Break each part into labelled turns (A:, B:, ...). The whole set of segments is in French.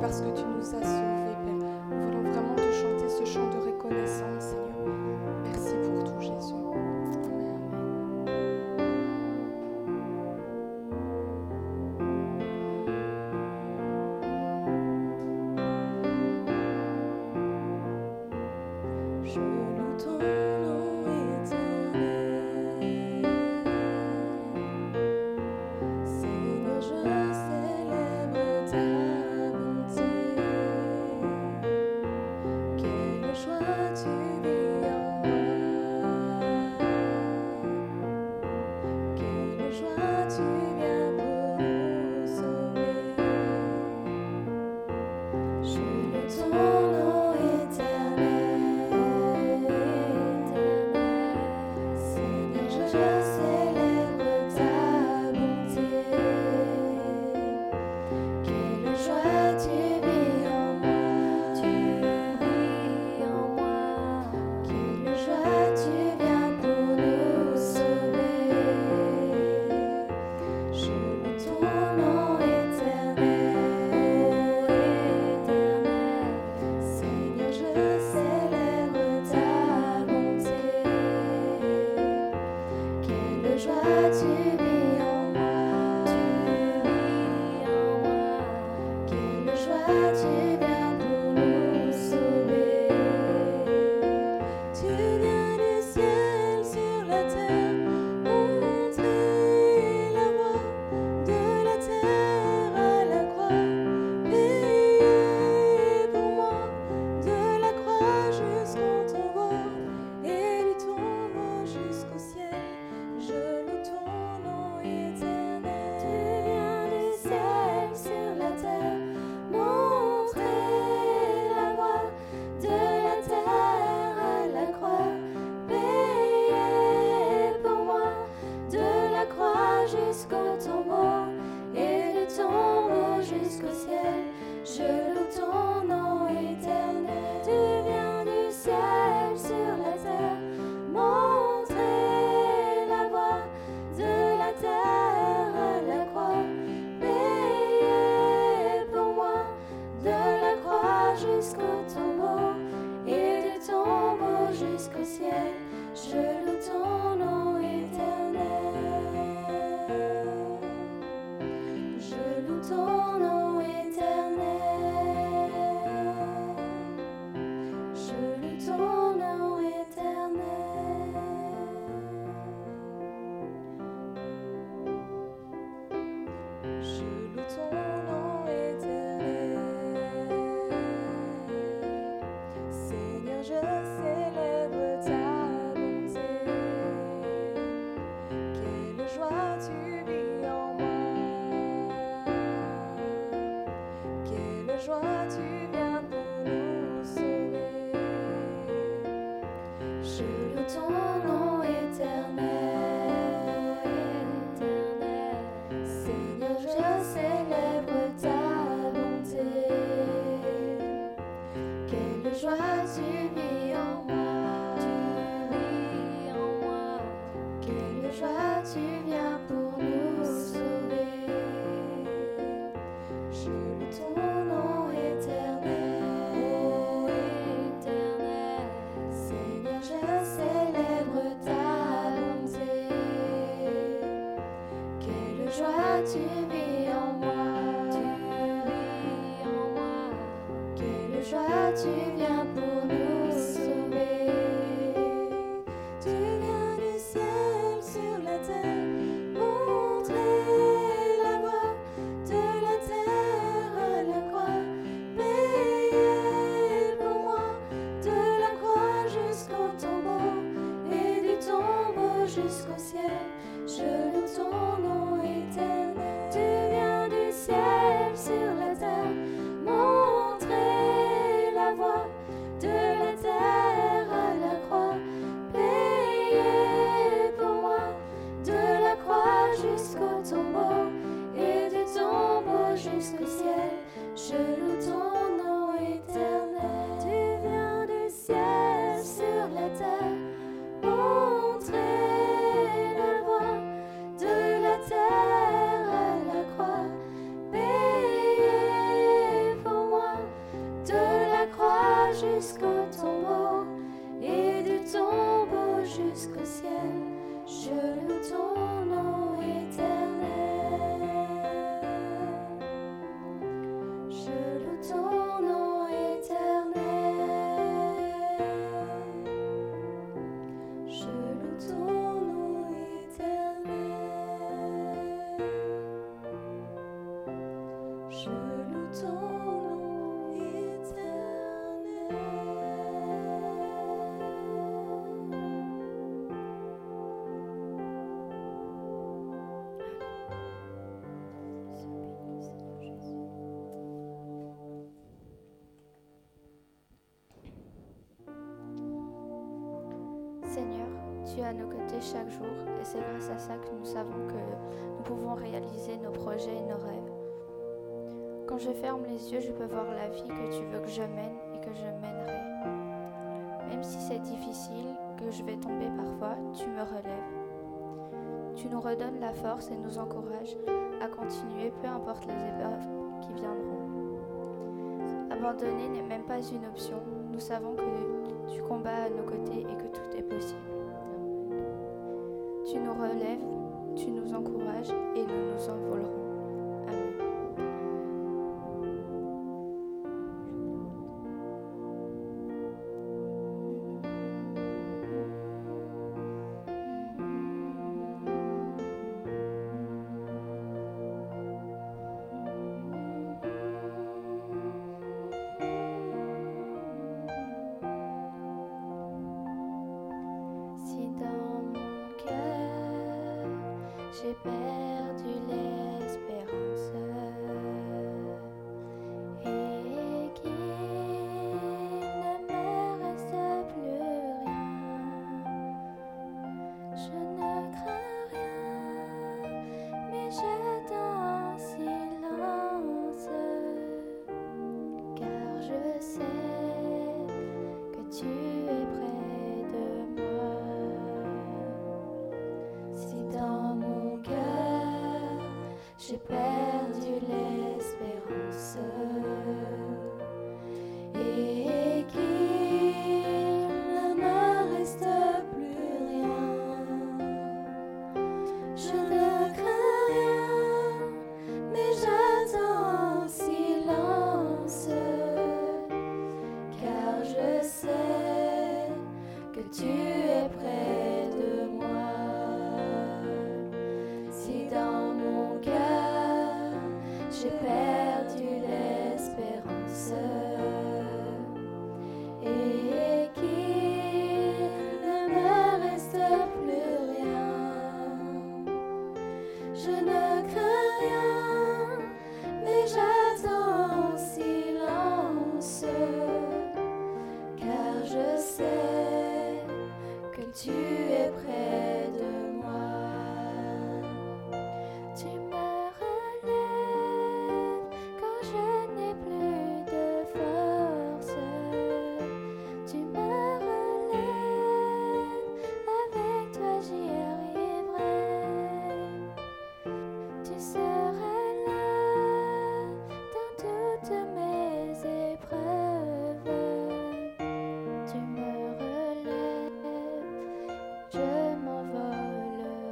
A: parce que tu nous as sauvés, Père. Nous voulons vraiment te chanter ce chant de reconnaissance, Seigneur. Merci pour tout, Jésus. Amen. Je loue ton nom éternel, Seigneur, je célèbre ta bonté. Quelle joie tu vis en moi, quelle joie tu viens pour nous sauver. Je loue ton nom éternel, Seigneur, je célèbre ta bonté. Quelle joie tu vis en moi, tu vis en moi. Quelle joie tu viens pour nous sauver. Je loue ton nom éternel, Seigneur, je célèbre ta bonté. Quelle joie tu vis en moi, tu vis en moi. Quelle joie tu viens pour nous sauver. Tu viens du ciel sur la terre, montrer la voie de la terre à la croix, payer pour moi de la croix jusqu'au tombeau et du tombeau jusqu'au ciel. Je loue ton nom éternel. Tu viens du ciel sur la terre, montrer la voie de la terre à la croix, payé pour moi, de la croix jusqu'au tombeau, et du tombeau jusqu'au ciel, je loue ton nom éternel. Tu viens du ciel sur la terre, montrer la voie de la terre à la croix, payé pour moi de la croix jusqu'au tombeau et du tombeau jusqu'au ciel. Je loue ton nom éternel. Je loue ton nom éternel. Je loue ton nom éternel. Je loue ton nom éternel. Seigneur, je célèbre ta bonté. Quelle joie tu vis en moi. Quelle joie tu viens pour nous sauver. Je loue ton nom éternel, Seigneur, je célèbre ta bonté. Quelle joie tu vis en moi, tu vis en moi. Quelle joie tu viens pour nous sauver. Je loue ton nom éternel, Seigneur, je célèbre ta bonté. Quelle joie tu vis en moi, tu vis en moi. Quelle joie tu viens pour nous sauver. Tu viens du ciel sur la terre, montrer la voie de la terre à la croix, payer pour moi, de la croix jusqu'au tombeau, et du tombeau jusqu'au ciel, je loue ton nom éternel. Tu viens du ciel sur la terre, montrer la voie
B: jusqu'au tombeau et du tombeau jusqu'au ciel. Je loue ton nom éternel. Je loue ton nom éternel. Je loue ton nom éternel. Je loue ton nom éternel.
A: Seigneur, tu es à nos côtés chaque jour et c'est grâce à ça que nous savons que nous pouvons réaliser nos projets et nos rêves. Quand je ferme les yeux, je peux voir la vie que tu veux que je mène et que je mènerai. Même si c'est difficile, que je vais tomber parfois, tu me relèves. Tu nous redonnes la force et nous encourages à continuer peu importe les épreuves qui viendront. Abandonner n'est même pas une option. Nous savons que tu combats à nos côtés et que tout est possible. Tu nous relèves, tu nous encourages et nous nous envolerons. Amen. Si dans mon cœur j'ai perdu l'espérance et qu'il ne me reste plus rien, je ne crains rien, mais j'attends en silence, car je sais que tu es près de moi. Si dans mon cœur j'ai perdu l'espérance et qu'il ne me reste plus rien, je ne crains rien, mais j'attends en silence car je sais que tu es près de moi. Si dans mon cœur j'ai perdu l'espérance et qu'il ne me reste plus rien, je ne crains rien, mais j'attends en silence, car je sais que tu es près de moi. Tu me relèves quand je n'ai plus de force. Tu me relèves, avec toi j'y arriverai. Tu seras là dans toutes mes épreuves. Tu me relèves, je m'envolerai.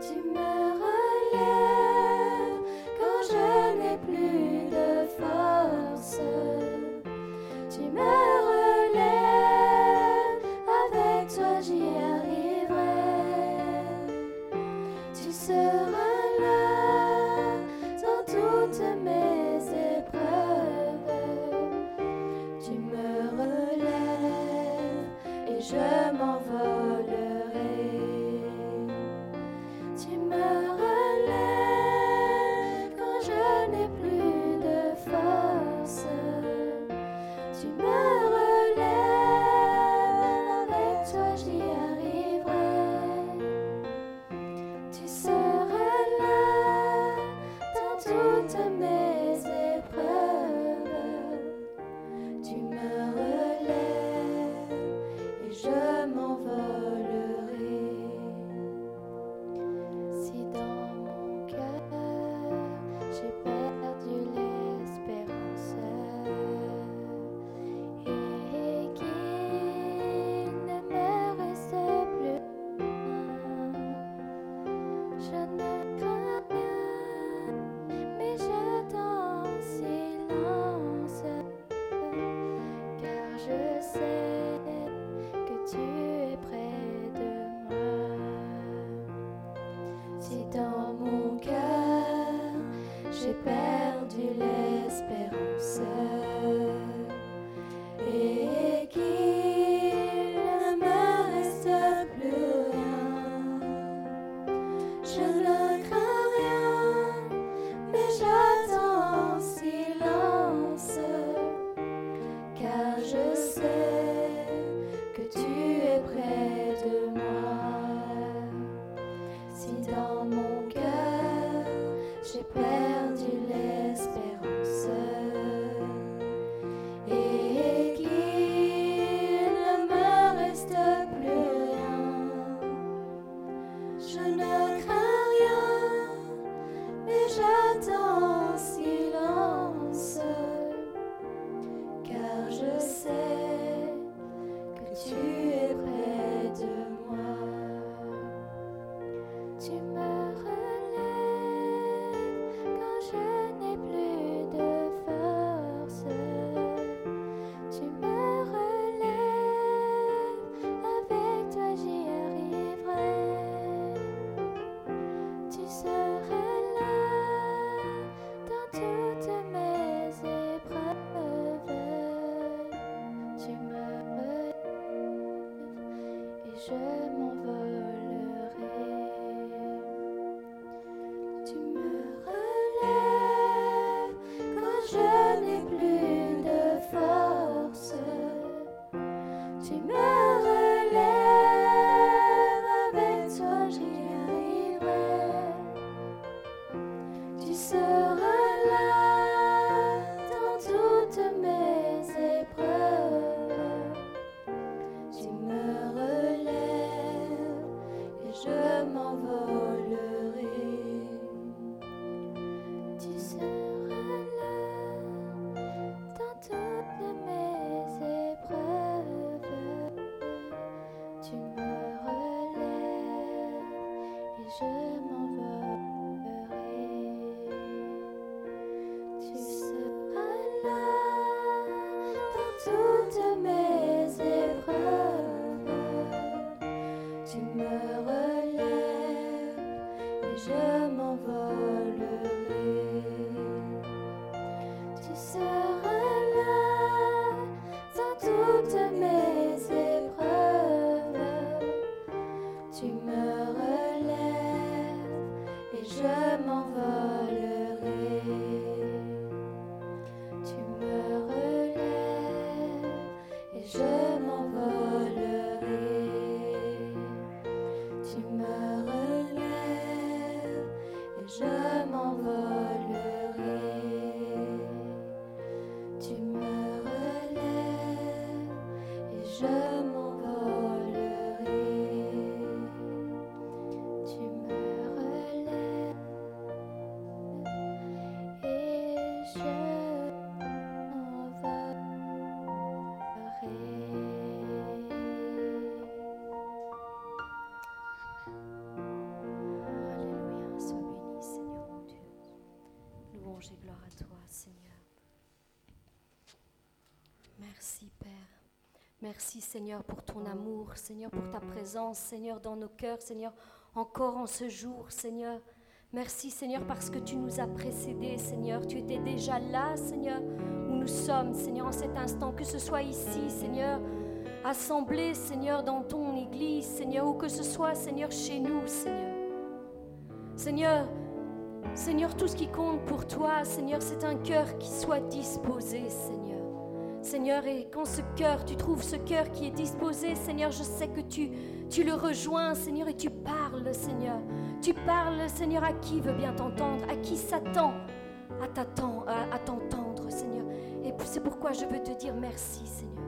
A: Tu me relèves quand je n'ai plus de force. Tu me relèves, avec toi j'y arriverai. Tu seras là dans toutes mes épreuves. Tu me relèves et je m'envolerai. Tu me relèves quand je n'ai plus de force. Tu me relèves, avec toi j'y arriverai. Tu seras là dans toutes mes épreuves. Tu me relèves et je m'envolerai. Si dans mon cœur j'ai perdu perdu l'espérance et qu'il ne me reste plus rien. Je ne crains rien, mais j'attends en silence, car je sais que tu es près de moi. Si dans mon cœur j'ai perdu l'espérance et qu'il ne me reste plus rien. Je ne crains rien, mais j'attends en silence, car je sais que tu es près de moi. Tu me relèves quand je n'ai plus de force. Tu me relèves, avec toi j'y arriverai. Tu seras là dans toutes mes épreuves. Tu me relèves et je m'envolerai. Tu me relèves quand je n'ai plus de force. Tu me relèves, avec toi j'y arriverai. Tu seras là dans toutes mes épreuves. Tu me relèves et je m'envolerai. Tu seras là dans toutes mes épreuves. Tu me relèves et je m'envolerai. Tu seras là dans toutes mes épreuves. Tu me relèves et je m'envolerai. Tu seras là dans toutes mes épreuves. Tu me relèves et je m'envolerai. Tu me relèves et je m'envolerai. Tu me relèves et je m'envolerai. Tu me relèves et je m'envolerai. Tu me relèves et je m'envolerai. Alléluia, sois béni Seigneur mon Dieu. Louange et gloire à toi Seigneur. Merci Père. Merci Seigneur pour ton amour, Seigneur pour ta présence, Seigneur dans nos cœurs, Seigneur encore en ce jour, Seigneur. Merci Seigneur parce que tu nous as précédés, Seigneur. Tu étais déjà là, Seigneur, où nous sommes, Seigneur, en cet instant. Que ce soit ici, Seigneur, assemblés, Seigneur, dans ton église, Seigneur, ou que ce soit, Seigneur, chez nous, Seigneur. Seigneur, Seigneur, tout ce qui compte pour toi, Seigneur, c'est un cœur qui soit disposé, Seigneur. Seigneur, et quand ce cœur, tu trouves ce cœur qui est disposé, Seigneur, je sais que tu, tu le rejoins, Seigneur, et tu parles, Seigneur. Tu parles, Seigneur, à qui veut bien t'entendre, à qui s'attend à t'attend- à- à t'entendre, Seigneur. Et c'est pourquoi je veux te dire merci, Seigneur.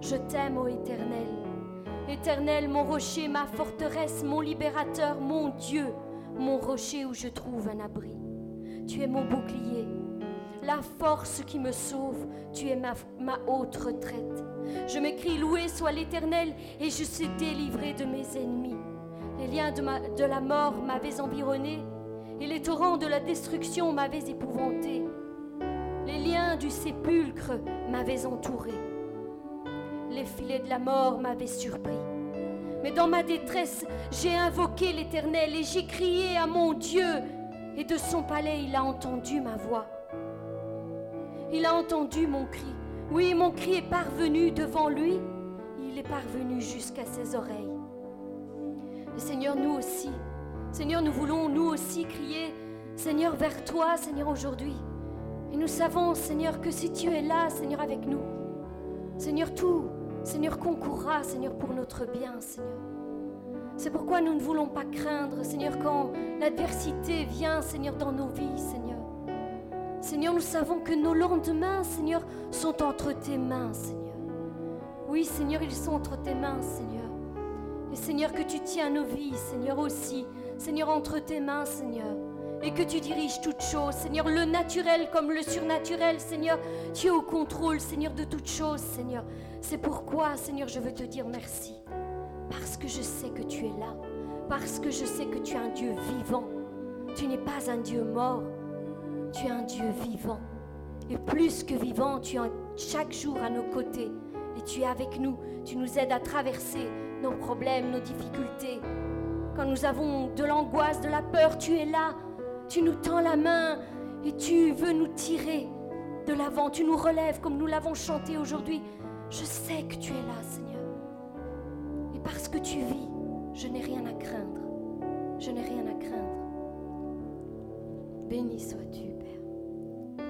A: Je t'aime, ô Éternel. Éternel, mon rocher, ma forteresse, mon libérateur, mon Dieu, mon rocher où je trouve un abri. Tu es mon bouclier, la force qui me sauve, tu es ma, ma haute retraite. Je m'écris, loué soit l'Éternel, et je suis délivré de mes ennemis. Les liens de, ma- de la mort m'avaient environné, et les torrents de la destruction m'avaient épouvanté. Les liens du sépulcre m'avaient entouré. Les filets de la mort m'avaient surpris. Mais dans ma détresse, j'ai invoqué l'Éternel et j'ai crié à mon Dieu. Et de son palais, il a entendu ma voix.
C: Il a entendu mon cri. Oui, mon cri est parvenu devant lui. Il est parvenu jusqu'à ses oreilles. Et Seigneur, nous aussi. Seigneur, nous voulons nous aussi crier, Seigneur, vers toi, Seigneur, aujourd'hui. Et nous savons, Seigneur, que si tu es là, Seigneur, avec nous, Seigneur, tout, Seigneur, concourra, Seigneur, pour notre bien, Seigneur. C'est pourquoi nous ne voulons pas craindre, Seigneur, quand l'adversité vient, Seigneur, dans nos vies, Seigneur. Seigneur, nous savons que nos lendemains, Seigneur, sont entre tes mains, Seigneur. Oui, Seigneur, ils sont entre tes mains, Seigneur. Et Seigneur, que tu tiens nos vies, Seigneur, aussi. Seigneur, entre tes mains, Seigneur. Et que tu diriges toutes choses, Seigneur, le naturel comme le surnaturel, Seigneur. Tu es au contrôle, Seigneur, de toutes choses, Seigneur. C'est pourquoi, Seigneur, je veux te dire merci. Parce que je sais que tu es là. Parce que je sais que tu es un Dieu vivant. Tu n'es pas un Dieu mort. Tu es un Dieu vivant. Et plus que vivant, tu es en- chaque jour à nos côtés. Et tu es avec nous. Tu nous aides à traverser nos problèmes, nos difficultés. Quand nous avons de l'angoisse, de la peur, tu es là. Tu nous tends la main et tu veux nous tirer de l'avant. Tu nous relèves comme nous l'avons chanté aujourd'hui. Je sais que tu es là, Seigneur. Et parce que tu vis, je n'ai rien à craindre. Je n'ai rien à craindre. Béni sois-tu, Père.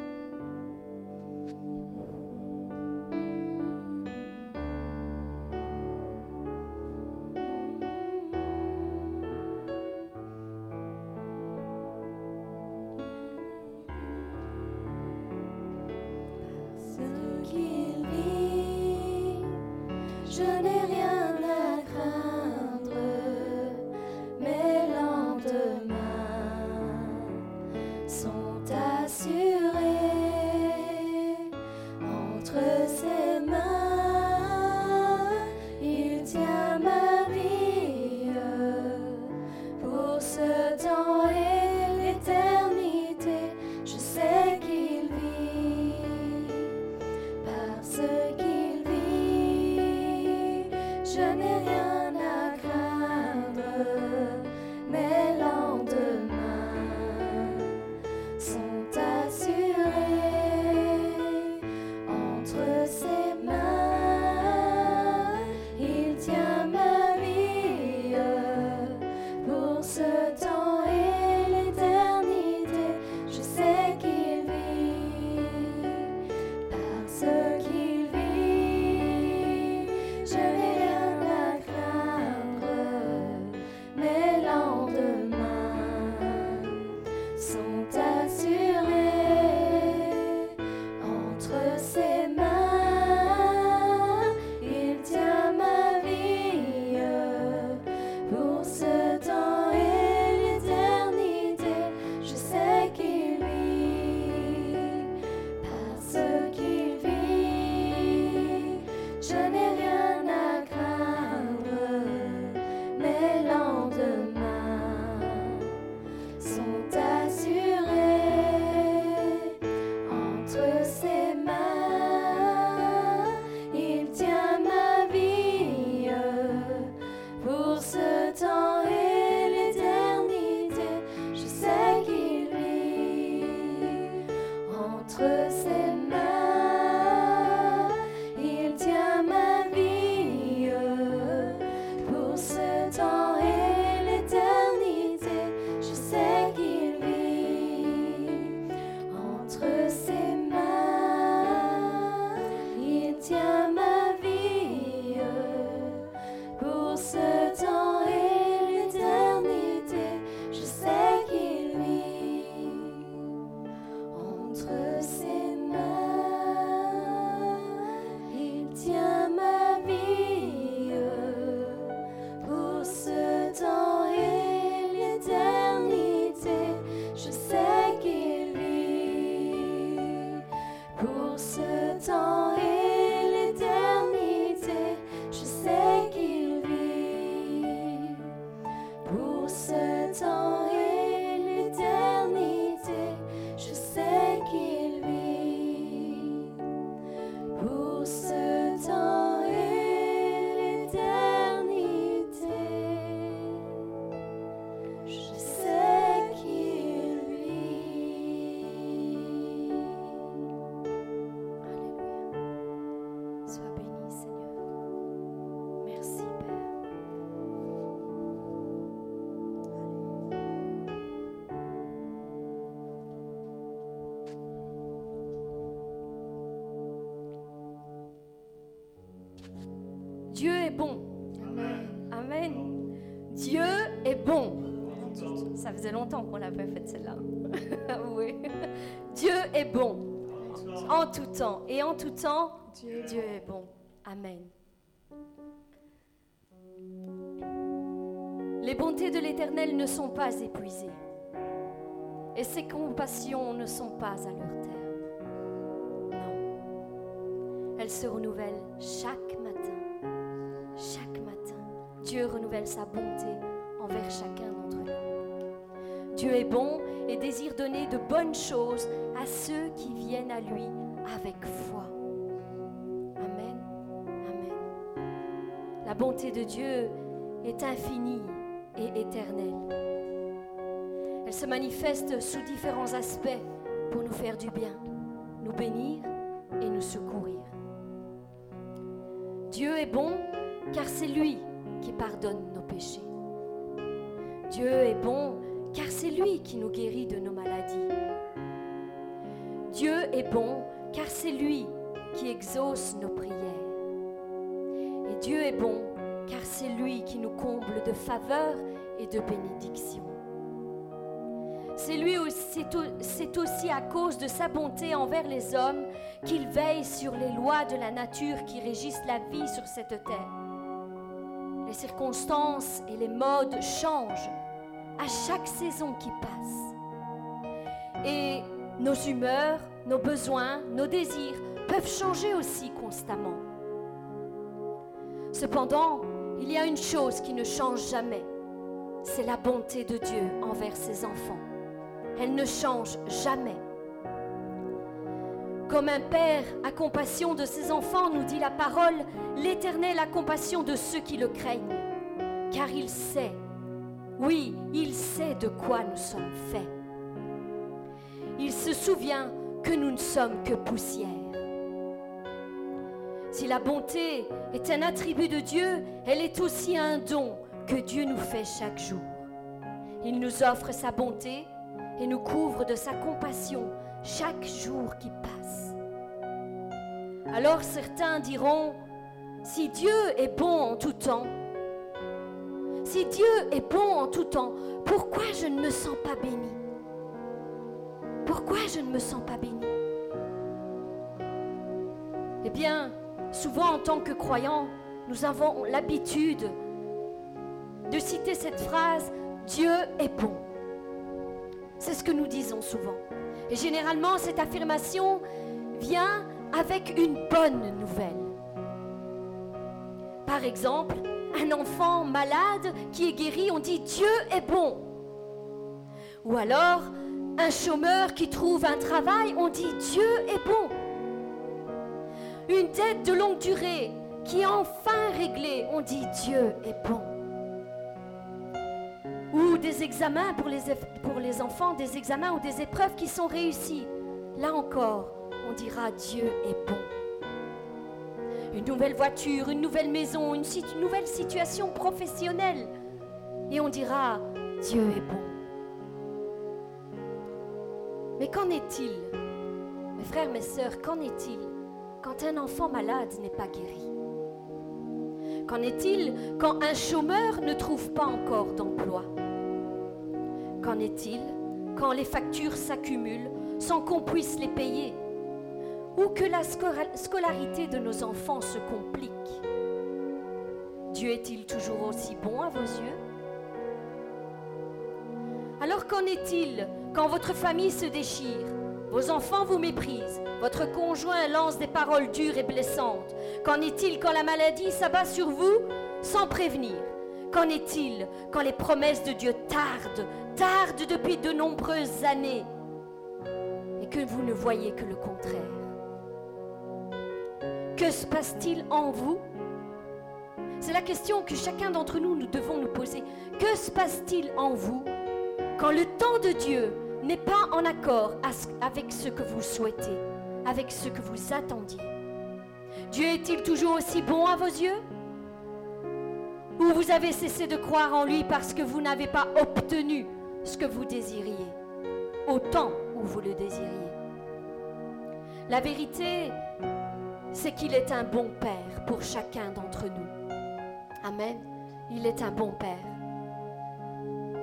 A: qu'il vit, je n'ai rien à craindre, mes lendemains sont assurés entre ses mains, il tient ma vie pour ce temps et l'éternité, je sais qu'il vit. Parce qu'il vit, je n'ai rien à craindre. Mes lendemains sont assurés. Entre ses mains, il tient ma vie pour ce temps et l'éternité. Je sais qu'il vit. Parce qu'il vit, je n'ai rien à craindre. Mes lendemains sont assurés. Entre ses mains, il tient ma vie pour ce temps et l'éternité. Je sais qu'il vit. Parce qu'il vit, je n'ai rien à craindre. Mes lendemains sont assurés. Entre ses mains, il tient ma vie pour ce temps et l'éternité. Je sais qu'il vit. Entre ses mains, il tient ma vie pour ce temps et l'éternité. Je sais qu'il vit. Entre ses mains, il tient ma vie pour ce temps et l'éternité. Je sais qu'il vit. Entre ses mains, il tient ma vie pour ce temps et l'éternité. Je sais qu'il vit. est bon. Amen. Dieu est bon. Ça faisait longtemps qu'on l'avait fait celle-là. oui. Dieu est bon. En tout temps. Et en tout temps, Dieu, est bon. Amen. Les bontés de l'Éternel ne sont pas épuisées. Et ses compassions ne sont pas à leur terme. Non. Elles se renouvellent chaque matin. Chaque matin, Dieu renouvelle sa bonté envers chacun d'entre nous. Dieu est bon et désire donner de bonnes choses à ceux qui viennent à lui avec foi. Amen. Amen. La bonté de Dieu est infinie et éternelle. Elle se manifeste sous différents aspects pour nous faire du bien, nous bénir et nous secourir. Dieu est bon car c'est lui qui pardonne nos péchés. Dieu est bon, car c'est lui qui nous guérit de nos maladies. Dieu est bon, car c'est lui qui exauce nos prières. Et Dieu est bon, car c'est lui qui nous comble de faveurs et de bénédictions. C'est lui aussi- c'est au- c'est aussi à cause de sa bonté envers les hommes qu'il veille sur les lois de la nature qui régissent la vie sur cette terre. Les circonstances et les modes changent à chaque saison qui passe. Et nos humeurs, nos besoins, nos désirs peuvent changer aussi constamment. Cependant, il y a une chose qui ne change jamais, c'est la bonté de Dieu envers ses enfants. Elle ne change jamais. Comme un père a compassion de ses enfants, nous dit la parole, l'Éternel a compassion de ceux qui le craignent, car il sait, oui, il sait de quoi nous sommes faits. Il se souvient que nous ne sommes que poussière. Si la bonté est un attribut de Dieu, elle est aussi un don que Dieu nous fait chaque jour. Il nous offre sa bonté et nous couvre de sa compassion chaque jour qui passe. Alors certains diront, si Dieu est bon en tout temps, si Dieu est bon en tout temps, pourquoi je ne me sens pas béni Pourquoi je ne me sens pas béni Eh bien, souvent en tant que croyants, nous avons l'habitude de citer cette phrase, Dieu est bon. C'est ce que nous disons souvent. Et généralement, cette affirmation vient avec une bonne nouvelle. Par exemple, un enfant malade qui est guéri, on dit Dieu est bon. Ou alors, un chômeur qui trouve un travail, on dit Dieu est bon. Une dette de longue durée qui est enfin réglée, on dit Dieu est bon. Ou des examens pour les, eff- pour les enfants, des examens ou des épreuves qui sont réussies. Là encore, on dira Dieu est bon une nouvelle voiture, une nouvelle maison, une, sit- une nouvelle situation professionnelle. Et on dira, Dieu est bon. Mais qu'en est-il Mes frères, mes sœurs, qu'en est-il quand un enfant malade n'est pas guéri Qu'en est-il quand un chômeur ne trouve pas encore d'emploi Qu'en est-il quand les factures s'accumulent sans qu'on puisse les payer ou que la scora- scolarité de nos enfants se complique. Dieu est-il toujours aussi bon à vos yeux Alors qu'en est-il quand votre famille se déchire, vos enfants vous méprisent, votre conjoint lance des paroles dures et blessantes Qu'en est-il quand la maladie s'abat sur vous sans prévenir Qu'en est-il quand les promesses de Dieu tardent, tardent depuis de nombreuses années et que vous ne voyez que le contraire. Que se passe-t-il en vous C'est la question que chacun d'entre nous, nous devons nous poser. Que se passe-t-il en vous quand le temps de Dieu n'est pas en accord à ce- avec ce que vous souhaitez, avec ce que vous attendiez Dieu est-il toujours aussi bon à vos yeux Ou vous avez cessé de croire en lui parce que vous n'avez pas obtenu ce que vous désiriez au temps où vous le désiriez. La vérité, c'est qu'il est un bon Père pour chacun d'entre nous. Amen. Il est un bon Père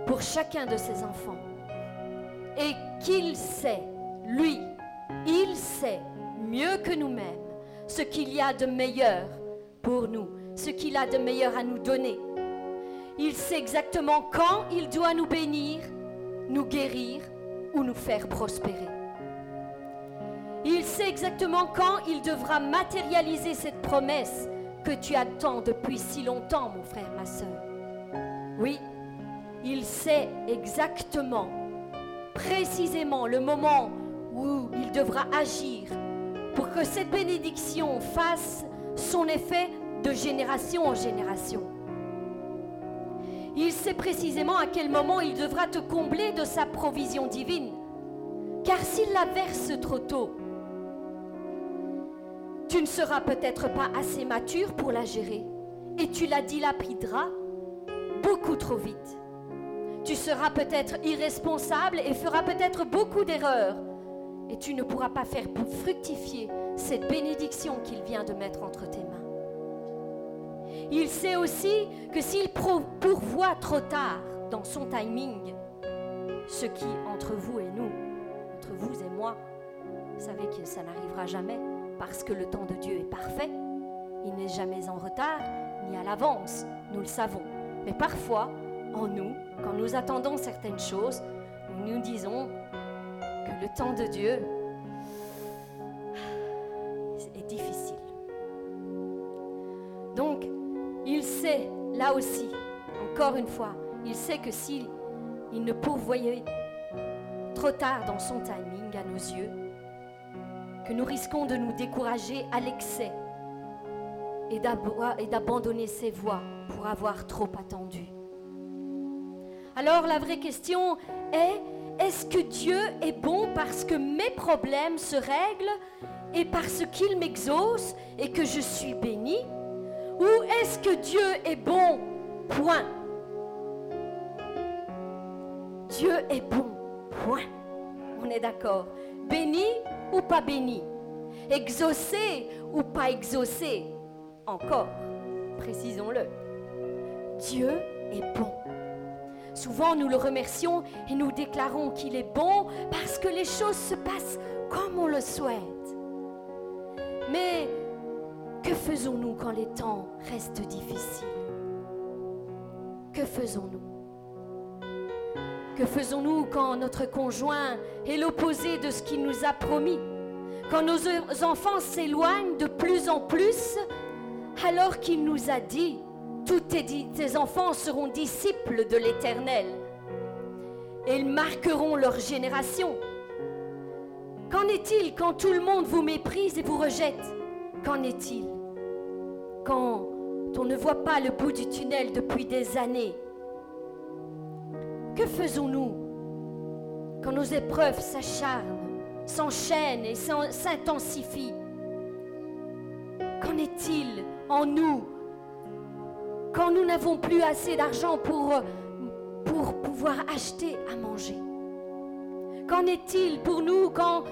A: pour chacun de ses enfants. Et qu'il sait, lui, il sait mieux que nous-mêmes ce qu'il y a de meilleur pour nous, ce qu'il a de meilleur à nous donner. Il sait exactement quand il doit nous bénir, nous guérir ou nous faire prospérer. Il sait exactement quand il devra matérialiser cette promesse que tu attends depuis si longtemps, mon frère, ma soeur. Oui, il sait exactement, précisément le moment où il devra agir pour que cette bénédiction fasse son effet de génération en génération. Il sait précisément à quel moment il devra te combler de sa provision divine, car s'il la verse trop tôt, tu ne seras peut-être pas assez mature pour la gérer et tu la dilapideras beaucoup trop vite. Tu seras peut-être irresponsable et feras peut-être beaucoup d'erreurs et tu ne pourras pas faire fructifier cette bénédiction qu'il vient de mettre entre tes mains. Il sait aussi que s'il pro- pourvoit trop tard dans son timing, ce qui entre vous et nous, entre vous et moi, vous savez que ça n'arrivera jamais parce que le temps de Dieu est parfait. Il n'est jamais en retard ni à l'avance, nous le savons. Mais parfois, en nous, quand nous attendons certaines choses, nous nous disons que le temps de Dieu est difficile. Donc, il sait, là aussi, encore une fois, il sait que s'il il ne pourvoyait trop tard dans son timing à nos yeux, que nous risquons de nous décourager à l'excès et d'abo- et d'abandonner ses voies pour avoir trop attendu. Alors la vraie question est, est-ce que Dieu est bon parce que mes problèmes se règlent et parce qu'il m'exauce et que je suis béni Ou est-ce que Dieu est bon Point. Dieu est bon. Point. On est d'accord. Béni ou pas béni Exaucé ou pas exaucé Encore, précisons-le. Dieu est bon. Souvent, nous le remercions et nous déclarons qu'il est bon parce que les choses se passent comme on le souhaite. Mais que faisons-nous quand les temps restent difficiles Que faisons-nous Que faisons-nous quand notre conjoint est l'opposé de ce qu'il nous a promis Quand nos e- enfants s'éloignent de plus en plus alors qu'il nous a dit tous tes, di- tes enfants seront disciples de l'Éternel et ils marqueront leur génération. Qu'en est-il quand tout le monde vous méprise et vous rejette Qu'en est-il quand on ne voit pas le bout du tunnel depuis des années Que faisons-nous quand nos épreuves s'acharnent, s'enchaînent et s'en- s'intensifient Qu'en est-il en nous quand nous n'avons plus assez d'argent pour, euh, pour pouvoir acheter à manger Qu'en est-il pour nous quand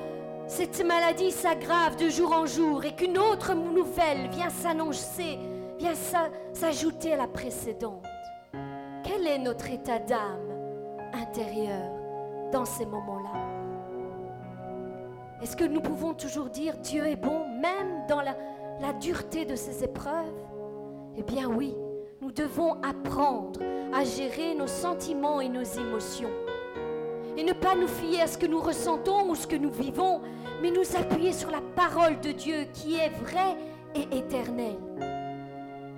A: cette maladie s'aggrave de jour en jour et qu'une autre nouvelle vient s'annoncer, vient s'a- s'ajouter à la précédente Quel est notre état d'âme intérieur dans ces moments-là Est-ce que nous pouvons toujours dire Dieu est bon même dans la- la dureté de ces épreuves eh bien oui, nous devons apprendre à gérer nos sentiments et nos émotions. Et ne pas nous fier à ce que nous ressentons ou ce que nous vivons, mais nous appuyer sur la parole de Dieu qui est vraie et éternelle.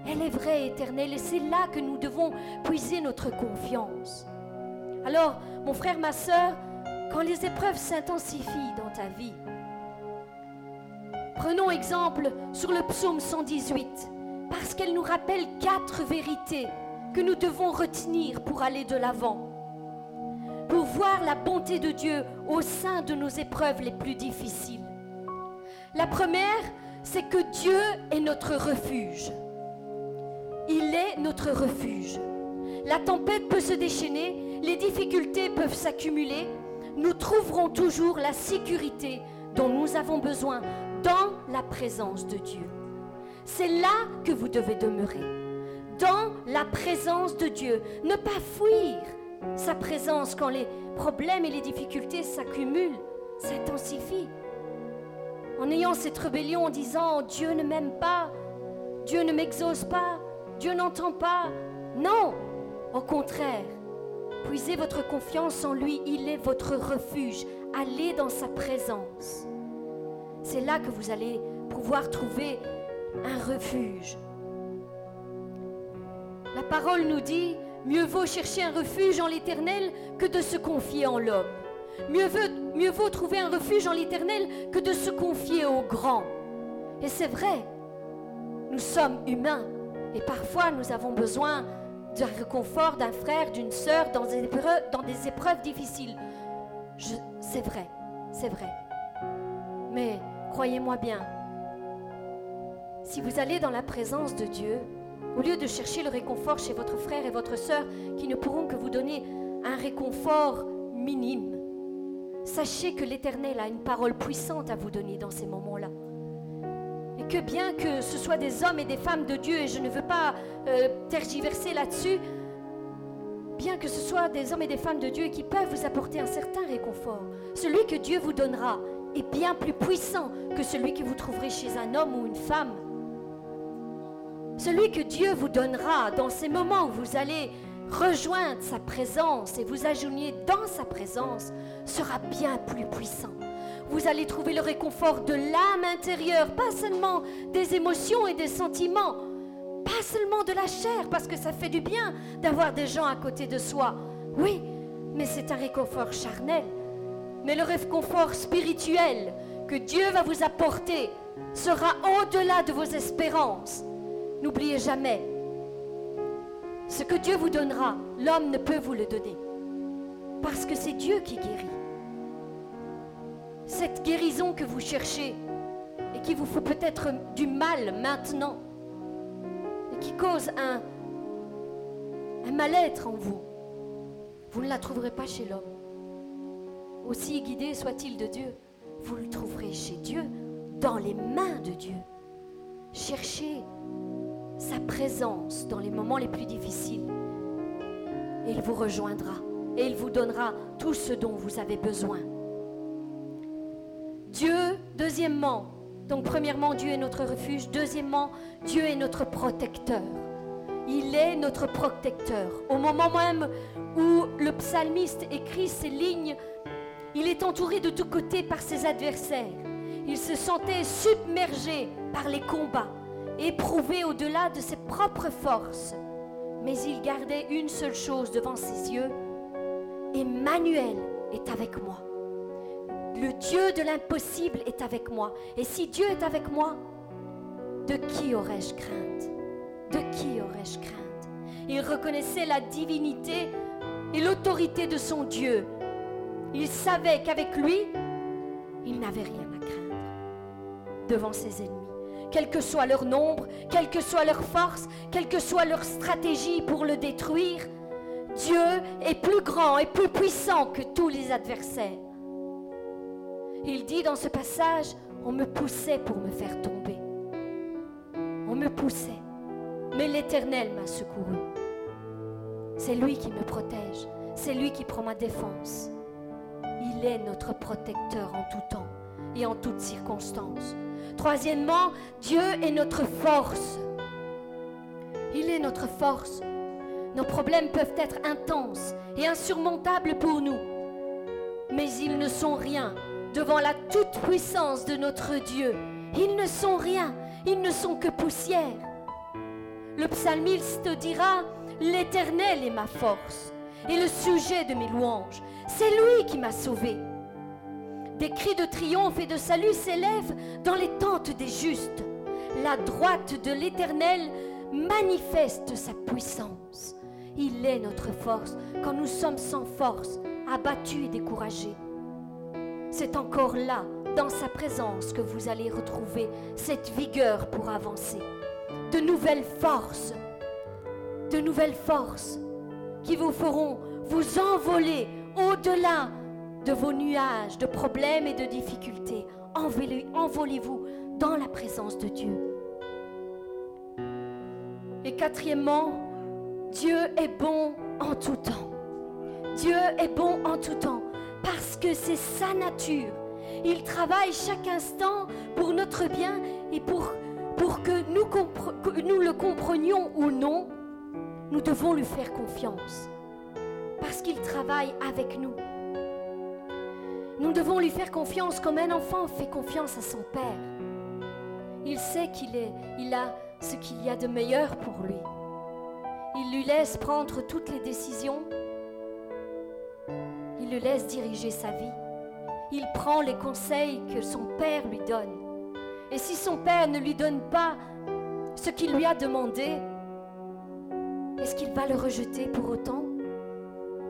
A: Elle est vraie et éternelle et c'est là que nous devons puiser notre confiance. Alors, mon frère, ma sœur, quand les épreuves s'intensifient dans ta vie, Prenons exemple sur le psaume 118, parce qu'elle nous rappelle quatre vérités que nous devons retenir pour aller de l'avant, pour voir la bonté de Dieu au sein de nos épreuves les plus difficiles. La première, c'est que Dieu est notre refuge. Il est notre refuge. La tempête peut se déchaîner, les difficultés peuvent s'accumuler. Nous trouverons toujours la sécurité dont nous avons besoin dans la présence de Dieu. C'est là que vous devez demeurer, dans la présence de Dieu. Ne pas fuir sa présence quand les problèmes et les difficultés s'accumulent, s'intensifient. En ayant cette rébellion en disant Dieu ne m'aime pas, Dieu ne m'exauce pas, Dieu n'entend pas. Non, au contraire, puisez votre confiance en lui, il est votre refuge. Allez dans sa présence. C'est là que vous allez pouvoir trouver un refuge. La parole nous dit, mieux vaut chercher un refuge en l'Éternel que de se confier en l'homme. Mieux vaut, mieux vaut trouver un refuge en l'Éternel que de se confier au grand. Et c'est vrai, nous sommes humains et parfois nous avons besoin d'un réconfort d'un frère, d'une sœur dans des épreuves, dans des épreuves difficiles. Je- C'est vrai, c'est vrai. Mais croyez-moi bien, si vous allez dans la présence de Dieu, au lieu de chercher le réconfort chez votre frère et votre sœur qui ne pourront que vous donner un réconfort minime, sachez que l'Éternel a une parole puissante à vous donner dans ces moments-là. Et que bien que ce soit des hommes et des femmes de Dieu, et je ne veux pas euh, tergiverser là-dessus, bien que ce soit des hommes et des femmes de Dieu qui peuvent vous apporter un certain réconfort, celui que Dieu vous donnera est bien plus puissant que celui que vous trouverez chez un homme ou une femme. Celui que Dieu vous donnera dans ces moments où vous allez rejoindre sa présence et vous agenouiller dans sa présence sera bien plus puissant. Vous allez trouver le réconfort de l'âme intérieure, pas seulement des émotions et des sentiments, pas seulement de la chair, parce que ça fait du bien d'avoir des gens à côté de soi. Oui, mais c'est un réconfort charnel. Mais le réconfort spirituel que Dieu va vous apporter sera au-delà de vos espérances. N'oubliez jamais, ce que Dieu vous donnera, l'homme ne peut vous le donner. Parce que c'est Dieu qui guérit. Cette guérison que vous cherchez et qui vous fait peut-être du mal maintenant et qui cause un, un mal-être en vous, vous ne la trouverez pas chez l'homme. Aussi guidé soit-il de Dieu, vous le trouverez chez Dieu, dans les mains de Dieu. Cherchez sa présence dans les moments les plus difficiles. Et il vous rejoindra et il vous donnera tout ce dont vous avez besoin. Dieu, deuxièmement, donc premièrement, Dieu est notre refuge, deuxièmement, Dieu est notre protecteur. Il est notre protecteur. Au moment même où le psalmiste écrit ces lignes, il est entouré de tous côtés par ses adversaires. Il se sentait submergé par les combats, éprouvé au-delà de ses propres forces. Mais il gardait une seule chose devant ses yeux. Emmanuel est avec moi. Le Dieu de l'impossible est avec moi. Et si Dieu est avec moi, de qui aurais-je crainte De qui aurais-je crainte Il reconnaissait la divinité et l'autorité de son Dieu. Il savait qu'avec lui, il n'avait rien à craindre devant ses ennemis. Quel que soit leur nombre, quelle que soit leur force, quelle que soit leur stratégie pour le détruire, Dieu est plus grand et plus puissant que tous les adversaires. Il dit dans ce passage, on me poussait pour me faire tomber. On me poussait, mais l'Éternel m'a secouru. C'est lui qui me protège, c'est lui qui prend ma défense. Il est notre protecteur en tout temps et en toutes circonstances. Troisièmement, Dieu est notre force. Il est notre force. Nos problèmes peuvent être intenses et insurmontables pour nous, mais ils ne sont rien devant la toute-puissance de notre Dieu. Ils ne sont rien, ils ne sont que poussière. Le psalmiste dira, L'Éternel est ma force et le sujet de mes louanges. C'est lui qui m'a sauvé. Des cris de triomphe et de salut s'élèvent dans les tentes des justes. La droite de l'Éternel manifeste sa puissance. Il est notre force quand nous sommes sans force, abattus et découragés. C'est encore là, dans sa présence, que vous allez retrouver cette vigueur pour avancer. De nouvelles forces, de nouvelles forces qui vous feront vous envoler au-delà de vos nuages de problèmes et de difficultés. Envolez- Envolez-vous dans la présence de Dieu.
D: Et quatrièmement, Dieu est bon en tout temps. Dieu est bon en tout temps parce que c'est sa nature. Il travaille chaque instant pour notre bien et pour, pour que, nous compre- que nous le comprenions ou non, nous devons lui faire confiance parce qu'il travaille avec nous. Nous devons lui faire confiance comme un enfant fait confiance à son père. Il sait qu'il est, il a ce qu'il y a de meilleur pour lui. Il lui laisse prendre toutes les décisions. Il le laisse diriger sa vie. Il prend les conseils que son père lui donne. Et si son père ne lui donne pas ce qu'il lui a demandé, est-ce qu'il va le rejeter pour autant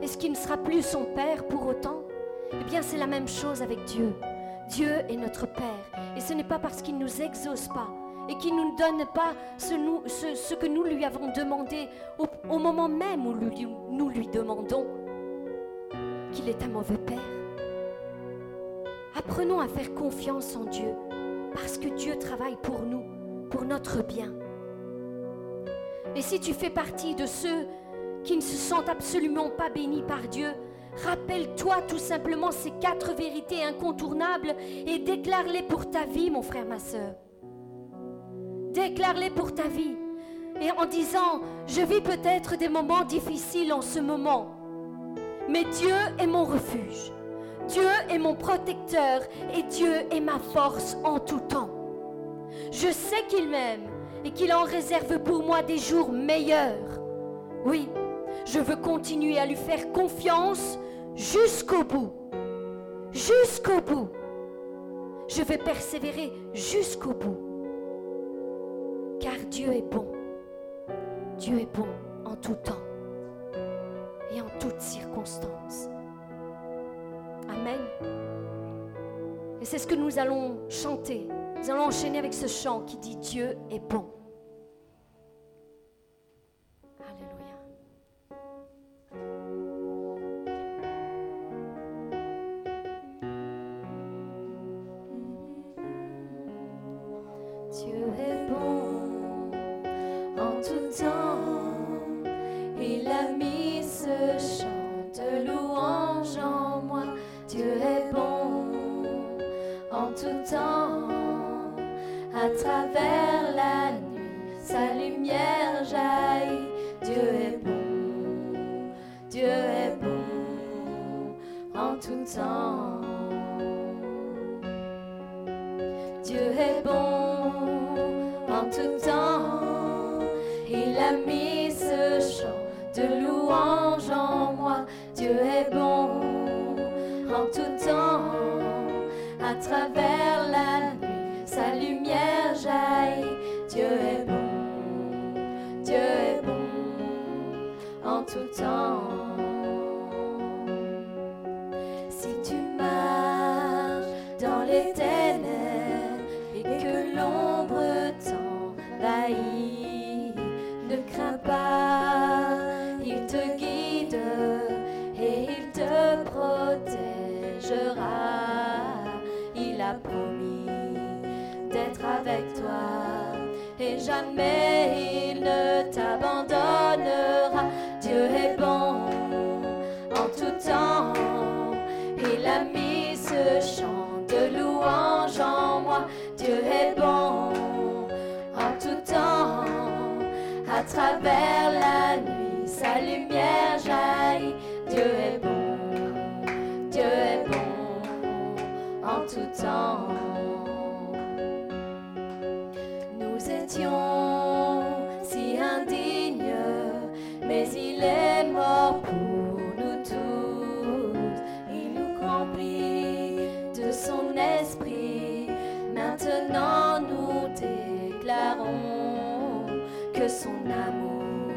D: Est-ce qu'il ne sera plus son père pour autant Eh bien, c'est la même chose avec Dieu. Dieu est notre Père. Et ce n'est pas parce qu'il ne nous exauce pas et qu'il ne nous donne pas ce, nous- ce- ce que nous lui avons demandé au, au moment même où lui- nous lui demandons qu'il est un mauvais Père. Apprenons à faire confiance en Dieu parce que Dieu travaille pour nous, pour notre bien. Et si tu fais partie de ceux qui ne se sentent absolument pas bénis par Dieu, rappelle-toi tout simplement ces quatre vérités incontournables et déclare-les pour ta vie, mon frère, ma sœur. Déclare-les pour ta vie. Et en disant, je vis peut-être des moments difficiles en ce moment, mais Dieu est mon refuge. Dieu est mon protecteur et Dieu est ma force en tout temps. Je sais qu'il m'aime et qu'il en réserve pour moi des jours meilleurs. Oui, je veux continuer à lui faire confiance jusqu'au bout. Jusqu'au bout. Je vais persévérer jusqu'au bout. Car Dieu est bon. Dieu est bon en tout temps et en toutes circonstances. Amen. Et c'est ce que nous allons chanter. Nous allons enchaîner avec ce chant qui dit Dieu est bon. Alléluia.
A: Dieu est bon en tout temps. Il a mis ce chant de louange en moi. Dieu est bon en tout temps. À travers la nuit, sa lumière jaillit. Dieu est bon. Dieu est bon en tout temps. Dieu est bon en tout temps. Il a mis ce chant de louange en moi. Dieu est bon en tout temps. À travers la nuit, sa lumière jaillit. Dieu est bon. Dieu est bon en tout temps. Si tu marches dans les ténèbres et que l'ombre t'envahit, ne crains pas, il te guide et il te protégera. Il a promis d'être avec toi et jamais il ne t'abandonnera. Dieu est bon en tout temps. Il a mis ce chant de louange en moi. Dieu est bon en tout temps. À travers la nuit, sa lumière jaillit. Dieu est bon, Dieu est bon en tout temps. Nous étions si indignes mais il est mort pour nous tous. Il nous comprit de son esprit. Maintenant nous déclarons que son amour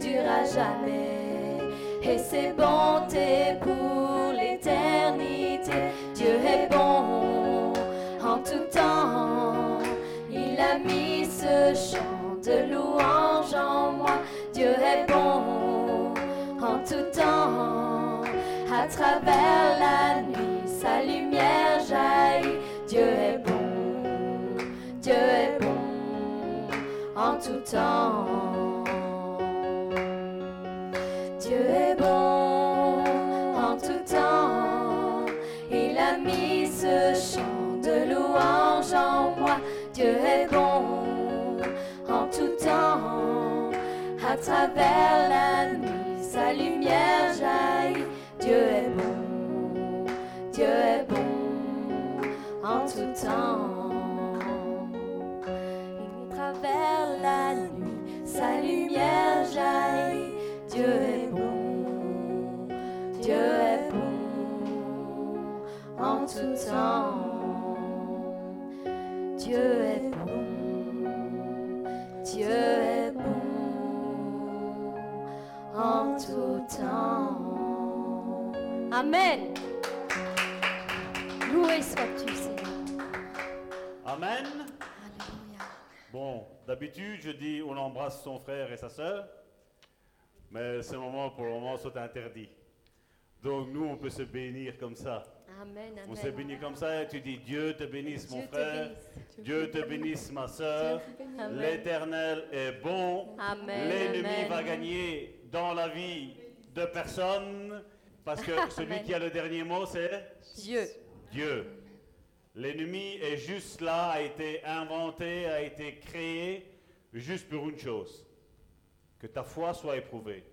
A: dure à jamais et ses bontés pour l'éternité. Dieu est bon en tout temps. Il a mis ce chant de louange en moi. Dieu est bon en tout temps. À travers la nuit, sa lumière jaillit. Dieu est bon, Dieu est bon en
E: tout temps. Dieu est bon en tout temps. Il a mis ce chant de louange en moi. Dieu est bon en tout temps. À travers la nuit, sa lumière jaillit. Dieu est bon, Dieu est bon en tout temps. Il travers la nuit, sa lumière jaillit. Dieu est bon, Dieu est bon en tout temps. Dieu est bon, Dieu est bon en tout temps.
A: Amen. Loué sois-tu, Seigneur.
F: Amen.
A: Alléluia.
F: Bon, d'habitude, je dis on embrasse son frère et sa sœur, mais ce moment, pour le moment, sont interdits. Donc nous, on peut se bénir comme ça.
A: Amen.
F: On se
A: Amen.
F: bénit comme ça et tu dis Dieu te bénisse, mon
A: Dieu te
F: frère. Dieu te bénisse, ma sœur.
A: Amen.
F: L'éternel est bon.
A: Amen.
F: L'ennemi
A: Amen.
F: va gagner dans la vie de personne parce que celui
A: Amen.
F: qui a le dernier mot, c'est
A: Dieu.
F: Dieu. L'ennemi est juste là, a été inventé, a été créé juste pour une chose. Que ta foi soit éprouvée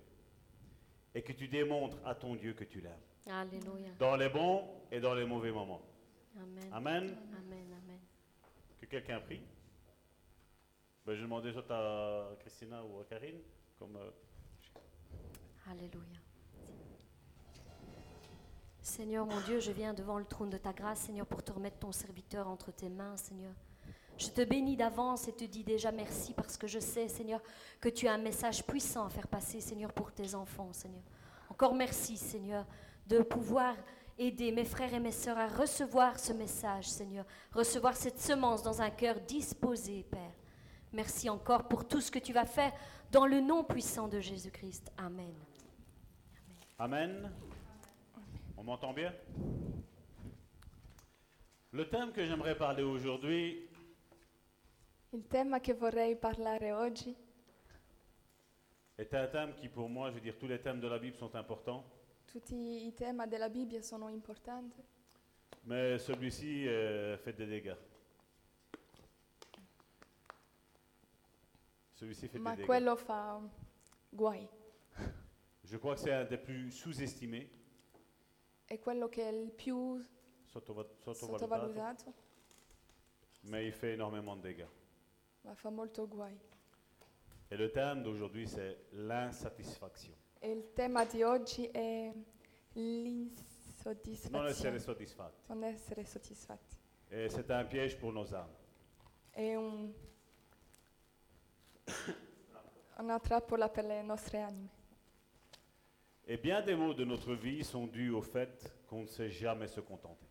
F: et que tu démontres à ton Dieu que tu l'aimes.
A: Alléluia.
F: Dans les bons et dans les mauvais moments.
A: Amen.
F: Amen.
A: Amen. Amen.
F: Que quelqu'un prie. Ben, je demandais soit à Christina ou à Karine. Comme, euh,
A: Alléluia. Seigneur mon Dieu, je viens devant le trône de ta grâce, Seigneur, pour te remettre ton serviteur entre tes mains, Seigneur. Je te bénis d'avance et te dis déjà merci parce que je sais, Seigneur, que tu as un message puissant à faire passer, Seigneur, pour tes enfants, Seigneur. Encore merci, Seigneur, de pouvoir aider mes frères et mes sœurs à recevoir ce message, Seigneur, recevoir cette semence dans un cœur disposé, Père. Merci encore pour tout ce que tu vas faire dans le nom puissant de Jésus-Christ. Amen.
F: Amen. On m'entend bien Le thème que j'aimerais parler aujourd'hui,
G: Il tema che vorrei parlare oggi
F: est un thème qui, pour moi, je veux dire, tous les thèmes de la Bible sont importants,
G: Tutti i temi della Bibbia sono importanti,
F: mais celui-ci euh, fait des dégâts. Celui-ci fait
G: ma
F: des dégâts.
G: quello fa guai.
F: Je crois que c'est un des plus sous-estimés,
G: È quello che è il più
F: sottoval- sottovalutato,
G: sottovalutato,
F: mais il fait énormément de dégâts.
G: ma fa molto guai.
F: Et le thème d'aujourd'hui, c'est l'insatisfaction.
G: E il tema di oggi è
F: Non essere
G: l'insoddisfazione,
F: soddisfatti.
G: non essere soddisfatti.
F: Et c'est un piège pour nos âmes.
G: È un- una trappola per le nostre anime.
F: Et bien des mots de notre vie sont dus au fait qu'on ne sait jamais se contenter.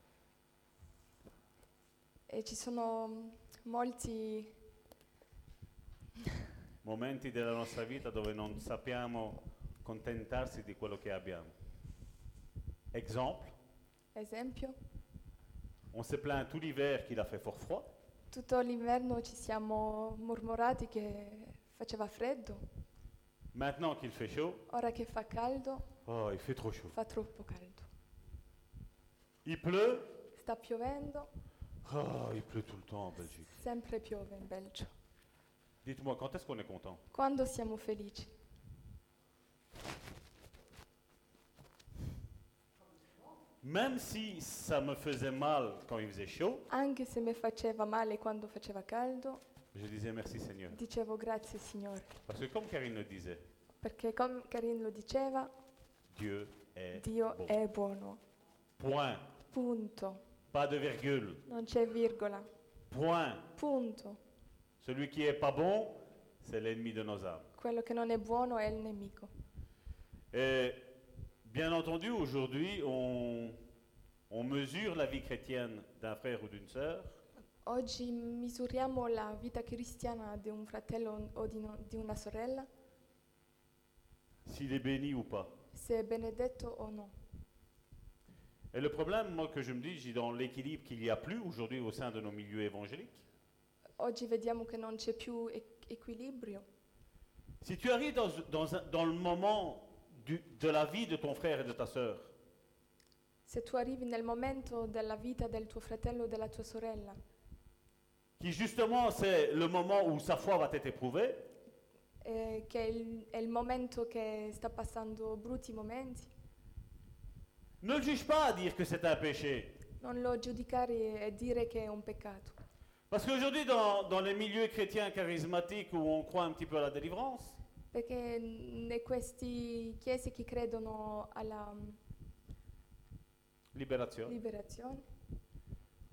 G: E ci sono molti
F: Momenti della nostra vita dove non sappiamo contentarsi di quello che abbiamo. Exemple,
G: esempi.
F: on s'est plaint tout l'hiver qu'il a fait fort froid.
G: Tutto l'inverno ci siamo mormorati che faceva freddo,
F: Maintenant qu'il fait chaud,
G: ora che fa caldo
F: oh, il fait trop chaud.
G: fa troppo caldo.
F: Il pleut,
G: Sta piovendo,
F: oh, il pleut tout le temps en Belgique.
G: sempre piove in Belgio.
F: Dites-moi, quand est-ce qu'on est content
G: Quando siamo felici?
F: Même si ça me faisait mal quand il faisait chaud,
G: Anche se mi faceva male quando faceva caldo,
F: je disais merci Seigneur.
G: dicevo grazie Signore,
F: Parce que comme Karine le disait,
G: perché come Karin lo diceva,
F: Dieu est
G: Dio
F: bon.
G: è buono.
F: Point.
G: Punto.
F: Pas de virgule.
G: Non c'è virgola.
F: Point.
G: Punto.
F: Celui qui est pas bon, c'est l'ennemi de nos âmes.
G: Quello che non è buono è il nemico.
F: Et bien entendu, aujourd'hui, on, on mesure la vie chrétienne d'un frère ou d'une sœur
G: Oggi misuriamo la vita cristiana di un fratello o di, no- di una sorella,
F: s'il est béni ou pas.
G: se è benedetto o no.
F: Et le problème, moi, que je me dis, j'ai dans l'équilibre qu'il n'y a plus aujourd'hui au sein de nos milieux évangéliques,
G: oggi vediamo che non c'è più e- equilibrio.
F: Si tu arrives dans, dans un- dans le moment du- de la vie de ton frère et de ta sœur,
G: Se tu arrivi nel momento della vita del tuo fratello o della tua sorella,
F: qui justement c'est le moment où sa foi va être éprouvée,
G: eh, che è il, è il momento che sta passando brutti momenti,
F: ne le juge pas à dire que c'est un péché.
G: non lo giudicare e dire che è un peccato.
F: Parce qu'aujourd'hui, dans, dans les milieux chrétiens charismatiques où on croit un petit peu à la délivrance,
G: Perché in queste chiese che credono alla mm,
F: libération,
G: liberazione,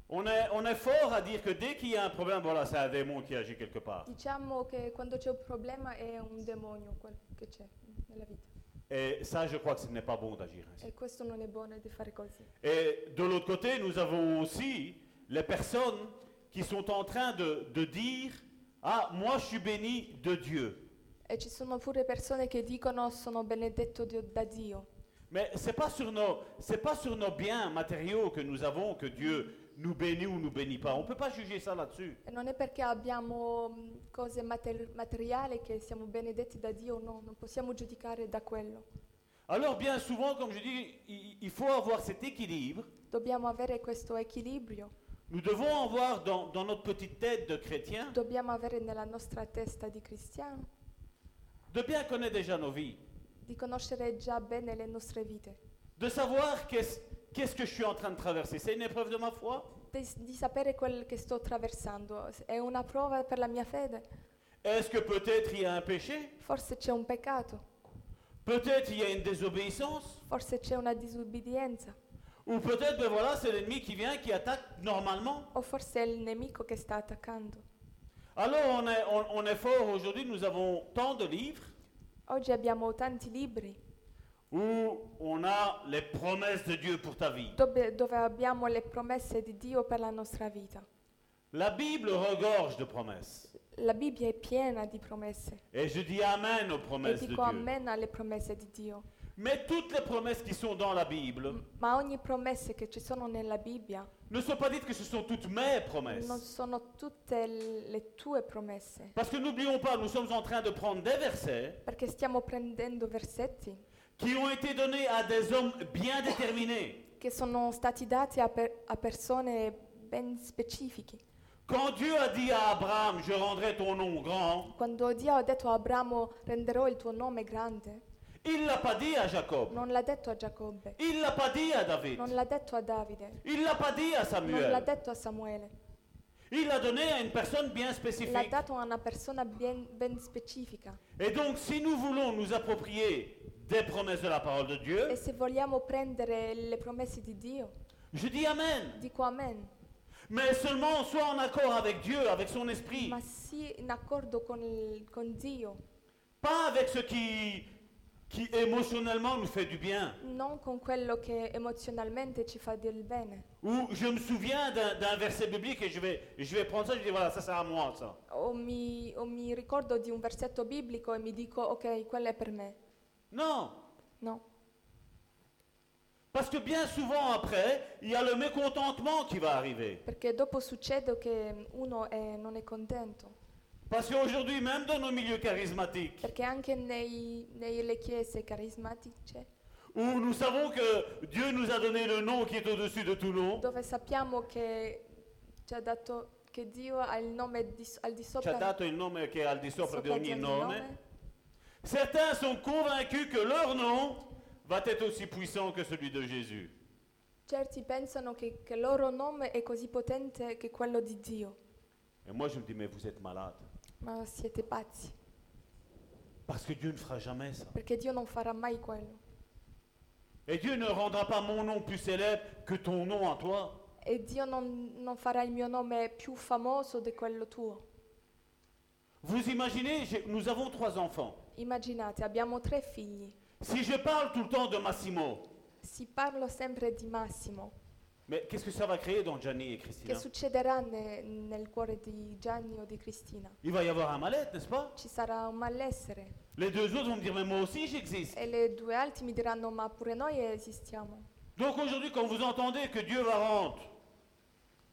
F: on est, on est fort à dire que dès qu'il y a un problème, voilà, c'est un démon qui agit quelque part.
G: diciamo che quando c'è un problema è un demonio quel che c'è nella vita.
F: Et ça, je crois que ce n'est pas bon d'agir ainsi.
G: E questo non è buono di fare così.
F: Et de l'autre côté, nous avons aussi les personnes qui sont en train de, de dire Ah, moi je suis béni de Dieu.
G: E ci sono pure persone che dicono sono benedetto di- da Dio,
F: Mais ce n'est pas, sur nos- c'est pas sur nos biens matériaux que nous avons que Dieu nous bénit ou nous bénit pas. On ne peut pas juger ça là-dessus.
G: E non è perché abbiamo mh, cose mater- materiali che siamo benedetti da Dio, no, non possiamo giudicare da quello.
F: Alors, bien souvent, comme je dis, il, il faut avoir cet équilibre.
G: Dobbiamo avere questo equilibrio,
F: Nous devons avoir dans, dans notre petite tête de chrétien
G: dobbiamo avere nella nostra testa di cristiano
F: de bien connaître déjà nos vies,
G: di conoscere già bene le nostre vite,
F: de savoir qu'est-ce qu'est-ce que je suis en train de traverser. C'est une épreuve de ma foi
G: di, di sapere quel che sto attraversando. S- È una prova per la mia fede?
F: Est-ce que peut-être il y a un péché
G: Forse c'è un peccato,
F: Peut-être il y a une désobéissance,
G: forse c'è una disobbedienza,
F: ou peut-être, ben voilà, c'est l'ennemi qui vient, qui attaque normalement.
G: o forse è il nemico che sta attaccando.
F: Alors on est, on, on est fort aujourd'hui, nous avons tant de livres
G: Oggi abbiamo tanti libri
F: où on a les promesses de Dieu pour ta vie.
G: dove, dove abbiamo le promesse di Dio per la nostra vita.
F: La Bible regorge de promesses.
G: La Bibbia è piena di promesse
F: Et je dis Amen aux
G: e
F: promesses de
G: dico
F: Dieu.
G: amen alle promesse di Dio.
F: Mais toutes les promesses qui sont dans la Bible
G: Ma ogni promessa che ci sono nella Bibbia
F: ne sont pas dites que ce sont toutes mes
G: non
F: promesses.
G: sono tutte l- le tue promesse,
F: Parce que n'oublions pas, nous sommes en train de prendre des versets
G: perché stiamo prendendo versetti
F: qui ont été donnés à des hommes bien déterminés.
G: che sono stati dati a, per- a persone ben specifiche.
F: Quand Dieu a dit à Abraham, je rendrai ton nom grand,
G: Quando Dio ha detto a Abramo renderò il tuo nome grande,
F: il l'a pas dit à Jacob,
G: non l'ha detto a Giacobbe,
F: il l'a pas dit à David,
G: non l'ha detto a Davide,
F: il l'a pas dit
G: non
F: à
G: l'ha
F: Samuel.
G: detto a Samuele.
F: Il l'a donné à une personne bien
G: l'ha
F: spécifique.
G: dato a una persona ben, ben specifica.
F: Et donc, si nous voulons nous approprier des promesses de la parole de Dieu,
G: E se vogliamo prendere le promesse di Dio,
F: je dis Amen.
G: dico amen,
F: Mais seulement soit en accord avec Dieu, avec son esprit,
G: ma sì in accordo con, il- con Dio,
F: pas avec ce qui, qui émotionnellement nous fait du bien.
G: non con quello che emozionalmente ci fa del bene.
F: Ou je me souviens d'un d'un verset biblique et je vais, je vais prendre ça, je dis voilà, ça c'est à moi ça.
G: O mi, o mi ricordo di un versetto biblico e mi dico ok, quello è per me.
F: Non,
G: No,
F: Parce que bien souvent après, il y a le mécontentement qui va arriver.
G: perché dopo succede che uno è- non è contento.
F: Parce qu'aujourd'hui, même dans nos milieux charismatiques,
G: Perché anche nei- nelle chiese carismatiche,
F: où nous savons que Dieu nous a donné le nom qui est au-dessus de tout nom,
G: dove sappiamo che ci ha dato che Dio ha il nome di, al di
F: ci ha
G: sopra,
F: dato il nome che è al di sopra
G: sopra
F: di
G: di ogni
F: ogni nome,
G: nome,
F: certains sont convaincus que leur nom va être aussi puissant que celui de Jésus.
G: certi pensano che, che il loro nome è così potente che quello di Dio,
F: Et moi, je me dis, mais vous êtes malade.
G: ma siete pazzi,
F: Parce que Dieu ne fera jamais ça.
G: perché Dio non farà mai quello.
F: Et Dieu ne rendra pas mon nom plus célèbre que ton nom à toi.
G: E Dio non, non farà il mio nome più famoso di quello tuo.
F: Vous imaginez, j'ai- nous avons trois enfants.
G: Immaginate, abbiamo tre figli.
F: Si je parle tout le temps de Massimo,
G: Si parlo sempre di Massimo,
F: Mais qu'est-ce que ça va créer dans Gianni et
G: che
F: Christina
G: succederà ne- nel cuore di Gianni o di Cristina?
F: Il va y avoir un mal-être, n'est-ce pas
G: Ci sarà un malessere.
F: Les deux autres vont me dire, mais moi aussi j'existe.
G: E le due altre mi diranno, ma pure noi esistiamo.
F: Donc aujourd'hui, quand vous entendez que Dieu va rendre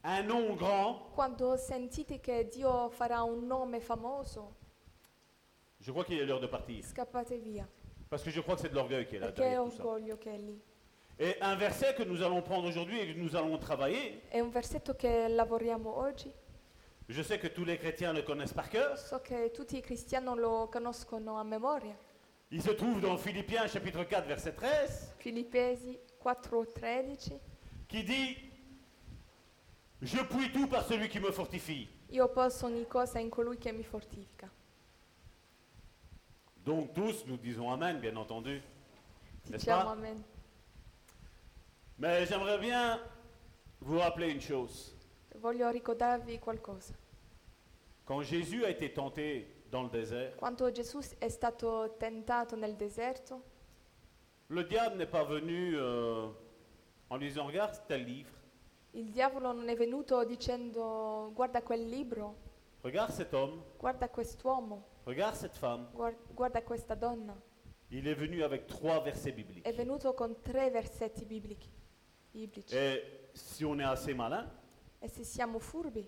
F: un nom grand,
G: Quando sentite che Dio farà un nome famoso,
F: je crois qu'il est l'heure de partir.
G: scappate via,
F: Parce que je crois que c'est de l'orgueil qui est là.
G: perché è
F: derrière tout ça.
G: orgoglio che è lì.
F: Et un verset que nous allons prendre aujourd'hui et que nous allons travailler,
G: È un versetto che lavoriamo oggi.
F: je sais que tous les chrétiens le connaissent par cœur.
G: So che tutti i cristiani lo conoscono a memoria.
F: Il se trouve dans Philippiens chapitre 4 verset 13
G: Filippesi 4:13.
F: qui dit Je puis tout par celui qui me fortifie.
G: Io posso ogni cosa in colui che mi fortifica.
F: Donc tous nous disons amen bien entendu. N'est-ce
G: Diciamo
F: pas?
G: amen.
F: Mais j'aimerais bien vous rappeler une chose.
G: Voglio ricordarvi qualcosa.
F: Quand Jésus a été tenté dans le désert,
G: Quando Gesù è stato tentato nel deserto,
F: le diable n'est pas venu euh, en lui disant regarde tel livre,
G: il diavolo non è venuto dicendo guarda quel libro,
F: regarde cet homme,
G: guarda quest'uomo,
F: regarde cette femme.
G: guar- guarda questa donna.
F: Il est venu avec trois versets bibliques.
G: È venuto con tre versetti biblici. biblici.
F: Et si on est assez malin,
G: E se siamo furbi,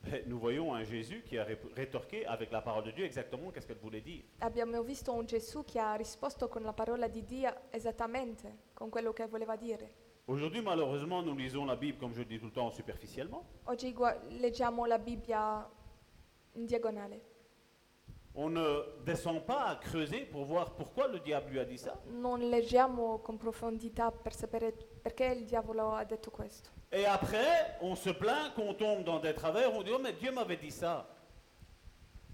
F: ben, nous voyons un Jésus qui a ré- rétorqué avec la parole de Dieu exactement qu'est-ce qu'elle voulait dire.
G: abbiamo visto un Gesù che ha risposto con la parola di Dio esattamente con quello che voleva dire.
F: Aujourd'hui, malheureusement, nous lisons la Bible, comme je le dis tout le temps, superficiellement.
G: Oggi gua- leggiamo la Bibbia in diagonale.
F: On ne descend pas à creuser pour voir pourquoi le diable lui a dit ça.
G: Non leggiamo con profondità per sapere perché il diavolo ha detto questo.
F: Et après, on se plaint qu'on tombe dans des travers, on dit Oh, mais Dieu m'avait dit ça.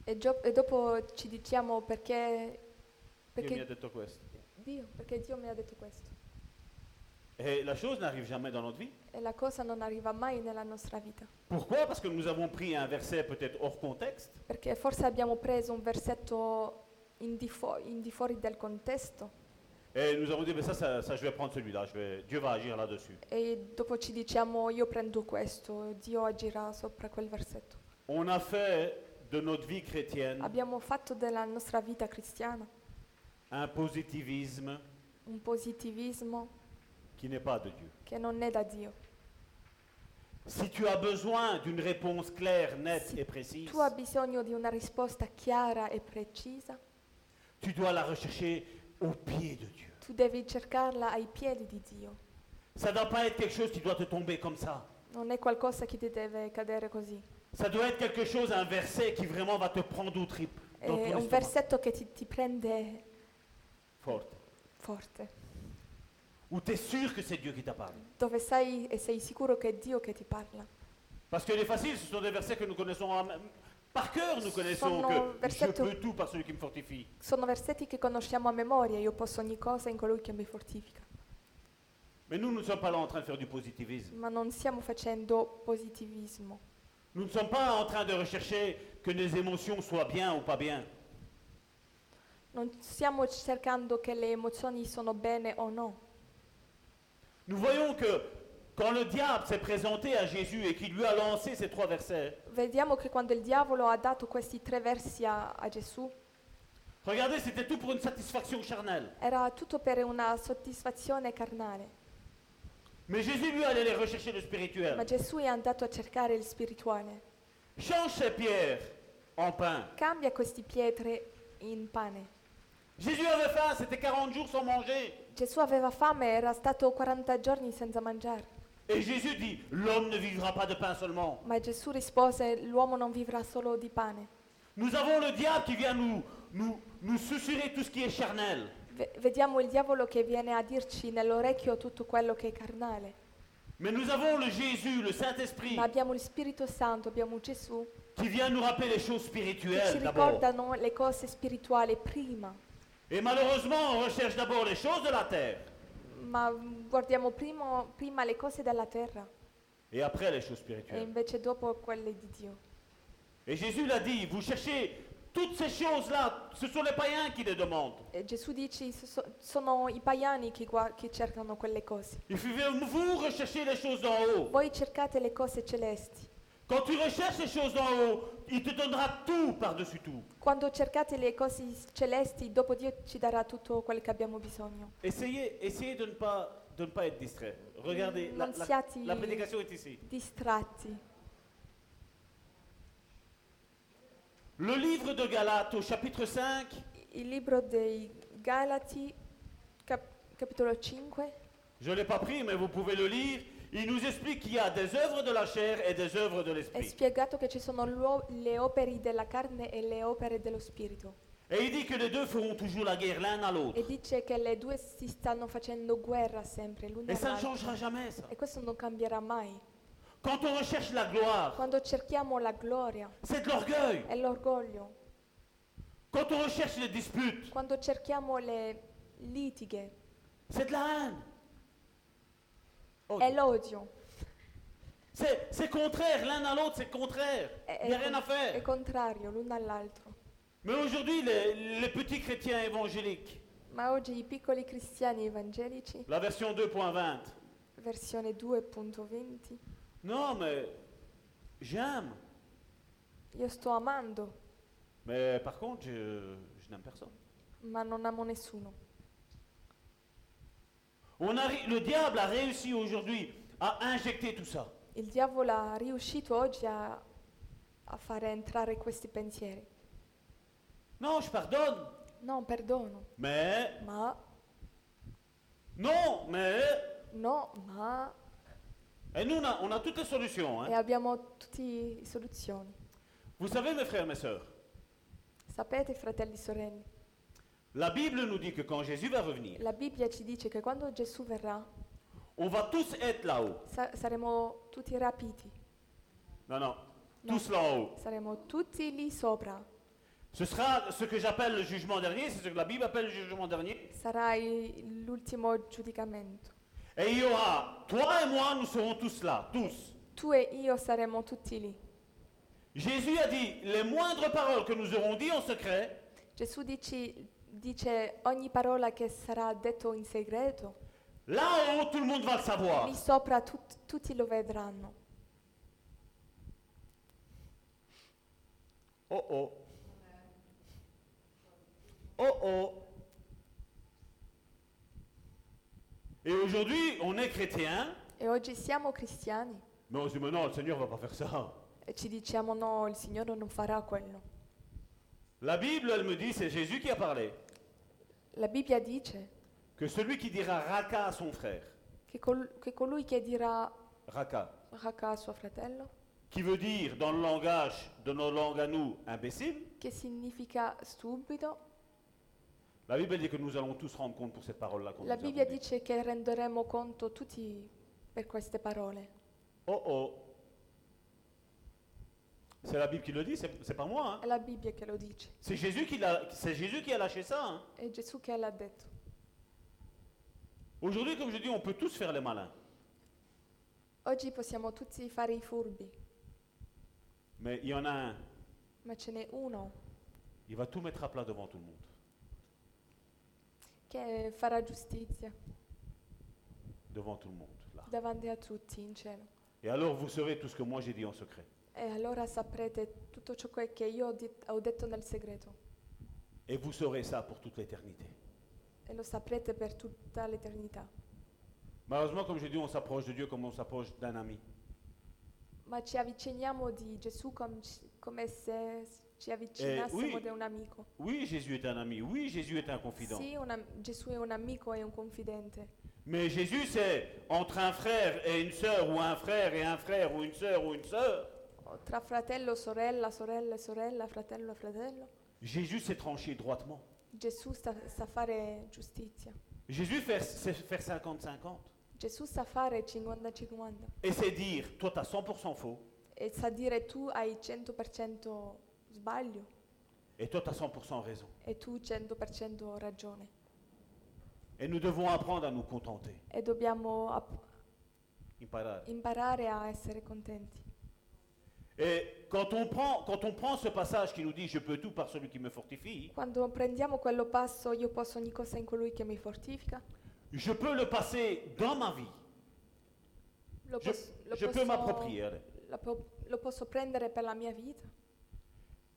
G: E, gio- e dopo ci diciamo perché,
F: Dieu mi a
G: perché,
F: detto questo.
G: Dio, perché Dio mi ha detto questo.
F: Et la chose n'arrive jamais dans notre vie.
G: E la cosa non arriva mai nella nostra vita.
F: Pourquoi Parce que nous avons pris un verset peut-être hors contexte,
G: Perché forse abbiamo preso un versetto in di, fu- in di fuori del contesto
F: et nous avons dit Mais ça, ça, ça, je vais prendre celui-là, je vais- Dieu va agir là-dessus.
G: e dopo ci diciamo io prendo questo, Dio agirà sopra quel versetto.
F: On a fait de notre vie chrétienne
G: Abbiamo fatto della nostra vita cristiana
F: un positivisme
G: un positivismo
F: qui n'est pas de Dieu.
G: che non è da Dio.
F: Si tu as besoin d'une réponse claire, nette
G: Si
F: et précise,
G: Tu hai bisogno di una risposta chiara e precisa,
F: tu dois la rechercher au pied de Dieu.
G: tu devi cercarla ai piedi di Dio.
F: Ça ne doit pas être quelque chose qui doit te tomber comme ça.
G: Non è qualcosa che ti deve cadere così.
F: Ça doit être quelque chose, un verset qui vraiment va te prendre aux tripes.
G: È
F: Dans ton
G: un
F: estomac.
G: versetto che ti, ti prende
F: Forte.
G: forte,
F: Où tu es sûr que c'est Dieu qui t'a parlé.
G: dove sai e sei sicuro che è Dio che ti parla.
F: Parce que les faciles, ce sont des versets que nous connaissons en- par cœur, nous connaissons
G: Sono
F: que je
G: versetto-
F: peux tout par celui qui me fortifie.
G: Sono versetti che conosciamo a memoria, io posso ogni cosa in colui che mi fortifica.
F: Mais nous, nous ne sommes pas là en train de faire du positivisme.
G: Ma non stiamo facendo positivismo,
F: Nous ne sommes pas en train de rechercher que nos émotions soient bien ou pas bien.
G: non stiamo cercando che le emozioni sono bene o no.
F: Nous voyons que quand le diable s'est présenté à Jésus et qu'il lui a lancé ces trois versets,
G: Vediamo che quando il diavolo ha dato questi tre versi a- a Gesù,
F: regardez, c'était tout pour une satisfaction charnelle.
G: Era tutto per una soddisfazione carnale,
F: Mais Jésus, lui, allait les rechercher le
G: ma
F: spirituel.
G: Gesù è andato a cercare il spirituale.
F: Change ces pierres en pain.
G: Cambia queste pietre in pane.
F: Jésus avait faim, c'était 40 jours sans manger.
G: Gesù aveva fame, era stato 40 giorni senza mangiare,
F: Et Jésus dit, l'homme ne vivra pas de pain seulement.
G: ma Gesù rispose, l'uomo non vivrà solo di pane.
F: Nous avons le diable qui vient nous, nous, nous susurrer tout ce qui est charnel.
G: Ve- vediamo il diavolo che viene a dirci nell'orecchio tutto quello che è carnale,
F: Mais nous avons le Jésus, le Saint-Esprit,
G: ma abbiamo il Spirito Santo, abbiamo Gesù,
F: qui vient nous rappeler les choses
G: che ci
F: spirituelles d'abord.
G: ricordano le cose spirituali prima,
F: Et malheureusement, on recherche d'abord les choses de la terre
G: ma guardiamo prima, prima le cose della terra.
F: et après les choses
G: e
F: spirituelles.
G: invece dopo quelle di Dio.
F: Et Jésus l'a dit, vous cherchez toutes ces choses-là, ce sont les païens qui les demandent.
G: E Gesù dice "So- so- sono i pagani che, gua- che cercano quelle cose.
F: Il faut que vous recherchez les choses d'en haut.
G: Voi cercate le cose celesti.
F: Quand tu recherches les choses d'en haut, il te donnera tout par-dessus tout.
G: Quando cercate le cose celesti, dopo Dio ci darà tutto quello che abbiamo bisogno.
F: Essayez, essayez de ne pas de ne pas être distrait. Regardez, la,
G: non
F: la-
G: siate
F: la prédication est ici.
G: distratti.
F: Le livre de Galates au chapitre 5,
G: Il libro dei Galati, cap- capitolo 5,
F: je ne l'ai pas pris, mais vous pouvez le lire. Il nous explique qu'il y a des œuvres de la chair et des œuvres de
G: è
F: l'esprit.
G: spiegato che ci sono l'uo- le opere della carne e le opere dello spirito.
F: Et il dit que les deux feront toujours la guerre l'un à l'autre.
G: E dice che le due si stanno facendo guerra sempre l'una
F: Et ça ne
G: all'altra.
F: changera jamais, ça.
G: E questo non cambierà mai.
F: Quand on recherche la gloire,
G: Quando cerchiamo la gloria
F: c'est de l'orgueil.
G: è l'orgoglio,
F: Quand on recherche les disputes,
G: quando cerchiamo le litighe
F: c'est de la haine. Oh,
G: è l'odio,
F: c'est c'est contraire, l'un à l'autre, c'est contraire.
G: è,
F: Il n'y a
G: è,
F: rien à
G: con- è
F: faire.
G: contrario l'uno all'altro.
F: Mais aujourd'hui, les, les petits chrétiens évangéliques,
G: Ma oggi i piccoli cristiani evangelici,
F: la version 2.20,
G: versione 2.20,
F: non, mais j'aime.
G: io sto amando,
F: Mais par contre, je, je n'aime personne.
G: ma non amo nessuno.
F: On a ré- le diable a réussi aujourd'hui à injecter tout ça.
G: Il diavolo è riuscito oggi a, a fare entrare questi pensieri.
F: Non, je pardonne.
G: No, perdono,
F: Mais,
G: ma
F: non, mais.
G: no, ma
F: Et nous, on a, on a toutes les solutions. hein.
G: e abbiamo tutte le soluzioni.
F: Vous savez, mes frères, mes sœurs,
G: Sapete, fratelli e sorelle,
F: la Bible nous dit que quand Jésus va revenir,
G: la Bibbia ci dice che quando Gesù verrà
F: on va tous être là-haut.
G: sa- saremo tutti rapiti,
F: Non, non,
G: Non.
F: tous là-haut.
G: saremo tutti lì sopra.
F: Ce sera ce que j'appelle le jugement dernier, c'est ce que la Bible appelle le jugement dernier.
G: Sarà il- l'ultimo giudicamento.
F: Et il y aura, toi et moi, nous serons tous là, tous.
G: Tu e io saremo tutti lì.
F: Jésus a dit, les moindres paroles que nous aurons dites en secret,
G: Gesù dici- dice ogni parola che sarà detto in segreto,
F: là-haut, tout le monde va le savoir.
G: lì sopra tut- tutti lo vedranno.
F: Oh oh. Oh oh. Et aujourd'hui, on est chrétien,
G: E oggi siamo cristiani
F: mais on se dit, mais non, le Seigneur va pas faire ça.
G: e ci diciamo no, il Signore non farà quello.
F: La Bible, elle me dit, c'est Jésus qui a parlé,
G: La Bibbia dice
F: que celui qui dira Raka à son frère,
G: che, col- che colui che dirà
F: Raka,
G: Raka a suo fratello,
F: qui veut dire dans le langage de nos langues à nous, imbécile,
G: che significa stupido,
F: la Bible dit que nous allons tous rendre compte pour cette parole-là. qu'on
G: la
F: nous a
G: Bibbia
F: donnée.
G: dice che renderemo conto tutti per queste parole.
F: Oh oh. C'est la Bible qui le dit, c'est c'est pas moi. hein.
G: È la Bibbia che lo dice,
F: C'est Jésus, qui l'a- c'est Jésus qui a lâché ça. hein.
G: è Gesù che l'ha detto.
F: Aujourd'hui, comme je dis, on peut tous faire les malins.
G: Oggi possiamo tutti fare i furbi,
F: Mais il y en a un,
G: ma ce n'è uno
F: il va tout mettre à plat devant tout le monde.
G: che farà giustizia
F: Devant tout le monde, là.
G: davanti a tutti in cielo.
F: Et alors, vous saurez tout ce que moi j'ai dit en secret.
G: E allora saprete tutto ciò que- che io ho, dit- ho detto nel segreto
F: Et vous saurez ça pour toute l'éternité.
G: e lo saprete per tutta l'eternità.
F: Malheureusement, comme je dis, on s'approche de Dieu comme on s'approche d'un ami.
G: Ma ci avviciniamo di Gesù com- come se ci
F: Eh,
G: avvicinassimo
F: oui.
G: da un amico.
F: Oui, Jésus est un ami. Oui, Jésus est un confident.
G: Sì, un am- Gesù è un amico e un confidente,
F: Mais Jésus, c'est entre un frère et une sœur, ou un frère et un frère, ou une sœur ou une sœur.
G: O tra fratello, sorella, sorella, sorella, fratello, fratello.
F: Jésus s'est tranché droitement.
G: Gesù sta, sa fare giustizia,
F: Jésus fait, sait faire 50-50.
G: Gesù sa fare 50-50
F: Et c'est dire, toi, t'as 100% faux,
G: e sa dire tu hai 100% sbaglio
F: et toi, t'as 100% raison.
G: e tu 100% ragione
F: Et nous devons apprendre à nous contenter.
G: e dobbiamo app-
F: Imparare.
G: imparare a essere contenti.
F: Et quand on, prend, quand on prend ce passage qui nous dit Je peux tout par celui qui me fortifie,
G: Quando prendiamo quello passo io posso ogni cosa in colui che mi fortifica,
F: je peux le passer dans ma vie.
G: lo,
F: Je,
G: pos- lo
F: je peux m'approprier. allez.
G: la po- lo posso prendere per la mia vita.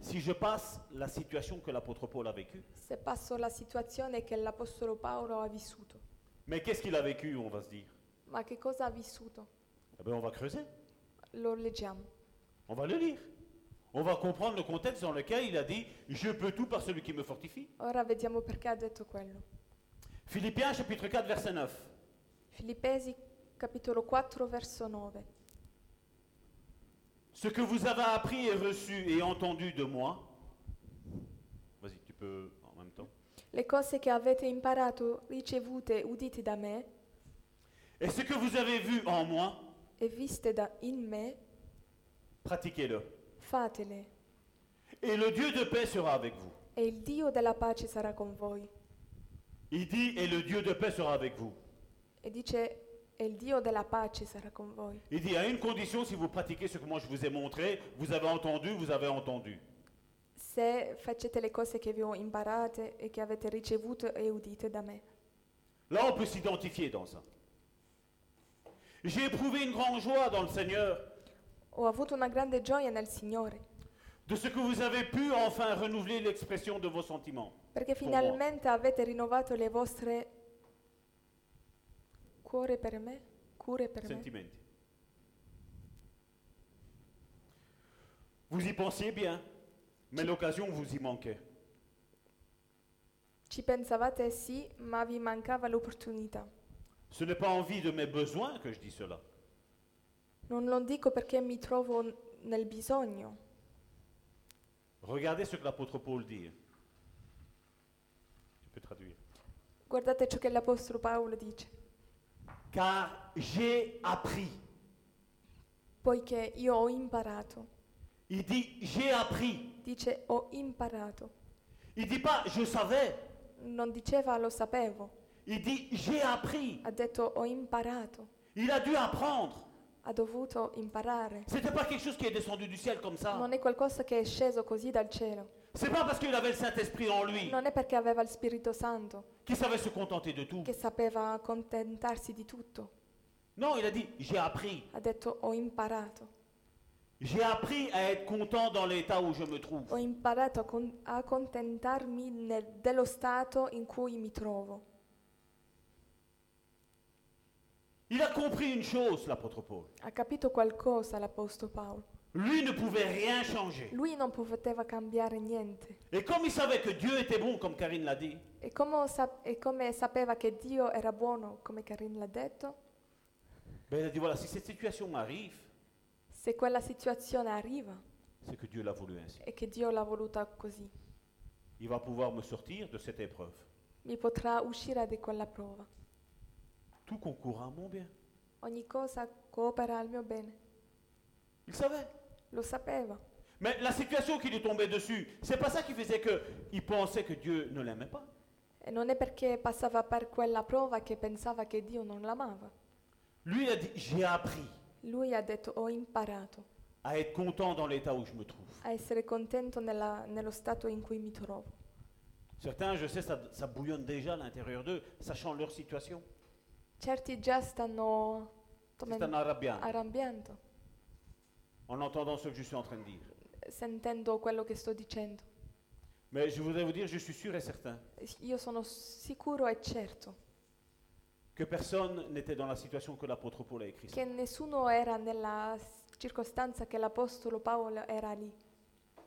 F: Si je passe la situation que l'apôtre Paul a vécue,
G: Se passo la situazione che l'Apostolo Paolo ha vissuto,
F: Mais qu'est-ce qu'il a vécu, on va se dire
G: Ma che cosa ha vissuto?
F: Eh bien, on va creuser,
G: Lo leggiamo.
F: on va le lire. On va comprendre le contexte dans lequel il a dit Je peux tout par celui qui me fortifie.
G: Ora vediamo perché ha detto quello.
F: Philippiens chapitre 4, verset 9.
G: Filippesi capitolo 4 verso 9.
F: Ce que vous avez appris et reçu et entendu de moi. Vas-y, tu peux en même temps.
G: Le cose che avete imparato, ricevute, udite da me
F: Et ce que vous avez vu en moi,
G: e viste da in me,
F: pratiquez-le.
G: fatele,
F: Et le Dieu de paix sera avec vous.
G: e il Dio della pace sarà con voi.
F: Il dit Et le Dieu de paix sera avec vous.
G: E dice, e il Dio della pace sarà con voi.
F: Il dit à une condition si vous pratiquez ce que moi je vous ai montré, vous avez entendu, vous avez entendu.
G: Se facete le cose che vi ho imparate e che avete ricevuto e udite da me.
F: Là, on peut s'identifier dans ça. J'ai éprouvé une grande joie dans le Seigneur
G: Ho avuto una grande gioia nel Signore,
F: de ce que vous avez pu enfin renouveler l'expression de vos sentiments.
G: perché finalmente avete rinnovato le vostre cuore per me, cure per me.
F: Sentimenti. Vous y pensiez bien, mais l'occasion vous y manquait.
G: Ci pensavate sì, ma vi mancava l'opportunità.
F: Ce n'est pas envie de mes besoins que je dis cela,
G: Non lo dico perché mi trovo n- nel bisogno.
F: Regardez ce que l'apôtre Paul dit. Tu peux traduire.
G: Guardate ciò che l'Apostolo Paolo dice.
F: Car j'ai appris.
G: Poiché io ho imparato.
F: Il dit j'ai appris.
G: Dice ho imparato.
F: Il dit pas je savais.
G: Non diceva lo sapevo,
F: Il dit j'ai appris.
G: ha detto ho imparato.
F: Il a dû apprendre.
G: Ha dovuto imparare.
F: C'était pas quelque chose qui est descendu du ciel comme ça.
G: Non è qualcosa che è sceso così dal cielo.
F: C'est pas parce qu'il avait le Saint-Esprit en lui
G: Non è perché aveva il Spirito Santo,
F: qu'il savait se contenter de tout.
G: che sapeva contentarsi di tutto.
F: Non, il a dit j'ai appris.
G: Ha detto ho imparato.
F: J'ai appris à être content dans l'état où je me trouve.
G: Ho imparato a, con- a contentarmi nel- dello stato in cui mi trovo.
F: Il a compris une chose, l'apôtre Paul.
G: Ha capito qualcosa l'Apostolo Paolo.
F: Lui ne pouvait rien changer.
G: Lui non poteva cambiare niente.
F: Et comme il savait que Dieu était bon, comme Karine l'a dit,
G: E come, sa- e come sapeva che Dio era buono, come Karim l'ha detto,
F: ben il a dit voilà, si cette situation arrive,
G: se quella situazione arriva
F: c'est que Dieu l'a voulu ainsi.
G: e che Dio l'ha voluta così,
F: Il va pouvoir me sortir de cette épreuve.
G: mi potrà uscire da quella prova.
F: Tout concourt à mon bien.
G: Ogni cosa coopera al mio bene.
F: Il savait.
G: Lo sapeva.
F: Mais la situation qui lui tombait dessus, c'est pas ça qui faisait que il pensait que Dieu ne l'aimait pas.
G: E non è perché passava per quella prova che pensava che Dio non l'amava.
F: Lui, il a dit j'ai appris
G: Lui ha detto ho imparato
F: à être content dans l'état où je me trouve.
G: a essere contento nella- nello stato in cui mi trovo.
F: Certains, je sais, ça, ça bouillonne déjà à l'intérieur d'eux, sachant leur situation.
G: Certi già stanno
F: C'est un
G: tomen-
F: arabien,
G: arrabbiando,
F: en entendant ce que je suis en train de dire.
G: sentendo quello che sto dicendo.
F: Mais je voudrais vous dire, je suis sûr et certain
G: Io sono sicuro e certo
F: que personne n'était dans la situation que l'apôtre Paul a écrit.
G: che nessuno era nella s- circostanza che l'Apostolo Paolo era lì,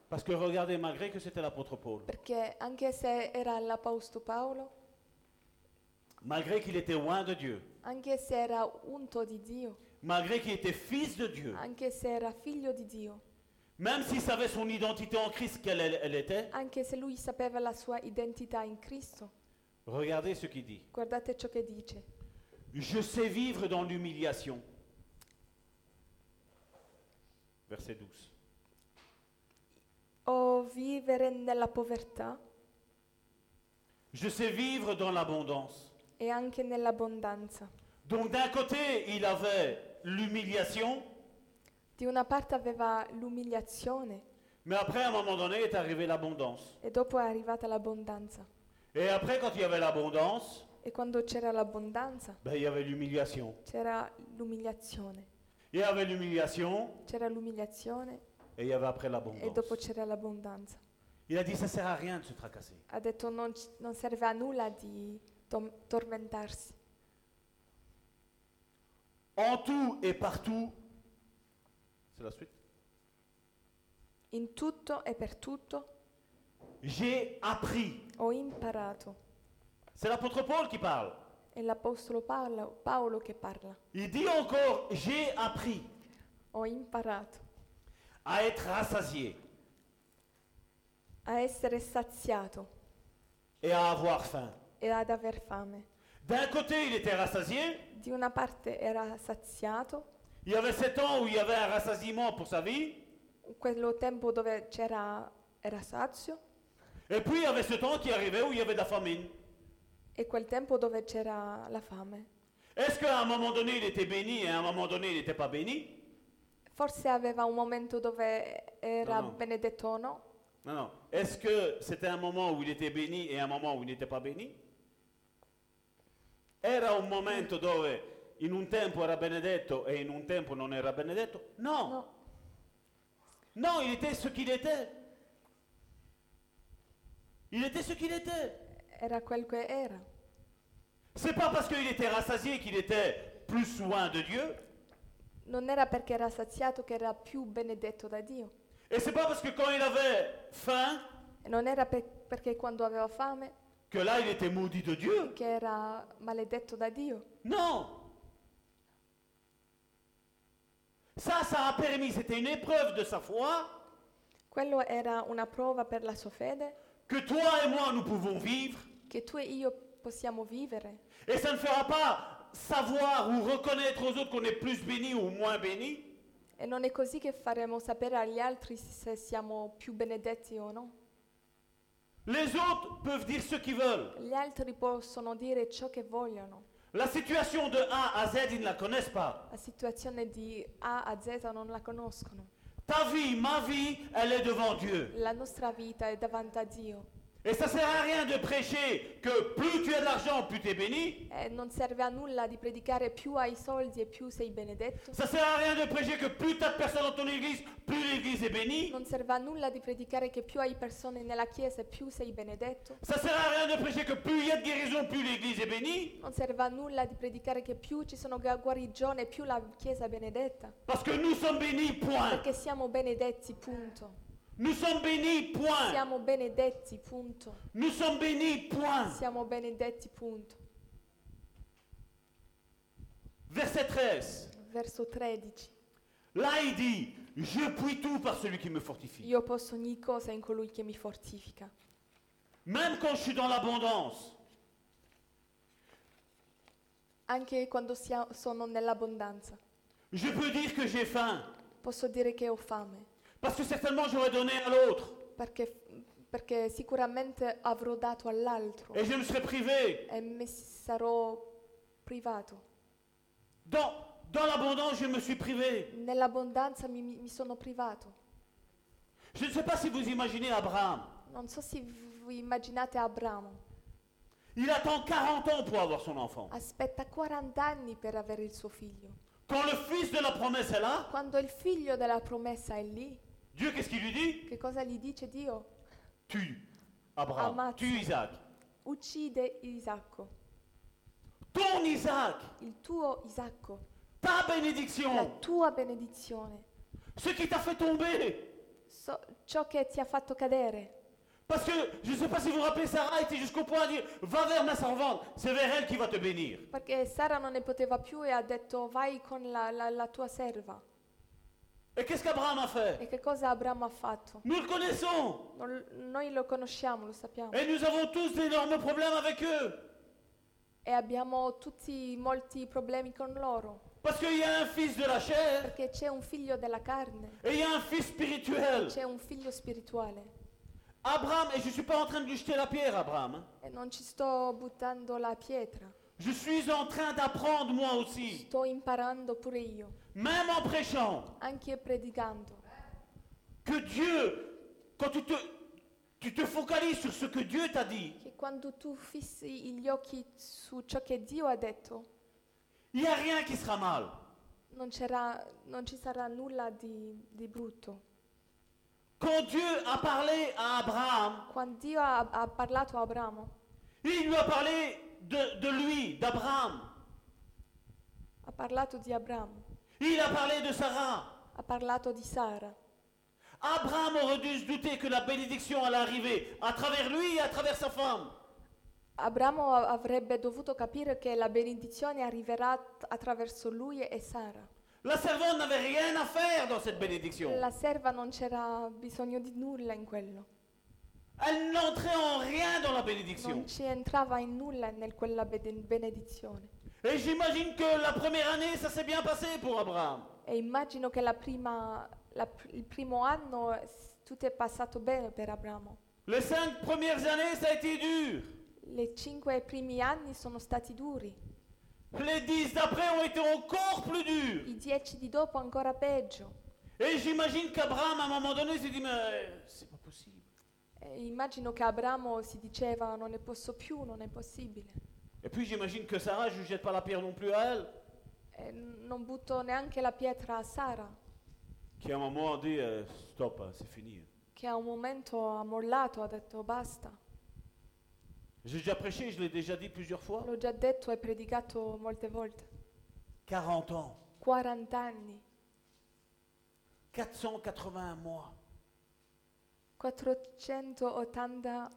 F: Parce que regardez, malgré que c'était l'apôtre Paul,
G: perché anche se era l'Apostolo Paolo,
F: malgré qu'il était loin de Dieu,
G: anche se era unto di Dio,
F: malgré qu'il était fils de Dieu,
G: anche se era figlio di Dio,
F: même s'il savait son identité en Christ, quelle elle, elle était,
G: anche se lui sapeva la sua identità in Cristo,
F: regardez ce qu'il dit.
G: guardate ciò che dice.
F: Je sais vivre dans l'humiliation. Verset 12.
G: O vivere nella povertà
F: Je sais vivre dans l'abondance.
G: e anche nell'abbondanza.
F: Donc d'un côté, il avait l'humiliation,
G: Di una parte aveva l'umiliazione
F: mais après, à un moment donné, est arrivée l'abondance.
G: e dopo è arrivata l'abbondanza.
F: Et après, quand il y avait l'abondance,
G: E quando c'era l'abbondanza
F: ben, il y avait l'humiliation.
G: c'era l'umiliazione.
F: Il y avait l'humiliation,
G: C'era l'umiliazione
F: et il y avait après
G: e dopo
F: l'abondance.
G: c'era l'abbondanza.
F: Il a dit, ça sert à rien de se tracasser.
G: Ha detto non, ci- non serve a nulla di tom- tormentarsi.
F: en tout et partout. C'est la suite.
G: In tutto e per tutto
F: J'ai appris.
G: ho imparato.
F: C'est l'apôtre Paul qui parle.
G: È l'Apostolo Paolo, Paolo che parla.
F: Il dit encore, j'ai appris
G: Ho imparato
F: à être rassasié
G: a essere saziato
F: et à avoir faim.
G: e ad aver fame.
F: D'un côté, il était rassasié.
G: Di una parte era saziato,
F: Il y avait sept ans où il y avait un rassasiement pour sa vie.
G: quello tempo dove c'era era sazio
F: Et puis, il y avait ce temps qui arrivait où il y avait de la famine.
G: e quel tempo dove c'era la fame.
F: Est-ce qu'à un moment donné, il était béni et à un moment donné, il n'était pas béni
G: Forse aveva un momento dove era
F: No, no.
G: benedetto o no,
F: Non, non. Est-ce que c'était un moment où il était béni et un moment où il n'était pas béni Era un momento dove in un tempo era benedetto e in un tempo non era benedetto No.
G: No.
F: Non, il était ce qu'il était. Il était ce qu'il était.
G: era quel che era.
F: C'est pas parce qu'il était rassasié qu'il était plus loin de Dieu.
G: Non era perché era saziato che era più benedetto da Dio.
F: Et c'est pas parce que quand il avait faim
G: E non era pe- perché quando aveva fame
F: que là il était maudit de Dieu.
G: che era maledetto da Dio.
F: Non. Ça, ça a permis, c'était une épreuve de sa foi
G: Quello era una prova per la sua fede
F: que toi et moi nous pouvons vivre.
G: che tu e io possiamo vivere.
F: Et ça ne fera pas savoir ou reconnaître aux autres qu'on est plus béni ou moins béni.
G: E non è così che faremo sapere agli altri se siamo più benedetti o no.
F: Les autres peuvent dire ce qu'ils veulent.
G: Gli altri possono dire ciò che vogliono.
F: La situation de A à Z, ils ne la connaissent pas.
G: La situazione di A a Z non la conoscono.
F: Ta vie, ma vie, elle est devant Dieu.
G: La nostra vita è davanti a Dio.
F: Et ça sert à rien de prêcher que plus tu as de l'argent, plus tu es béni.
G: E Eh, non serve a nulla di predicare più ai soldi e più sei benedetto.
F: Ça sert à rien de prêcher que plus tu as de personnes dans ton église, plus l'église est bénie.
G: Non serve a nulla di predicare che più hai persone nella chiesa e più sei benedetto.
F: Ça sert à rien de prêcher que plus il y a de guérison, plus l'église est bénie.
G: Non serve a nulla di predicare che più ci sono ga- guarigione e più la chiesa è benedetta.
F: Parce que nous sommes bénis, point.
G: Perché siamo benedetti, punto.
F: Nous sommes bénis, point.
G: Siamo benedetti, punto.
F: Nous sommes bénis, point.
G: Siamo benedetti, punto.
F: Verset 13.
G: Verso 13.
F: Là, il dit, je puis tout par celui qui me fortifie.
G: Io posso ogni cosa in colui che mi fortifica.
F: Même quand je suis dans l'abondance,
G: Anche quando sia- sono nell'abbondanza.
F: je peux dire que j'ai faim.
G: Posso dire che ho fame.
F: Parce que certainement, j'aurais donné à l'autre.
G: Perché, perché sicuramente avrò dato all'altro.
F: Et je me serais privé.
G: e mi sarò privato.
F: Dans, dans l'abondance, je me suis privé.
G: Nell'abbondanza mi, mi sono privato.
F: Je ne sais pas si vous imaginez Abraham.
G: Non so se vi immaginate Abramo.
F: Il attend 40 ans pour avoir son enfant.
G: Aspetta 40 anni per avere il suo figlio.
F: Quand le fils de la promesse est là,
G: Quando il figlio della promessa è lì,
F: Dieu, qu'est-ce qu'il lui dit
G: che cosa gli dice Dio?
F: Tue Abraham,
G: Amas.
F: tue Isaac.
G: Uccide Isacco,
F: Ton Isaac,
G: il tuo Isacco,
F: ta
G: la
F: bénédiction,
G: tua benedizione,
F: ce qui t'a fait tomber.
G: so- ciò che ti ha fatto cadere.
F: Parce que je ne sais pas si vous vous rappelez, Sarah était jusqu'au point à dire Va vers ma servante, c'est vers elle qui va te bénir.
G: Perché Sara non ne poteva più e ha detto vai con la, la- la tua serva.
F: Et qu'est-ce qu'Abraham a fait
G: E che cosa Abramo ha fatto?
F: Nous le connaissons
G: Non- noi lo conosciamo, lo sappiamo.
F: et nous avons tous d'énormes problèmes avec eux.
G: e abbiamo tutti molti problemi con loro
F: Parce qu'il y a un fils de la chair
G: perché c'è un figlio della carne
F: et il y a un fils spirituel.
G: c'è un figlio spirituale
F: Abraham, et je ne suis pas en train de lui jeter la pierre, Abraham. hein.
G: e non ci sto buttando la pietra
F: Je suis en train d'apprendre moi aussi,
G: sto imparando pure io
F: même en prêchant.
G: anche predicando
F: que Dieu, quand tu te, tu te focalises sur ce que Dieu t'a dit,
G: che quando tu fissi gli occhi su ciò che Dio ha detto
F: il n'y a rien qui sera mal.
G: non, c'era, non ci sarà nulla di, di brutto
F: Quand Dieu a parlé à Abraham,
G: quando Dio ha, ha parlato a Abramo
F: il lui a parlé de, de lui, d'Abraham.
G: Ha parlato di Abramo,
F: Il a parlé de Sarah.
G: ha parlato di Sara.
F: Abraham aurait dû se douter que la bénédiction allait arriver à travers lui et à travers sa femme.
G: Abramo a- avrebbe dovuto capire che la benedizione arriverà t- attraverso lui e Sara.
F: La servante n'avait rien à faire dans cette bénédiction.
G: La serva non c'era bisogno di nulla in quello.
F: Elle n'entrait en rien dans la bénédiction.
G: Non ci entrava in nulla nel quella bede- benedizione.
F: Et j'imagine que la première année, ça s'est bien passé pour Abraham.
G: E immagino che la prima- la pr- il primo anno eh, s- tutto è passato bene per Abramo.
F: Les cinq premières années, ça a été dur.
G: Le cinque primi anni sono stati duri,
F: Les dix d'après ont été encore plus durs.
G: i dieci di dopo ancora peggio.
F: Et j'imagine qu'Abraham, à un moment donné, s'est dit, mais euh, c'est pas possible.
G: E Eh, immagino che Abramo si diceva non ne posso più, non è possibile.
F: Et puis j'imagine que Sarah, je ne jette pas la pierre non plus à elle,
G: E n- non butto neanche la pietra a Sara,
F: qui à un moment a dit, euh, stop, hein, c'est fini.
G: che a un momento ha mollato, ha detto basta.
F: J'ai déjà prêché, je l'ai déjà dit plusieurs fois.
G: L'ho già detto e predicato molte volte.
F: 40 ans,
G: 40 anni,
F: 481 mois,
G: 480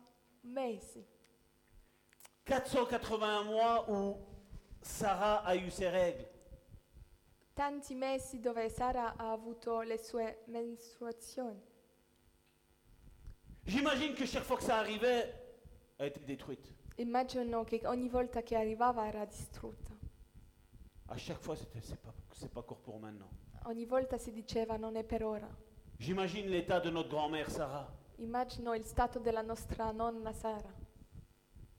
G: mesi,
F: 481 mois où Sarah a eu ses règles.
G: tanti mesi dove Sara ha avuto le sue mestruazioni.
F: J'imagine que chaque fois que ça arrivait, elle était détruite.
G: Immagino che ogni volta che arrivava era distrutta.
F: À chaque fois, c'était c'est pas c'est pas encore pour maintenant.
G: Ogni volta si diceva non è per ora.
F: J'imagine l'état de notre grand-mère Sarah.
G: Immagino il stato della nostra nonna Sara,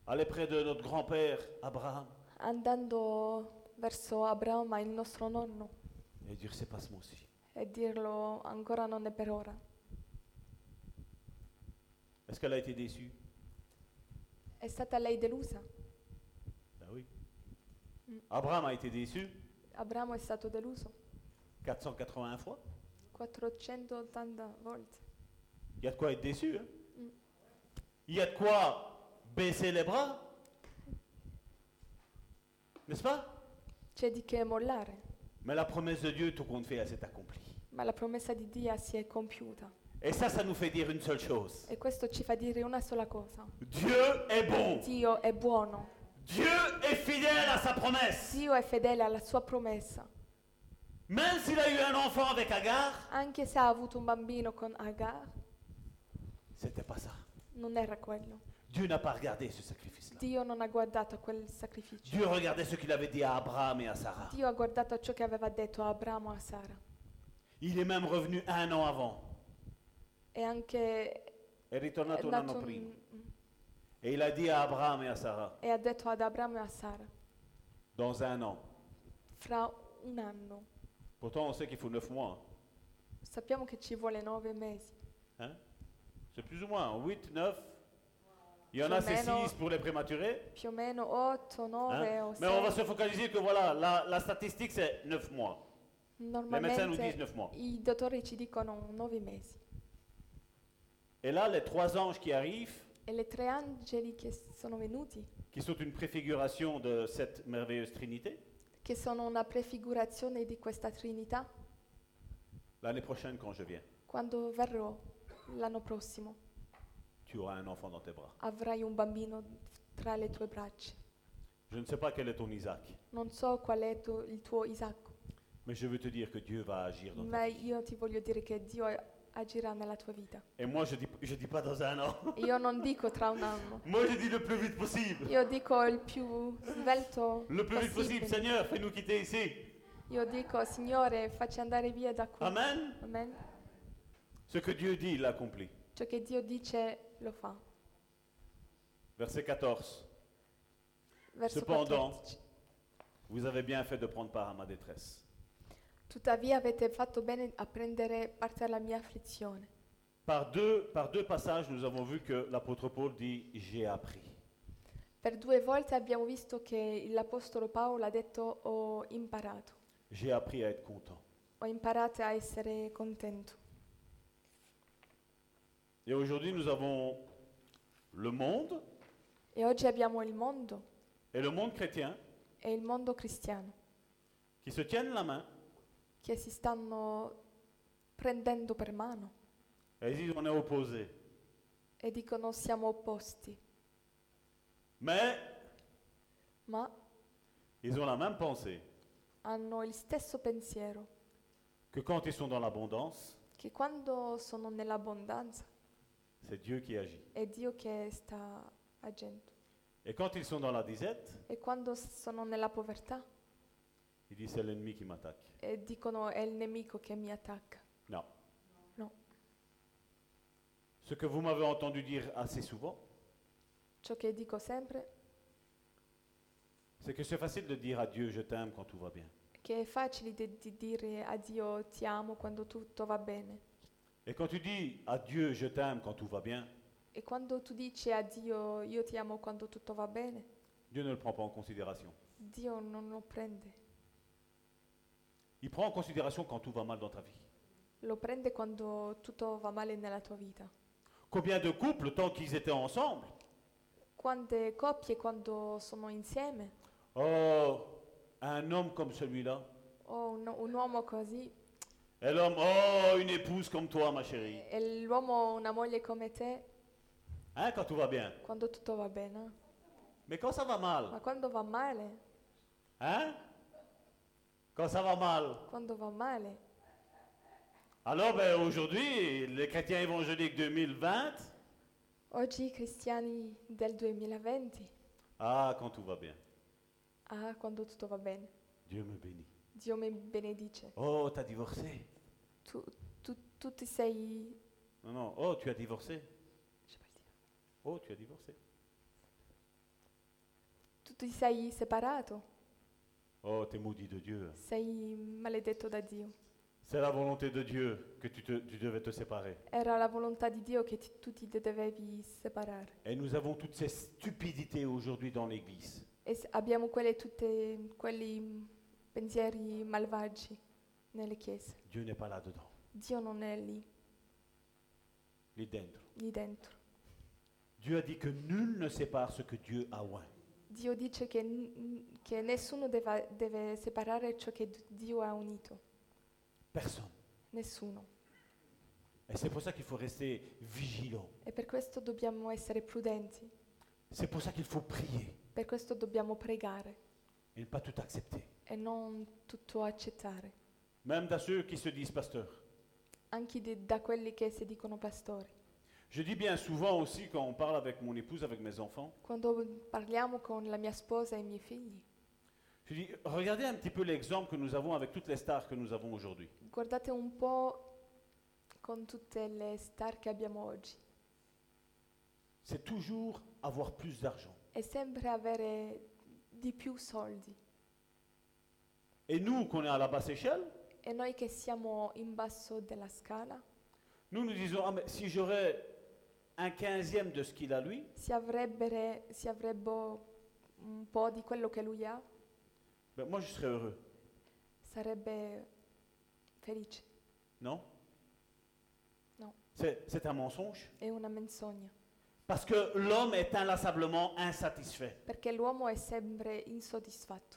F: Aller près de notre grand-père Abraham
G: andando verso Abramo, il nostro nonno,
F: et dire c'est pas ce mois-ci.
G: e dirlo ancora non è per ora.
F: Est-ce qu'elle a été déçue
G: È stata lei delusa?
F: Ben oui. Abraham a été déçu
G: Abramo è stato deluso
F: 481 fois.
G: 480 volte.
F: Il y a de quoi être déçu. hein. Il y a de quoi baisser les bras. N'est-ce pas
G: C'è di che mollare,
F: Mais la promesse de Dieu, tout compte fait, elle s'est accomplie.
G: ma la promessa di Dio si è compiuta.
F: Et ça, ça nous fait dire une seule chose.
G: E questo ci fa dire una sola cosa.
F: Dieu est bon.
G: Dio è buono,
F: Dieu est fidèle à sa promesse.
G: Dio è fedele alla sua promessa.
F: Même s'il a eu un enfant avec Agar,
G: Anche se ha avuto un bambino con Agar,
F: c'était pas ça.
G: non era quello.
F: Dieu n'a pas regardé ce sacrifice-là.
G: Dio non ha guardato a quel sacrificio.
F: Dieu regardait ce qu'il avait dit à Abraham et à Sarah.
G: Dio ha guardato a ciò che aveva detto a Abramo e a Sara.
F: Il est même revenu un an avant.
G: E anche
F: È ritornato un
G: nato
F: anno
G: un-
F: prima. Et il a dit à Abraham et à Sarah,
G: e ha detto ad Abramo e a Sara,
F: dans un an.
G: fra un anno,
F: Pourtant, on sait qu'il faut neuf mois.
G: sappiamo che ci vuole nove mesi,
F: hein. C'est plus ou moins 8, 9. Il y en a, c'est
G: Semaine,
F: 6 pour les prématurés.
G: più o meno otto, nove
F: hein.
G: o
F: Mais on Eh? va
G: sei.
F: se focaliser que voilà, la, la statistique, c'est 9 mois. Les médecins nous
G: Normalmente
F: disent 9 mois.
G: i dottori ci dicono nove mesi.
F: Et là, les trois anges qui arrivent,
G: E le tre angeli che sono venuti,
F: qui sont une préfiguration de cette merveilleuse Trinité,
G: che sono una prefigurazione di questa Trinità,
F: l'année prochaine, quand je viens,
G: quando verrò l'anno prossimo
F: tu auras un enfant dans tes bras.
G: avrai un bambino tra le tue braccia.
F: Je ne sais pas quel est ton Isaac,
G: Non so qual è tu- il tuo Isacco,
F: mais je veux te dire que Dieu va agir dans ta
G: ma
F: vie.
G: io ti voglio dire che Dio agirà nella tua vita.
F: Et moi, je dis, je dis pas dans un an.
G: Io non dico tra un anno,
F: moi, je dis le plus vite possible.
G: io dico il più svelto
F: Le plus vite possible,
G: possibile.
F: Seigneur, fais-nous quitter ici.
G: Io dico, Signore, facci andare via da qui.
F: Amen.
G: Amen.
F: Ce que Dieu dit, il l'accomplit.
G: Ciò che Dio dice lo fa.
F: Verset 14.
G: Verso
F: Cependant.
G: 14.
F: Vous avez bien fait de prendre part à ma détresse.
G: Tuttavia avete fatto bene a prendere parte alla mia afflizione.
F: Par deux, par deux passages, nous avons vu que l'apôtre Paul dit J'ai appris.
G: Per due volte abbiamo visto che l'Apostolo Paolo ha detto ho imparato.
F: J'ai appris à être content.
G: Ho imparato a essere contento.
F: Et aujourd'hui, nous avons le monde
G: E oggi abbiamo il mondo
F: et le monde chrétien
G: e il mondo cristiano
F: qui se tiennent la main
G: che si stanno prendendo per mano
F: et ils disent on est opposés.
G: e dicono siamo opposti,
F: Mais
G: ma
F: ils ont la même pensée
G: hanno il stesso pensiero
F: que quand ils sont dans l'abondance,
G: che quando sono nell'abbondanza
F: c'est Dieu qui agit.
G: è Dio che sta agendo
F: Et quand ils sont dans la disette,
G: e quando sono nella povertà
F: ils disent c'est l'ennemi qui m'attaque.
G: e dicono è il nemico che mi attacca.
F: Non.
G: Non.
F: Ce que vous m'avez entendu dire assez souvent,
G: Ciò che dico sempre
F: c'est que c'est facile de dire à Dieu je t'aime quand tout va bien.
G: è che è facile di, di dire a Dio ti amo quando tutto va bene
F: Et quand tu dis à Dieu je t'aime quand tout va bien,
G: e quando tu dici a Dio io ti amo quando tutto va bene,
F: Dieu ne le prend pas en considération.
G: Dio non lo prende,
F: Il prend en considération quand tout va mal dans ta vie.
G: lo prende quando tutto va male nella tua vita.
F: Combien de couples, tant qu'ils étaient ensemble,
G: Quante coppie quando sono insieme,
F: oh, un homme comme celui-là,
G: o un, un uomo così,
F: et l'homme, oh, une épouse comme toi, ma chérie.
G: e l'uomo una moglie come te,
F: Hein, quand tout va bien.
G: quando tutto va bene,
F: Mais quand ça va
G: ma
F: mal,
G: quando va male,
F: hein, quand ça va mal,
G: quando va male,
F: Alors, ben, aujourd'hui, les chrétiens évangéliques 2020,
G: oggi i cristiani del 2020,
F: ah, quand tout va bien,
G: ah, quando tutto va bene,
F: Dieu me bénit.
G: Dio mi benedice,
F: Oh, t'as divorcé
G: tu, tu, tu ti sei...
F: Non, non, oh, tu as divorcé
G: je sais pas il dire.
F: Oh, tu as divorcé
G: Tu ti sei separato,
F: Oh, t'es maudit de Dieu.
G: sei maledetto da Dio.
F: C'est la volonté de Dieu que tu, te- tu devais te séparer.
G: Era la volontà di Dio che ti- tu ti dovevi separare.
F: Et nous avons toutes ces stupidités aujourd'hui dans l'Église.
G: E s- abbiamo quelle tutte quelli mm, pensieri malvagi nelle chiese.
F: Dieu n'est pas là-dedans.
G: Dio non è lì,
F: Il est dentro.
G: lì dentro.
F: Dieu a dit que nul ne sépare ce que Dieu a oint.
G: Dio dice che, n- che nessuno deva- deve separare ciò che d- Dio ha unito,
F: Personne.
G: nessuno.
F: Et c'est pour ça qu'il faut rester vigilant.
G: E per questo dobbiamo essere prudenti,
F: C'est pour ça qu'il faut prier
G: per questo dobbiamo pregare
F: et ne pas tout accepter.
G: e non tutto accettare,
F: Même dans ceux qui se disent pasteurs.
G: anche di- da quelli che si dicono pastori.
F: Je dis bien souvent aussi quand on parle avec mon épouse, avec mes enfants,
G: Quando parliamo con la mia sposa e i miei figli,
F: je dis, regardez un petit peu l'exemple que nous avons avec toutes les stars que nous avons aujourd'hui.
G: Guardate un po' con tutte le star che abbiamo oggi.
F: C'est toujours avoir plus d'argent.
G: È sempre avere di più soldi.
F: Et nous, qu'on est à la basse échelle,
G: E noi che siamo in basso della scala,
F: nous nous disons, ah mais si j'aurais un quinzième de ce qu'il a lui,
G: si, avrebbero, si avrebbe un po' di quello che lui ha,
F: ben moi je serais heureux.
G: sarebbe felice.
F: Non
G: Non.
F: C'est c'est un mensonge.
G: È una menzogna.
F: Parce que l'homme est inlassablement insatisfait.
G: Perché l'uomo è sempre insoddisfatto.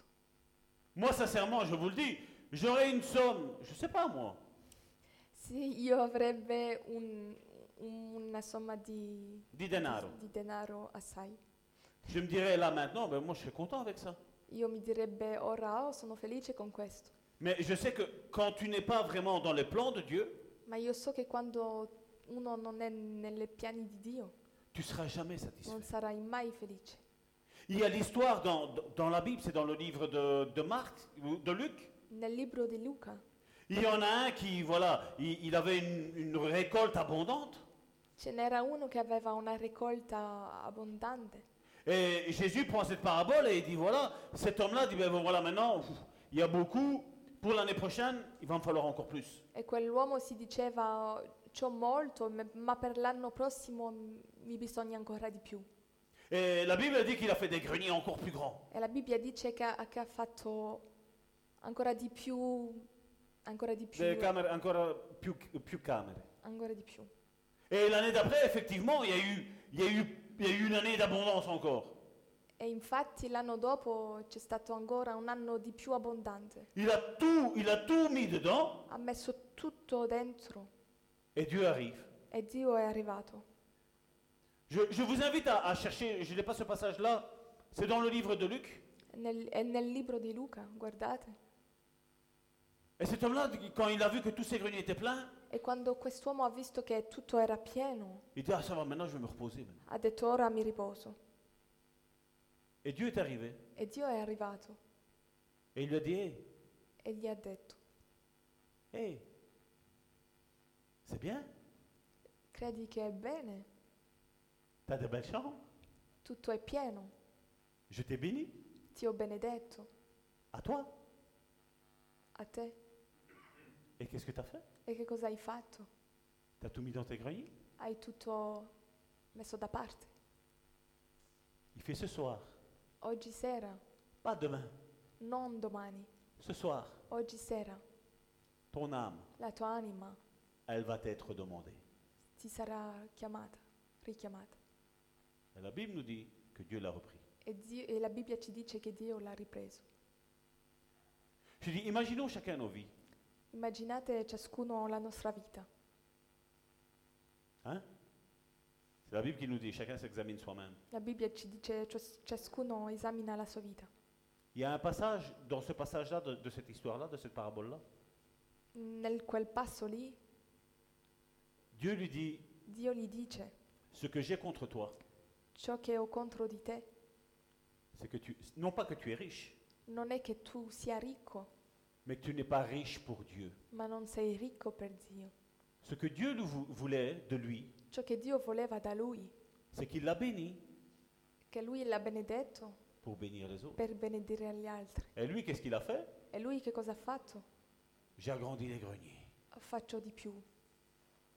F: Moi, sincèrement, je vous le dis, j'aurais une somme, je sais pas moi,
G: Se io avrebbe un- una somma di,
F: di denaro.
G: di denaro assai.
F: Je me dirais là maintenant, ben moi je serais content avec ça.
G: Io mi direbbe ora oh, sono felice con questo,
F: Mais je sais que quand tu n'es pas vraiment dans les plans de Dieu,
G: ma io so che quando uno non è nelle piani di Dio
F: tu seras jamais satisfait.
G: non sarai mai felice.
F: Il y a l'histoire dans, dans- dans la Bible, c'est dans le livre de, de Marc, ou de Luc.
G: Nel libro di Luca
F: Il y en a un qui, voilà, il, il avait une, une récolte abondante.
G: ce n'era uno che aveva una raccolta abbondante
F: Et Jésus prend cette parabole et il dit, voilà, cet homme-là dit, ben voilà, maintenant, pff, il y a beaucoup. Pour l'année prochaine, il va me falloir encore plus.
G: e quell'uomo si diceva c'ho molto ma- ma per l'anno prossimo mi bisogna ancora di più.
F: Et la Bible dit qu'il a fait des greniers encore plus grands.
G: E la Bibbia dice che ha, che ha fatto ancora di più, ancora di più,
F: Des caméras encore plus, plus caméras.
G: ancora di più.
F: Et l'année d'après, effectivement, il y a eu, il y a eu, il y a eu une année d'abondance encore.
G: E infatti l'anno dopo c'è stato ancora un anno di più abbondante.
F: Il a tout, il a tout mis dedans
G: Ha messo tutto dentro
F: et Dieu arrive.
G: e Dio è arrivato.
F: Je, je vous invite à, à chercher, je n'ai pas ce passage-là, c'est dans le livre de Luc.
G: Nel- è nel libro di Luca, guardate.
F: Et cet homme-là, quand il a vu que tous ses greniers étaient pleins,
G: E quando quest'uomo ha visto che tutto era pieno,
F: il dit, ah ça va, maintenant je vais me reposer. maintenant.
G: ha detto ora mi riposo.
F: Et Dieu est arrivé.
G: E Dio è arrivato
F: Et il lui a dit, hé,
G: e gli ha detto,
F: hé, c'est bien,
G: credi che è bene,
F: t'as de belles chambres,
G: tutto è pieno,
F: je t'ai béni,
G: ti ho benedetto,
F: à toi.
G: a te.
F: Et qu'est-ce que t'as fait
G: E che cosa hai fatto?
F: T'as tout mis dans tes greniers
G: Hai tutto messo da parte.
F: Il fait ce soir,
G: Oggi sera,
F: pas demain,
G: non domani,
F: ce soir,
G: oggi sera,
F: ton âme,
G: la tua anima
F: elle va t'être demandée.
G: ti sarà chiamata, richiamata.
F: Et la Bible nous dit que Dieu l'a repris.
G: E, Dio- e la Bibbia ci dice che Dio l'ha ripreso.
F: Je dis, imaginons chacun nos vies.
G: Immaginate ciascuno la nostra vita.
F: Hein C'est la Bible qui nous dit, chacun s'examine soi-même.
G: La Bibbia ci dice cias- ciascuno esamina la sua vita.
F: Il y a un passage, dans ce passage-là, de, de cette histoire-là, de cette parabole-là,
G: Nel quel passo lì
F: Dieu lui dit,
G: Dio gli dice
F: ce que j'ai contre toi,
G: ciò che ho contro di te
F: c'est que tu, non pas que tu es riche,
G: non è che tu sia ricco,
F: mais que tu n'es pas riche pour Dieu.
G: ma non sei ricco per Dio.
F: Ce que Dieu lui vou- voulait de lui,
G: Ciò che Dio voleva da lui,
F: c'est qu'il l'a béni
G: che lui l'ha benedetto
F: pour bénir les autres.
G: per benedire gli altri.
F: Et lui, qu'est-ce qu'il a fait
G: E lui che cosa ha fatto?
F: J'ai agrandi les greniers.
G: Faccio di più.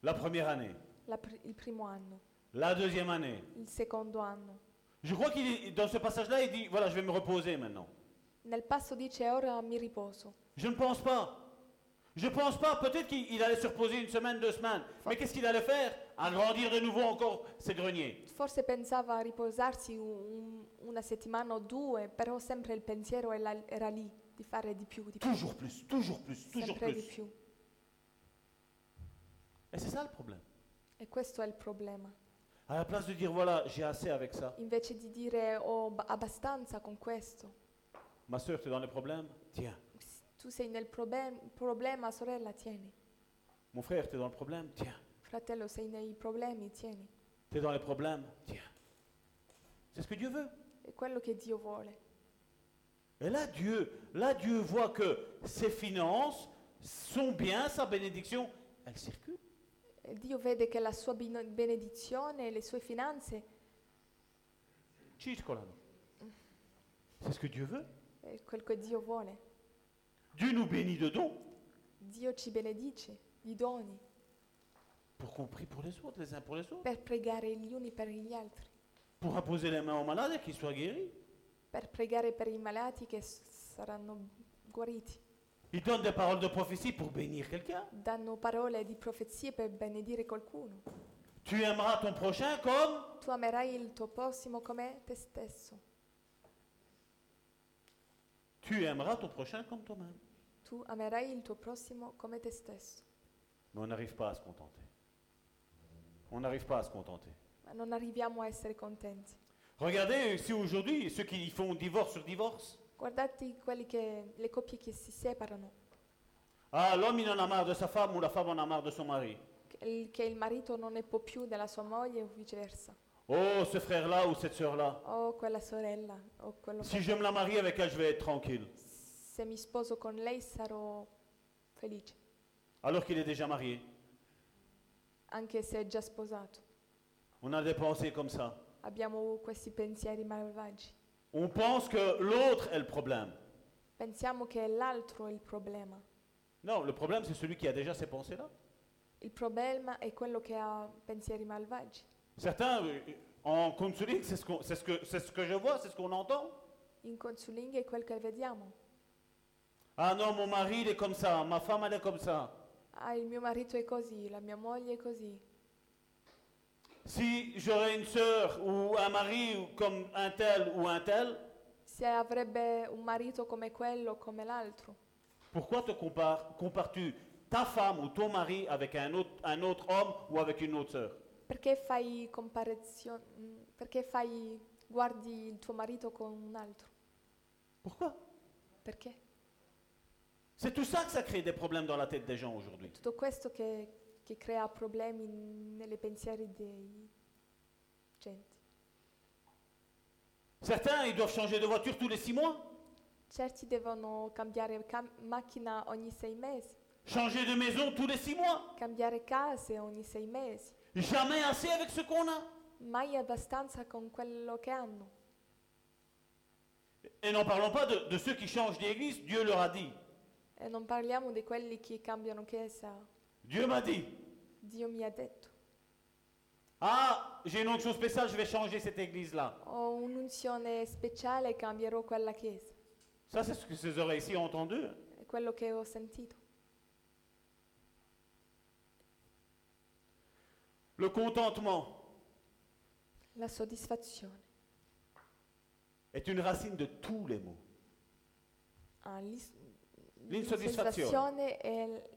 F: La première année,
G: La pr- il primo anno,
F: la deuxième année.
G: il secondo anno.
F: Je crois qu'il est- dans ce passage-là, il dit, voilà, je vais me reposer maintenant.
G: Nel passo dice ora mi riposo.
F: Je ne pense pas. Je pense pas. Peut-être qu'il il allait se reposer une semaine, deux semaines. Mais qu'est-ce qu'il allait faire Agrandir de nouveau encore ses greniers.
G: Forse pensava a riposarsi un- una settimana o due, però sempre il pensiero era, era lì, di fare di più, di più,
F: Toujours plus, toujours plus, toujours
G: sempre di
F: plus.
G: più.
F: Et c'est ça le problème.
G: E questo è il problema.
F: À la place de dire, voilà, j'ai assez avec ça.
G: Invece di dire ho ab- abbastanza con questo,
F: Ma soeur, tu es dans les problèmes Tiens.
G: S- tu sei nel probe- problema, sorella, tieni.
F: Mon frère, tu es dans le problème Tiens.
G: Fratello, sei nei problemi, tieni.
F: Tu es dans les problèmes Tiens. C'est ce que Dieu veut.
G: È quello che Dio vuole.
F: Et là, Dieu, là, Dieu voit que ses finances, son bien, sa bénédiction, elle circule.
G: E Dio vede che la sua bino- benedizione e le sue finanze
F: Circolano. C'est ce que Dieu veut.
G: è quel che Dio vuole.
F: Dieu nous bénit de dons.
G: Dio ci benedice, gli doni,
F: pour qu'on prie pour les autres, les uns pour les autres,
G: per pregare gli uni per gli altri,
F: pour imposer les mains aux malades et qu'ils soient guéris.
G: per pregare per i malati che s- saranno guariti.
F: Il donne des paroles de prophétie pour bénir quelqu'un.
G: Danno parole di profezie per benedire qualcuno.
F: Tu aimeras ton prochain comme
G: Tu amerai il tuo prossimo come te stesso.
F: tu aimeras ton prochain comme toi-même.
G: Tu amerai il tuo prossimo come te stesso.
F: Mais on n'arrive pas à se contenter. On n'arrive pas à se contenter.
G: Ma non arriviamo a essere contenti.
F: Regardez ici aujourd'hui ceux qui font divorce sur divorce.
G: Guardate quelli che, le coppie che si separano,
F: Ah, l'homme il en a marre de sa femme ou la femme en a marre de son mari.
G: che il- che il marito non ne può più della sua moglie o viceversa.
F: Oh, ce frère-là ou cette sœur-là.
G: O quella sorella, o quello
F: Si je me la marie avec elle, je vais être tranquille.
G: se mi sposo con lei sarò felice,
F: Alors qu'il est déjà marié.
G: anche se è già sposato.
F: On a des pensées comme ça.
G: Abbiamo questi pensieri malvagi.
F: On pense que l'autre est le problème.
G: Pensiamo che è l'altro il problema.
F: Non, le problème, c'est celui qui a déjà ces pensées-là.
G: Il problema è quello che ha pensieri malvagi.
F: Certains, euh, en counseling, c'est ce, qu'on- c'est ce que, c'est ce que je vois, c'est ce qu'on entend.
G: In counseling è quel che vediamo.
F: Ah non, mon mari, il est comme ça, ma femme, elle est comme ça.
G: Ah, il mio marito è così, la mia moglie è così.
F: Si j'aurais une sœur ou un mari ou comme un tel ou un tel,
G: Se avrebbe un marito come quello o come l'altro,
F: pourquoi te compares- compares-tu ta femme ou ton mari avec un autre, un autre homme ou avec une autre sœur
G: perché fai comparazione? Perché fai guardi il tuo marito con un altro?
F: Pourquoi
G: Perché?
F: C'est tout ça que ça crée des problèmes dans la tête des gens aujourd'hui.
G: Tutto questo che, che crea problemi nelle pensieri dei gente.
F: Certains, ils doivent changer de voiture tous les six mois,
G: Certi devono cambiare cam- macchina ogni sei mesi,
F: changer de maison tous les six mois.
G: cambiare case ogni sei mesi,
F: Jamais assez avec ce qu'on a.
G: mai abbastanza con quello che hanno.
F: Et n'en parlons pas de, de ceux qui changent d'église. Dieu leur a dit.
G: E non parliamo di quelli che cambiano chiesa.
F: Dieu m'a dit.
G: Dio mi ha detto,
F: Ah, j'ai une onction spéciale, je vais changer cette église-là.
G: ho un'unzione speciale e cambierò quella chiesa.
F: Ça, c'est ce que ces oreilles-ci ont entendu.
G: È quello che ho sentito.
F: Le contentement
G: La soddisfazione.
F: est une racine de tous les maux.
G: Ah, l'is- l'insoddisfazione
F: L'insoddisfazione.
G: è, l-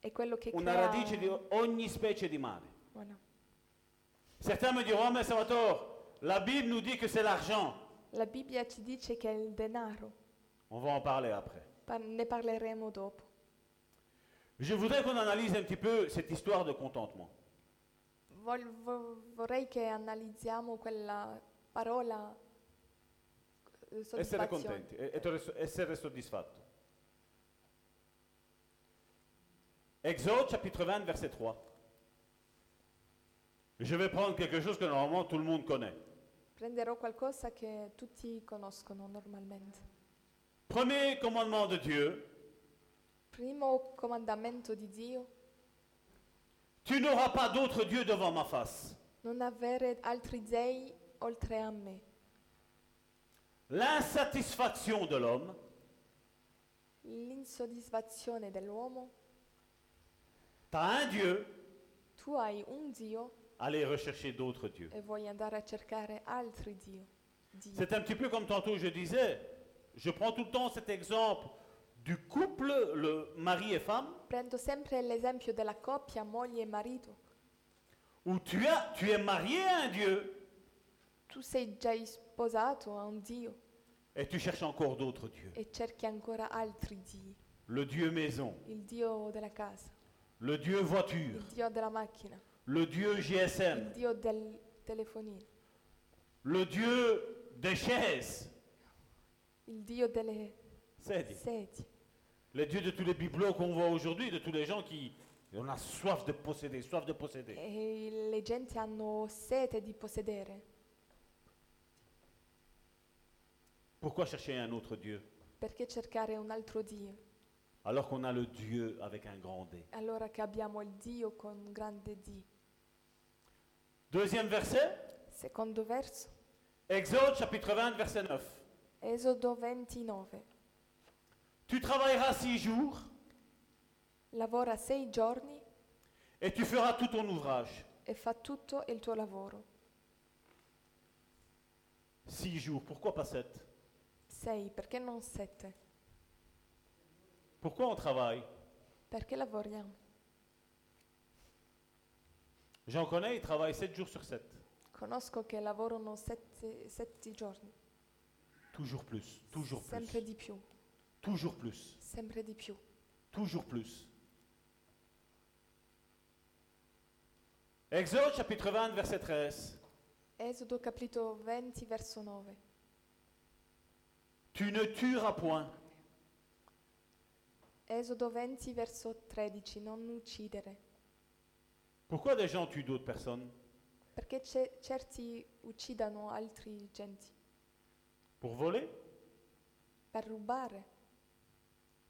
G: è quello che
F: Una
G: crea...
F: radice di ogni specie di male.
G: Voilà.
F: Certains me diront, mais Salvatore, la Bible nous dit que c'est l'argent.
G: La Bibbia ci dice che è il denaro.
F: On va en parler après.
G: Par- ne parleremo dopo.
F: Je voudrais qu'on analyse un petit peu cette histoire de contentement.
G: Vol- vo- vorrei che analizziamo quella parola eh,
F: Essere
G: soddisfazione.
F: contenti, e- ettore- essere soddisfatto. Exode chapitre 20, verset 3. Je vais prendre quelque chose que normalement tout le monde connaît.
G: Prenderò qualcosa che tutti conoscono normalmente.
F: Premier commandement de Dieu,
G: Primo comandamento di Dio,
F: tu n'auras pas d'autre Dieu devant ma face.
G: non avere altri dei oltre a me.
F: L'insatisfaction de l'homme
G: L'insoddisfazione dell'uomo,
F: T'as un Dieu,
G: tu hai un Dio
F: allez rechercher d'autres dieux.
G: e vuoi andare a cercare altri Dio. Dio.
F: C'est un petit peu comme tantôt je disais, je prends tout le temps cet exemple du couple, le mari et femme,
G: Prendo sempre l'esempio della coppia moglie e marito.
F: où tu, as, tu es marié à un Dieu
G: Tu sei già sposato a un Dio
F: et tu cherches encore d'autres dieux.
G: e cerchi ancora altri Dio.
F: Le Dieu maison,
G: Il Dio della casa,
F: le Dieu voiture,
G: il Dio della macchina,
F: le Dieu
G: il
F: GSM,
G: Dio del telefonino,
F: le Dieu des chaises,
G: il Dio delle
F: c'est dit.
G: sedie,
F: Le Dieu de tous les bibelots qu'on voit aujourd'hui, de tous les gens qui on a soif de posséder, soif de posséder.
G: e le genti hanno sete di possedere.
F: Pourquoi chercher un autre Dieu
G: Perché cercare un altro Dio?
F: alors qu'on a le Dieu avec un grand D
G: Allora che abbiamo il Dio con grande D.
F: Deuxième verset,
G: Secondo verso,
F: Exode chapitre 20, verset 9.
G: Esodo 29.
F: Tu travailleras six jours
G: Lavora sei giorni
F: et tu feras tout ton ouvrage.
G: e fa tutto il tuo lavoro.
F: Six jours, pourquoi pas sept
G: Sei, perché non sette?
F: Pourquoi on travaille
G: Perché lavoriamo?
F: J'en connais, ils travaillent sept jours sur sept.
G: Conosco che lavorano sette, sette giorni,
F: Toujours plus, toujours plus,
G: sempre di più,
F: toujours plus,
G: sempre di più.
F: toujours plus. Exode chapitre 20, verset 13.
G: Esodo capitolo 20 verso 9.
F: Tu ne tueras point.
G: Esodo 20 verso 13. Non uccidere.
F: Pourquoi des gens tuent d'autres personnes
G: Perché ce- certi uccidano altri genti.
F: Pour voler
G: Per rubare,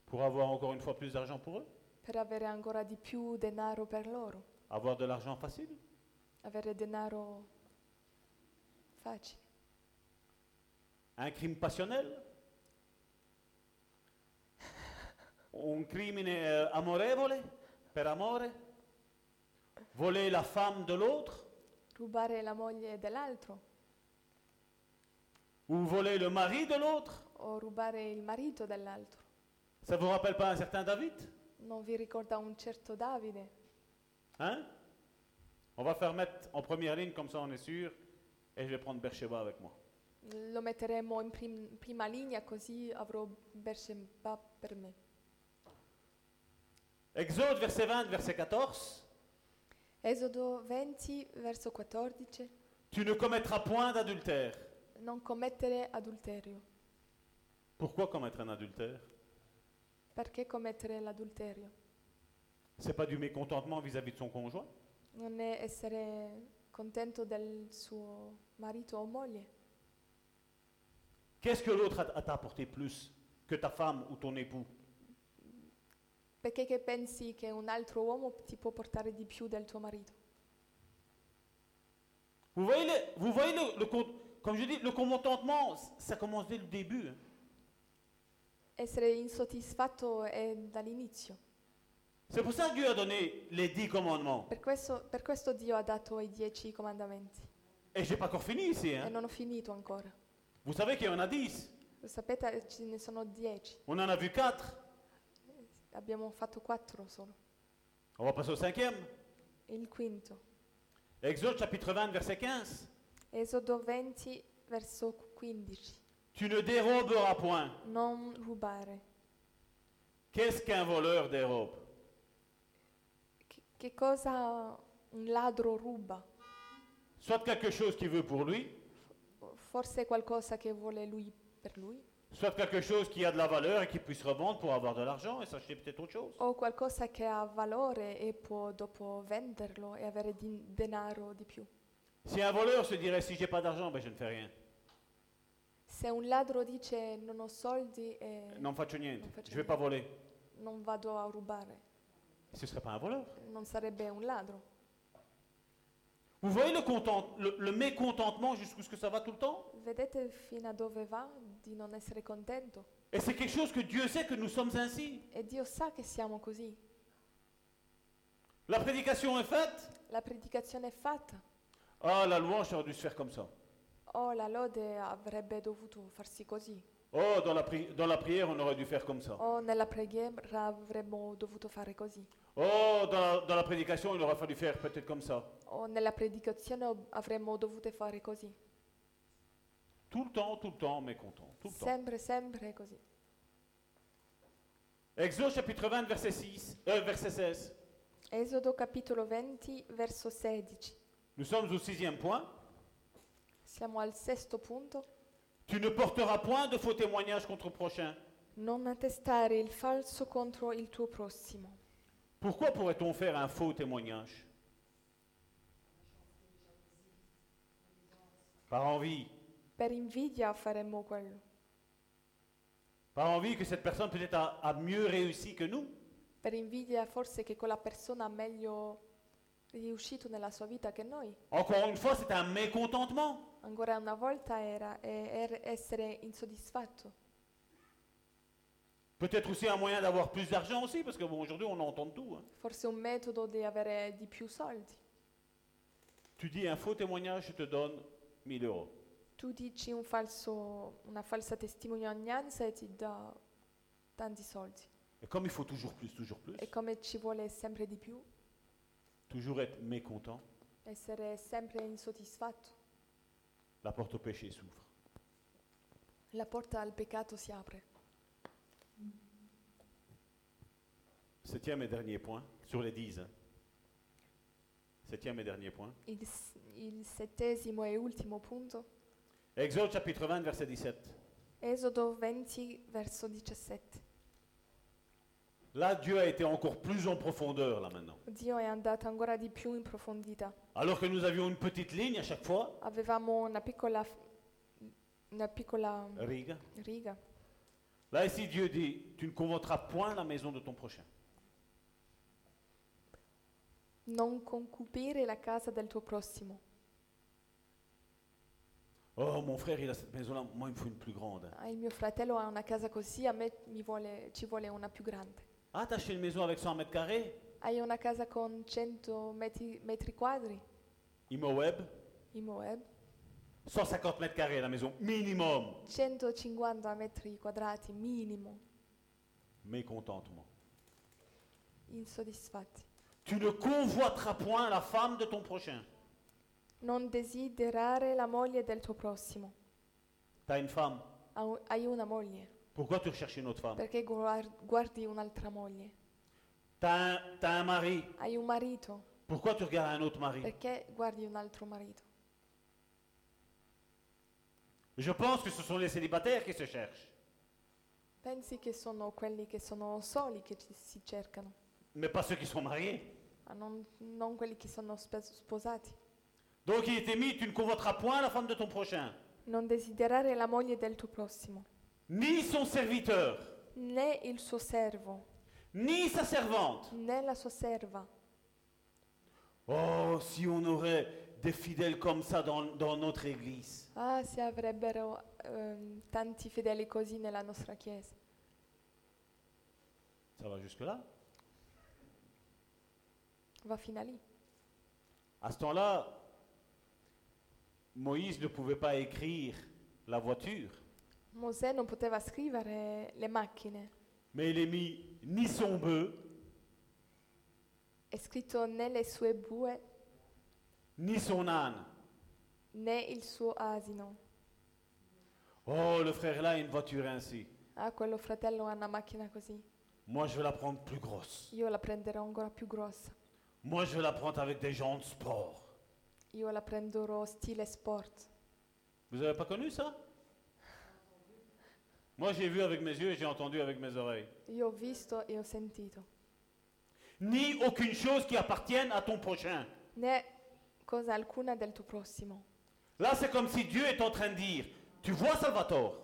F: Pour avoir encore une fois plus d'argent pour eux
G: per avere ancora di più denaro per loro.
F: Avoir de l'argent facile
G: Avere denaro facile.
F: Un crime passionnel Un crimine eh, amorevole, per amore Voler la femme de l'autre
G: rubare la moglie dell'altro
F: ou voler le mari de l'autre.
G: o rubare il marito dell'altro.
F: Ça vous rappelle pas un certain David
G: Non vi ricorda un certo Davide?
F: Hein On va faire mettre en première ligne, comme ça on est sûr, et je vais prendre Bercheba avec moi.
G: Lo metteremo in prim- prima linea così avrò Bersheba per me.
F: Exode, verset 20, verset 14.
G: Esodo 20, verso 14.
F: Tu ne commettras point d'adultère.
G: Non commettere adulterio.
F: Pourquoi commettre un adultère
G: Perché commettere l'adulterio?
F: C'est pas du mécontentement vis-à-vis de son conjoint.
G: Non è essere contento del suo marito o moglie.
F: Qu'est-ce que l'autre a a t'a apporté plus que ta femme ou ton époux
G: Perché che pensi che un altro uomo ti può portare di più del tuo marito?
F: Vous voyez, le, vous voyez le, le con- comme je dis, le contentement, c- ça commence dès le début. hein.
G: Essere insoddisfatto è dall'inizio.
F: C'est pour ça que Dieu a donné les dix commandements.
G: Per questo, per questo Dio ha dato i dieci comandamenti.
F: Et j'ai pas encore fini ici. hein.
G: E non ho finito ancora.
F: Vous savez qu'il y en a dix.
G: Lo sapete, ce ne sono dieci.
F: On en a vu quatre.
G: Abbiamo fatto quattro solo.
F: On va passer au cinquième.
G: Il quinto.
F: Exode chapitre 20, verset 15.
G: Esodo 20, verso 15.
F: Tu ne déroberas point.
G: Non rubare.
F: Qu'est-ce qu'un voleur dérobe
G: Che, che cosa un ladro ruba?
F: Soit quelque chose qu'il veut pour lui,
G: Forse qualcosa che vuole lui per lui?
F: soit quelque chose qui a de la valeur et qu'il puisse revendre pour avoir de l'argent et s'acheter peut-être autre chose.
G: O qualcosa che ha valore e può dopo venderlo e avere din- denaro di più?
F: Si un voleur se dirait si j'ai pas d'argent, ben je ne fais rien.
G: Se un ladro dice non ho soldi e
F: Non faccio niente,
G: Non faccio
F: je vais pas voler.
G: non vado a rubare,
F: Ce serait pas un voleur.
G: non sarebbe un ladro.
F: Vous voyez le, content- le- le mécontentement jusqu'où ce que ça va tout le temps
G: Vedete fino a dove va di non essere contento?
F: Et c'est quelque chose que Dieu sait que nous sommes ainsi.
G: E Dio sa che siamo così.
F: La prédication est faite.
G: La predicazione è fatta.
F: Ah, la louange aurait dû se faire comme ça.
G: Oh, la lode avrebbe dovuto farsi così.
F: Oh, dans la, pri- dans la prière, on aurait dû faire comme ça.
G: Oh, nella preghiera avremmo dovuto fare così.
F: Oh, dans la, dans la prédication, il aurait fallu faire peut-être comme ça.
G: O Oh, nella predicazione ob- avremmo dovuto fare così.
F: Tout le temps, tout le temps, mécontent. Tout le temps.
G: Sempre, sempre così.
F: Exode chapitre 20, verset, 6, euh, verset 16.
G: Esodo capitolo 20, verso 16.
F: Nous sommes au sixième point.
G: Siamo al sesto punto.
F: Tu ne porteras point de faux témoignages contre prochain.
G: Non attestare il falso contro il tuo prossimo.
F: Pourquoi pourrait-on faire un faux témoignage Par envie.
G: Per invidia faremmo quello.
F: Par envie que cette personne peut-être a, a mieux réussi que nous.
G: Per invidia forse che quella persona ha meglio riuscito nella sua vita che noi.
F: Encore une fois, c'est un mécontentement.
G: Ancora una volta era eh, er- essere insoddisfatto.
F: Peut-être aussi un moyen d'avoir plus d'argent aussi, parce que bon, aujourd'hui, on entend tout. hein.
G: Forse un metodo di avere di più soldi.
F: Tu dis un faux témoignage, je te donne 1000 euros.
G: Tu dici un falso, una falsa testimonianza e ti dà tanti soldi.
F: Et comme il faut toujours plus, toujours plus,
G: E come ci vuole sempre di più,
F: toujours être mécontent,
G: essere sempre insoddisfatto,
F: la porte au péché s'ouvre.
G: la porta al peccato si apre.
F: Septième et dernier point, sur les dix. hein. Septième et dernier point.
G: Il, s- il settesimo e ultimo punto,
F: Exode chapitre 20, verset 17.
G: Esodo 20, verso 17.
F: Là, Dieu a été encore plus en profondeur, là maintenant.
G: Dio è andato ancora di più in profondità.
F: Alors que nous avions une petite ligne à chaque fois,
G: Avevamo una piccola, f- una piccola
F: Riga.
G: riga.
F: Là, ici, Dieu dit, tu ne convoiteras point la maison de ton prochain.
G: Non concupire la casa del tuo prossimo.
F: Oh, mon frère, il a cette maison-là, moi, il me faut une plus grande.
G: Ah, il mio fratello ha una casa così, a me mi vuole- ci vuole una più grande.
F: Ah, t'as acheté une maison avec 100 mètres carrés
G: Hai una casa con 100 metri, metri quadri?
F: Imoweb,
G: in eh? Moab,
F: 150 mètres carrés la maison, minimum.
G: 150 metri quadrati minimo,
F: Mécontentement.
G: insoddisfatti.
F: Tu ne convoiteras point la femme de ton prochain.
G: Non desiderare la moglie del tuo prossimo.
F: T'as une femme.
G: Ha un- Hai una moglie,
F: Pourquoi tu recherches une autre femme
G: perché guar- guardi un'altra moglie.
F: T'as un, t'as un mari.
G: Hai un marito,
F: Pourquoi tu regardes un autre mari
G: perché guardi un altro marito.
F: Je pense que ce sont les célibataires qui se cherchent.
G: Pensi che sono quelli che sono soli che ci si cercano,
F: mais pas ceux qui sont mariés.
G: ma non, non quelli che sono spe- sposati.
F: Donc il était mis, tu ne convoiteras point la femme de ton prochain,
G: Non desiderare la moglie del tuo prossimo,
F: ni son serviteur,
G: né il suo servo,
F: ni sa servante.
G: né la sua serva.
F: Oh, si on aurait des fidèles comme ça dans, dans notre église.
G: Ah, se avrebbero ehm, tanti fedeli così nella nostra chiesa.
F: Ça va jusque-là
G: Va fino a lì.
F: À ce temps-là, Moïse ne pouvait pas écrire la voiture,
G: Mosè non poteva scrivere le macchine,
F: mais il est mis ni son bœuf,
G: è scritto né le sue bue
F: ni son âne.
G: né il suo asino.
F: Oh, le frère là a une voiture ainsi.
G: Ah, quello fratello ha una macchina così.
F: Moi, je vais la prendre plus grosse.
G: Io la prenderò ancora più grossa.
F: Moi, je vais la prendre avec des gens de sport.
G: Io la prenderò stile sport.
F: Vous n'avez pas connu ça Moi, j'ai vu avec mes yeux et j'ai entendu avec mes oreilles.
G: Io ho visto e ho sentito.
F: Ni aucune chose qui appartienne à ton prochain.
G: Né cosa alcuna del tuo prossimo.
F: Là, c'est comme si Dieu est en train de dire, tu vois Salvatore,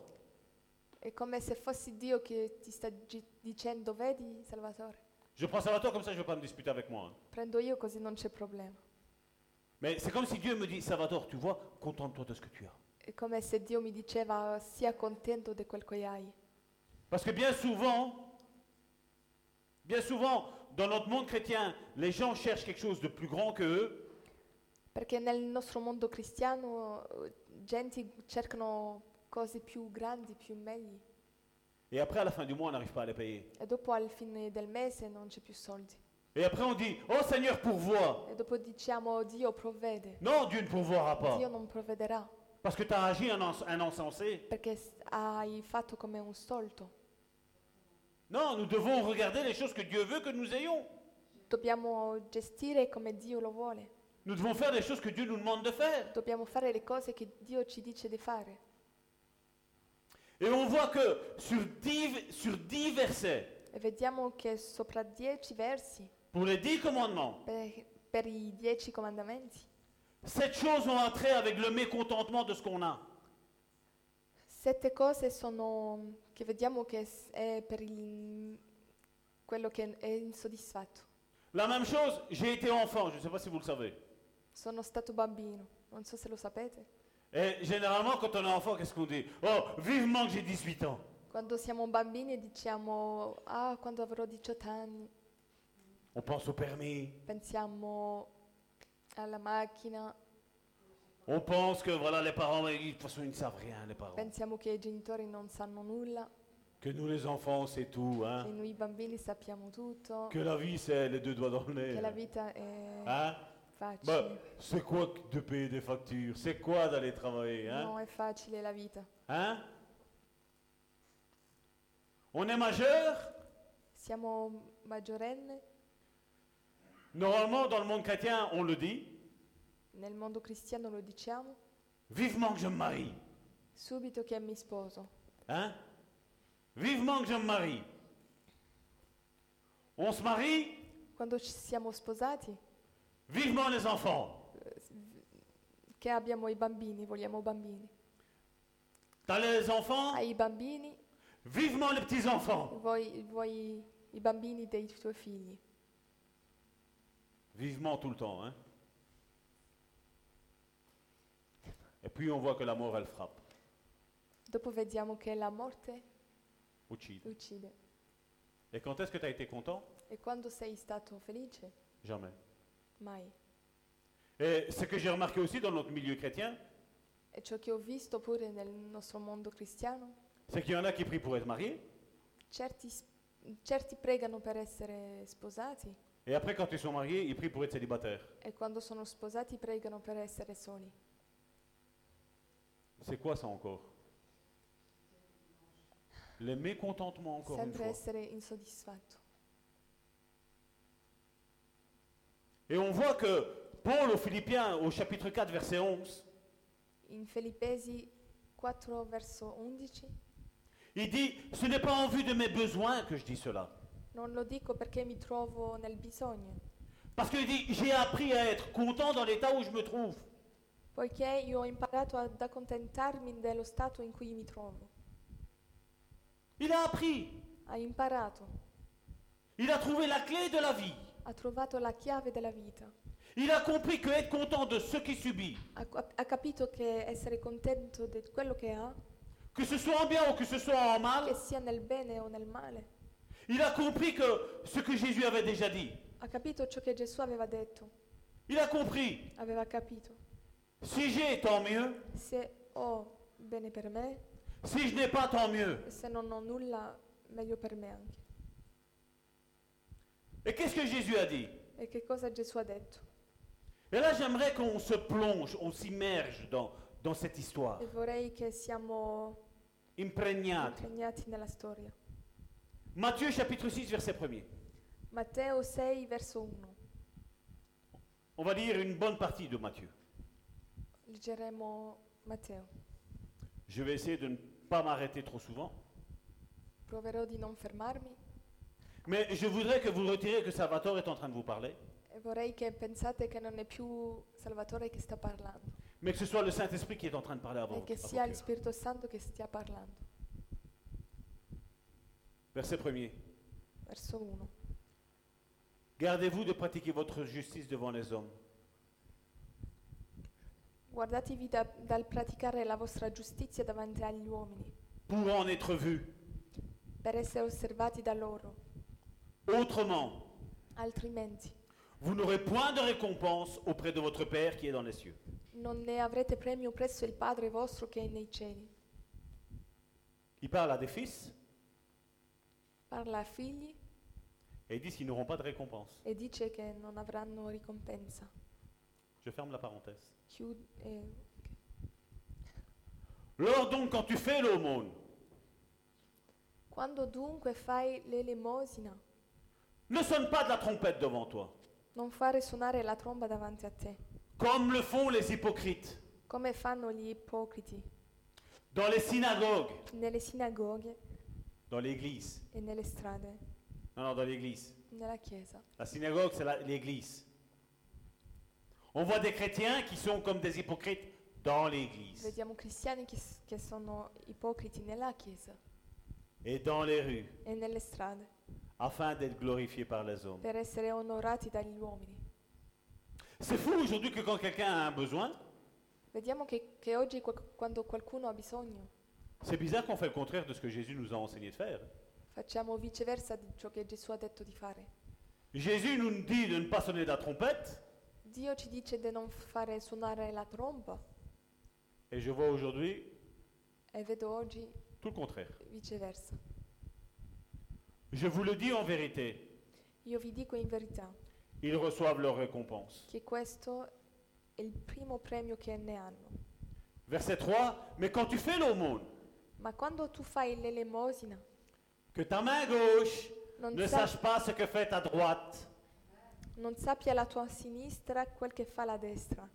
G: È come se fossi Dio che ti sta gi- dicendo, vedi Salvatore,
F: je prends Salvatore comme ça, je ne vais pas me disputer avec moi. hein.
G: prendo io così non c'è problema.
F: Mais c'est comme si Dieu me dit, Salvatore, tu vois, contente-toi de ce que tu as.
G: È come se Dio mi diceva sia contento di quel che hai.
F: Parce que bien souvent, bien souvent, dans notre monde chrétien, les gens cherchent quelque chose de plus grand que eux,
G: Perché nel nostro mondo cristiano eh, genti cercano cose più grandi, più meglio.
F: et après, à la fin du mois, on n'arrive pas à les payer.
G: E dopo al fine del mese non c'è più soldi.
F: Et après, on dit, oh Seigneur, pourvois.
G: E dopo diciamo Dio provvede.
F: Non, Dieu ne pourvoira pas.
G: Dio non provvederà
F: Parce que tu as agi un, ins- un insensé.
G: perché s- hai fatto come un stolto.
F: Non, nous devons regarder les choses que Dieu veut que nous ayons.
G: Dobbiamo gestire come Dio lo vuole.
F: Nous devons faire les choses que Dieu nous demande de faire.
G: Dobbiamo fare le cose che Dio ci dice di fare.
F: Et on voit que sur dix, sur dix versets,
G: E vediamo che sopra dieci versi,
F: pour les dix commandements,
G: per, per i dieci comandamenti,
F: sept choses ont un trait avec le mécontentement de ce qu'on a.
G: Sette cose sono che vediamo che s- è per il, quello che è insoddisfatto.
F: La même chose, j'ai été enfant, je ne sais pas si vous le savez.
G: Sono stato bambino, non so se lo sapete.
F: Et généralement, quand on est enfant, qu'est-ce qu'on dit Oh, vivement que j'ai 18 ans.
G: Quando siamo bambini diciamo, ah, quando avrò 18 anni,
F: On pense au permis,
G: pensiamo alla macchina,
F: on pense que voilà, les parents, ils- de toute façon, ils ne savent rien, les parents.
G: pensiamo che i genitori non sanno nulla,
F: Que nous, les enfants, c'est tout, hein.
G: che noi bambini sappiamo tutto,
F: Que la vie, c'est les deux doigts dans le nez.
G: che la
F: là.
G: vita è
F: Hein Bah,
G: facile.
F: c'est quoi que de payer des factures C'est quoi d'aller travailler hein
G: Non è facile la vita.
F: Hein On est majeur
G: Siamo maggiorenni,
F: Normalement, dans le monde chrétien, on le dit.
G: nel mondo cristiano lo diciamo.
F: Vivement que je me marie.
G: Subito che mi sposo.
F: Hein Vivement que je me marie. On se marie
G: Quando ci siamo sposati,
F: Vivement les enfants.
G: che abbiamo i bambini, vogliamo bambini.
F: T'as les enfants
G: Hai i bambini,
F: Vivement les petits-enfants.
G: vuoi, vuoi i bambini dei tuoi figli.
F: Vivement tout le temps. Hein Et puis, on voit que la mort, elle frappe.
G: Dopo vediamo che la morte
F: Uccide.
G: uccide.
F: Et quand est-ce que tu as été content
G: E quando sei stato felice?
F: Jamais.
G: Mai.
F: Et ce que j'ai remarqué aussi dans notre milieu chrétien,
G: E ciò che ho visto pure nel nostro mondo cristiano,
F: c'est qu'il y en a qui prient pour être mariés,
G: certi, s- certi pregano per essere sposati
F: et après quand ils sont mariés, ils prient pour être célibataires.
G: e quando sono sposati pregano per essere soli.
F: C'est quoi ça encore Les mécontentements encore une
G: Sempre
F: fois.
G: essere insoddisfatto.
F: Et on voit que Paul aux Philippiens, au chapitre 4, verset 11,
G: In Filippesi 4 verso 11,
F: il dit, ce n'est pas en vue de mes besoins que je dis cela.
G: non lo dico perché mi trovo nel bisogno,
F: Parce qu'il dit, j'ai appris à être content dans l'état où je me trouve.
G: poiché io ho imparato ad accontentarmi dello stato in cui mi trovo.
F: Il a appris,
G: Ha imparato,
F: il a trouvé la clé de la vie.
G: ha trovato la chiave della vita,
F: Il a compris que être content de ce qu'il subit,
G: ha, ha capito che essere contento di quello che ha,
F: que ce soit en bien ou que ce soit en
G: che
F: mal,
G: sia nel bene o nel male,
F: il a compris que ce que Jésus avait déjà dit.
G: ha capito ciò che Gesù aveva detto,
F: Il a compris,
G: aveva capito.
F: si j'ai tant mieux,
G: Se ho bene per me,
F: si je n'ai pas tant mieux.
G: e se non ho nulla, meglio per me anche.
F: Et qu'est-ce que Jésus a dit
G: E che cosa Gesù ha detto?
F: Et là, j'aimerais qu'on se plonge, on s'immerge dans, dans cette histoire.
G: E vorrei che siamo
F: Impregnate.
G: impegnati nella storia.
F: Matthieu chapitre 6, verset 1er.
G: Matteo 6, verso 1.
F: On va lire une bonne partie de Matthieu.
G: Leggeremo Matteo.
F: Je vais essayer de ne pas m'arrêter trop souvent.
G: Proverò di non fermarmi
F: Mais je voudrais que vous retiriez que Salvatore est en train de vous parler,
G: e vorrei che pensate che non è più Salvatore che sta parlando,
F: mais que ce soit le Saint-Esprit qui est en train de parler à
G: ma
F: vous.
G: che sia lo Spirito Santo che stia parlando.
F: Verset 1er.
G: Verso 1.
F: Gardez-vous de pratiquer votre justice devant les hommes,
G: Guardatevi da- dal praticare la vostra giustizia davanti agli uomini,
F: pour en être vu.
G: per essere osservati da loro,
F: Autrement,
G: altrimenti
F: vous n'aurez point de récompense auprès de votre Père qui est dans les cieux.
G: non ne avrete premio presso il Padre vostro che è nei cieli.
F: Il parle à des fils
G: Parla a figli
F: et ils disent qu'ils n'auront pas de récompense.
G: e dice che non avranno ricompensa.
F: Je ferme la parenthèse.
G: Chiud- eh,
F: Lors donc, quand tu fais l'aumône,
G: Quando dunque fai l'elemosina,
F: ne sonne pas de la trompette devant toi,
G: non fare suonare la tromba davanti a te,
F: comme le font les hypocrites
G: come fanno gli ipocriti
F: dans les synagogues,
G: nelle sinagoghe
F: dans l'église.
G: e nelle strade,
F: Non, non, dans l'église.
G: nella chiesa.
F: La synagogue, c'est la- l'église. On voit des chrétiens qui sont comme des hypocrites dans l'église
G: Vediamo cristiani che, s- che sono ipocriti nella chiesa
F: et dans les rues,
G: e nelle strade
F: afin d'être glorifiés par les hommes.
G: per essere onorati dagli uomini.
F: C'est fou aujourd'hui que quand quelqu'un a un besoin,
G: Vediamo che, che oggi qual- quando qualcuno ha bisogno
F: c'est bizarre qu'on fait le contraire de ce que Jésus nous a enseigné de faire.
G: facciamo viceversa di ciò che Gesù ha detto di fare.
F: Jésus nous dit de ne pas sonner de la trompette,
G: Dio ci dice di non fare suonare la tromba
F: et je vois aujourd'hui
G: e vedo oggi
F: tout le contraire.
G: viceversa.
F: Je vous le dis en vérité,
G: Io vi dico in verità
F: ils reçoivent leur récompense.
G: che questo è il primo premio che ne hanno.
F: Verset 3, mais quand tu fais l'aumône,
G: Ma quando tu fai l'elemosina,
F: que ta main gauche
G: non,
F: ne
G: sa-
F: sache pas ce que fait ta droite,
G: non sappia la tua sinistra quel che fa la destra,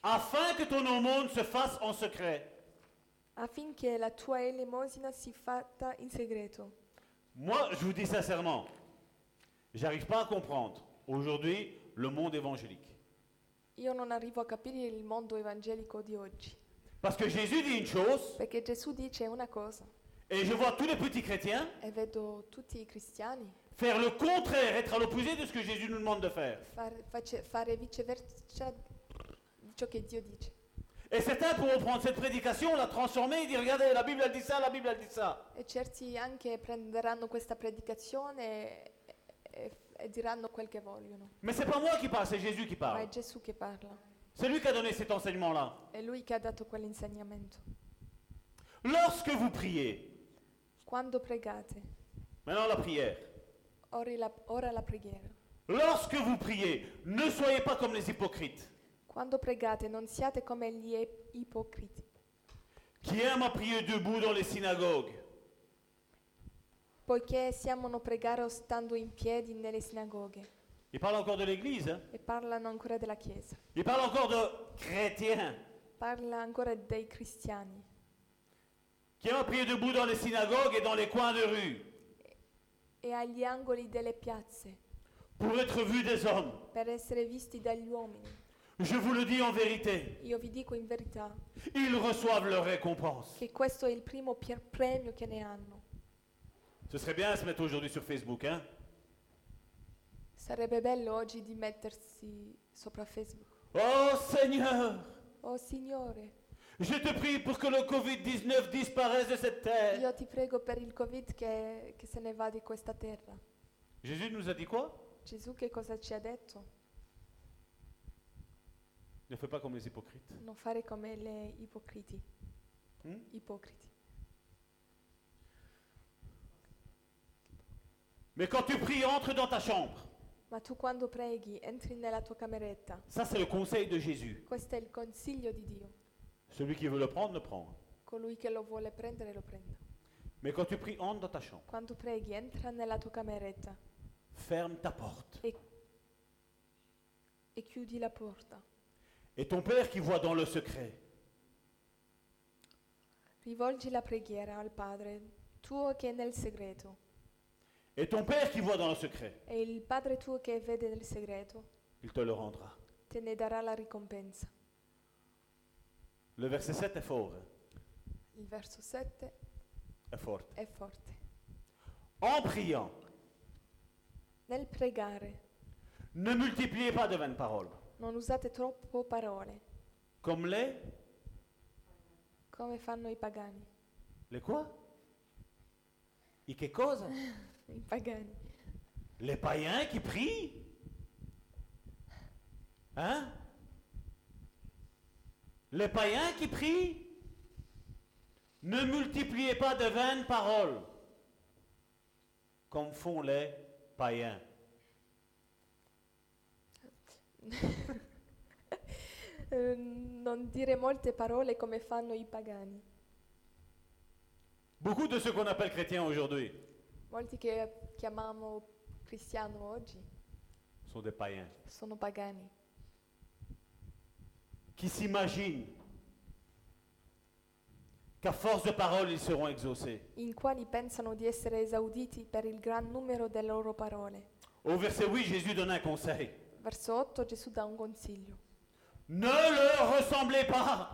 F: afin que ton aumône se fasse en secret.
G: affinché la tua elemosina sia fatta in segreto.
F: Moi, je vous dis sincèrement, j'arrive pas à comprendre aujourd'hui le monde évangélique.
G: Io non arrivo a capire il mondo evangelico di oggi,
F: Parce que Jésus dit une chose,
G: perché Gesù dice una cosa
F: et je vois tous les petits chrétiens
G: e vedo tutti i cristiani
F: faire le contraire, être à l'opposé de ce que Jésus nous demande de faire.
G: far- face- fare viceversa di ciò che Dio dice.
F: Et certains pourront prendre cette prédication, la transformer et dire, regardez, la Bible elle dit ça, la Bible elle dit ça.
G: E certi anche prenderanno questa predicazione e, e- e diranno quel che vogliono.
F: Mais c'est pas moi qui parle, c'est Jésus qui
G: Ma è
F: parle.
G: Gesù che parla,
F: C'est lui qui a donné cet enseignement-là.
G: è lui che ha dato quell'insegnamento.
F: Lorsque vous priez,
G: Quando pregate,
F: maintenant la prière,
G: ori la- ora la preghiera.
F: lorsque vous priez, ne soyez pas comme les hypocrites
G: Quando pregate non siate come gli e- ipocriti,
F: qui aiment à prier debout dans les synagogues
G: poiché si amano pregare stando in piedi nelle sinagoghe
F: Il parle encore de l'Église. hein.
G: e parlano ancora della Chiesa,
F: Il parle encore de chrétiens
G: parla ancora dei cristiani
F: qui aiment à prier debout dans les synagogues et dans les coins de rue
G: e agli angoli delle piazze
F: pour être vus des hommes.
G: per essere visti dagli uomini.
F: Je vous le dis en vérité,
G: Io vi dico in verità
F: ils reçoivent leur récompense.
G: che questo è il primo pier- premio che ne hanno.
F: Ce serait bien à se mettre aujourd'hui sur Facebook, hein
G: Sarebbe bello oggi di mettersi sopra Facebook.
F: Oh Seigneur,
G: Oh Signore,
F: je te prie pour que le Covid-19 disparaisse de cette terre.
G: io ti prego per il Covid che, che se ne va di questa terra.
F: Jésus nous a dit quoi
G: Gesù che cosa ci ha detto?
F: Ne fais pas comme les hypocrites.
G: Non fare come le ipocriti.
F: Mm?
G: Ipocriti.
F: Mais quand tu pries, entre dans ta chambre.
G: Ma tu quando preghi entri nella tua cameretta.
F: Ça, c'est le conseil de Jésus.
G: Questo è il consiglio di Dio.
F: Celui qui veut le prendre, le prend.
G: Colui che lo vuole prendere lo prenda.
F: Mais quand tu pries, entre dans ta chambre.
G: Quando preghi entra nella tua cameretta
F: Ferme ta porte.
G: e chiudi la porta.
F: Et ton Père qui voit dans le secret
G: Rivolgi la preghiera al Padre tuo che è nel segreto.
F: Et ton Père qui voit dans le secret,
G: E il Padre tuo che vede nel segreto
F: il te le rendra.
G: te ne darà la ricompensa.
F: Le verset 7 est fort. hein,
G: Il verso 7
F: Est fort.
G: è forte.
F: En priant,
G: Nel pregare
F: ne multipliez pas de vaines paroles,
G: non usate troppo parole,
F: comme les...
G: come fanno i pagani.
F: Les quoi Et que cosa
G: I pagani.
F: Les païens qui prient Hein Les païens qui prient Ne multipliez pas de vaines paroles, comme font les païens.
G: Eh, non dire molte parole come fanno i pagani.
F: Beaucoup de ceux qu'on appelle chrétiens aujourd'hui
G: Molti che chiamiamo cristiano oggi
F: sont des païens.
G: sono pagani,
F: qui s'imaginent qu'à force de parole, ils seront exaucés.
G: in quali pensano di essere esauditi per il gran numero delle loro parole.
F: Au verset 8, Jésus donne un conseil.
G: Verso 8 Gesù dà un consiglio.
F: Ne leur ressemblez pas.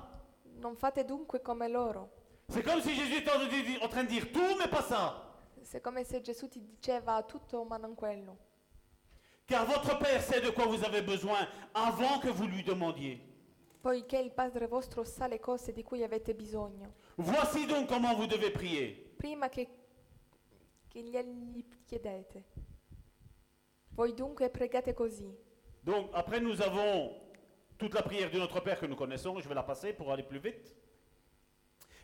G: Non fate dunque come loro,
F: C'est comme si Jésus était en train de dire- en train de dire tout, mais pas ça.
G: Se come se Gesù ti diceva tutto ma non quello,
F: Car votre Père sait de quoi vous avez besoin avant que vous lui demandiez.
G: poiché il Padre vostro sa le cose di cui avete bisogno,
F: Voici donc comment vous devez prier.
G: prima che, che glieli chiedete. Voi dunque pregate così.
F: Donc après, nous avons toute la prière de notre Père que nous connaissons. Je vais la passer pour aller plus vite.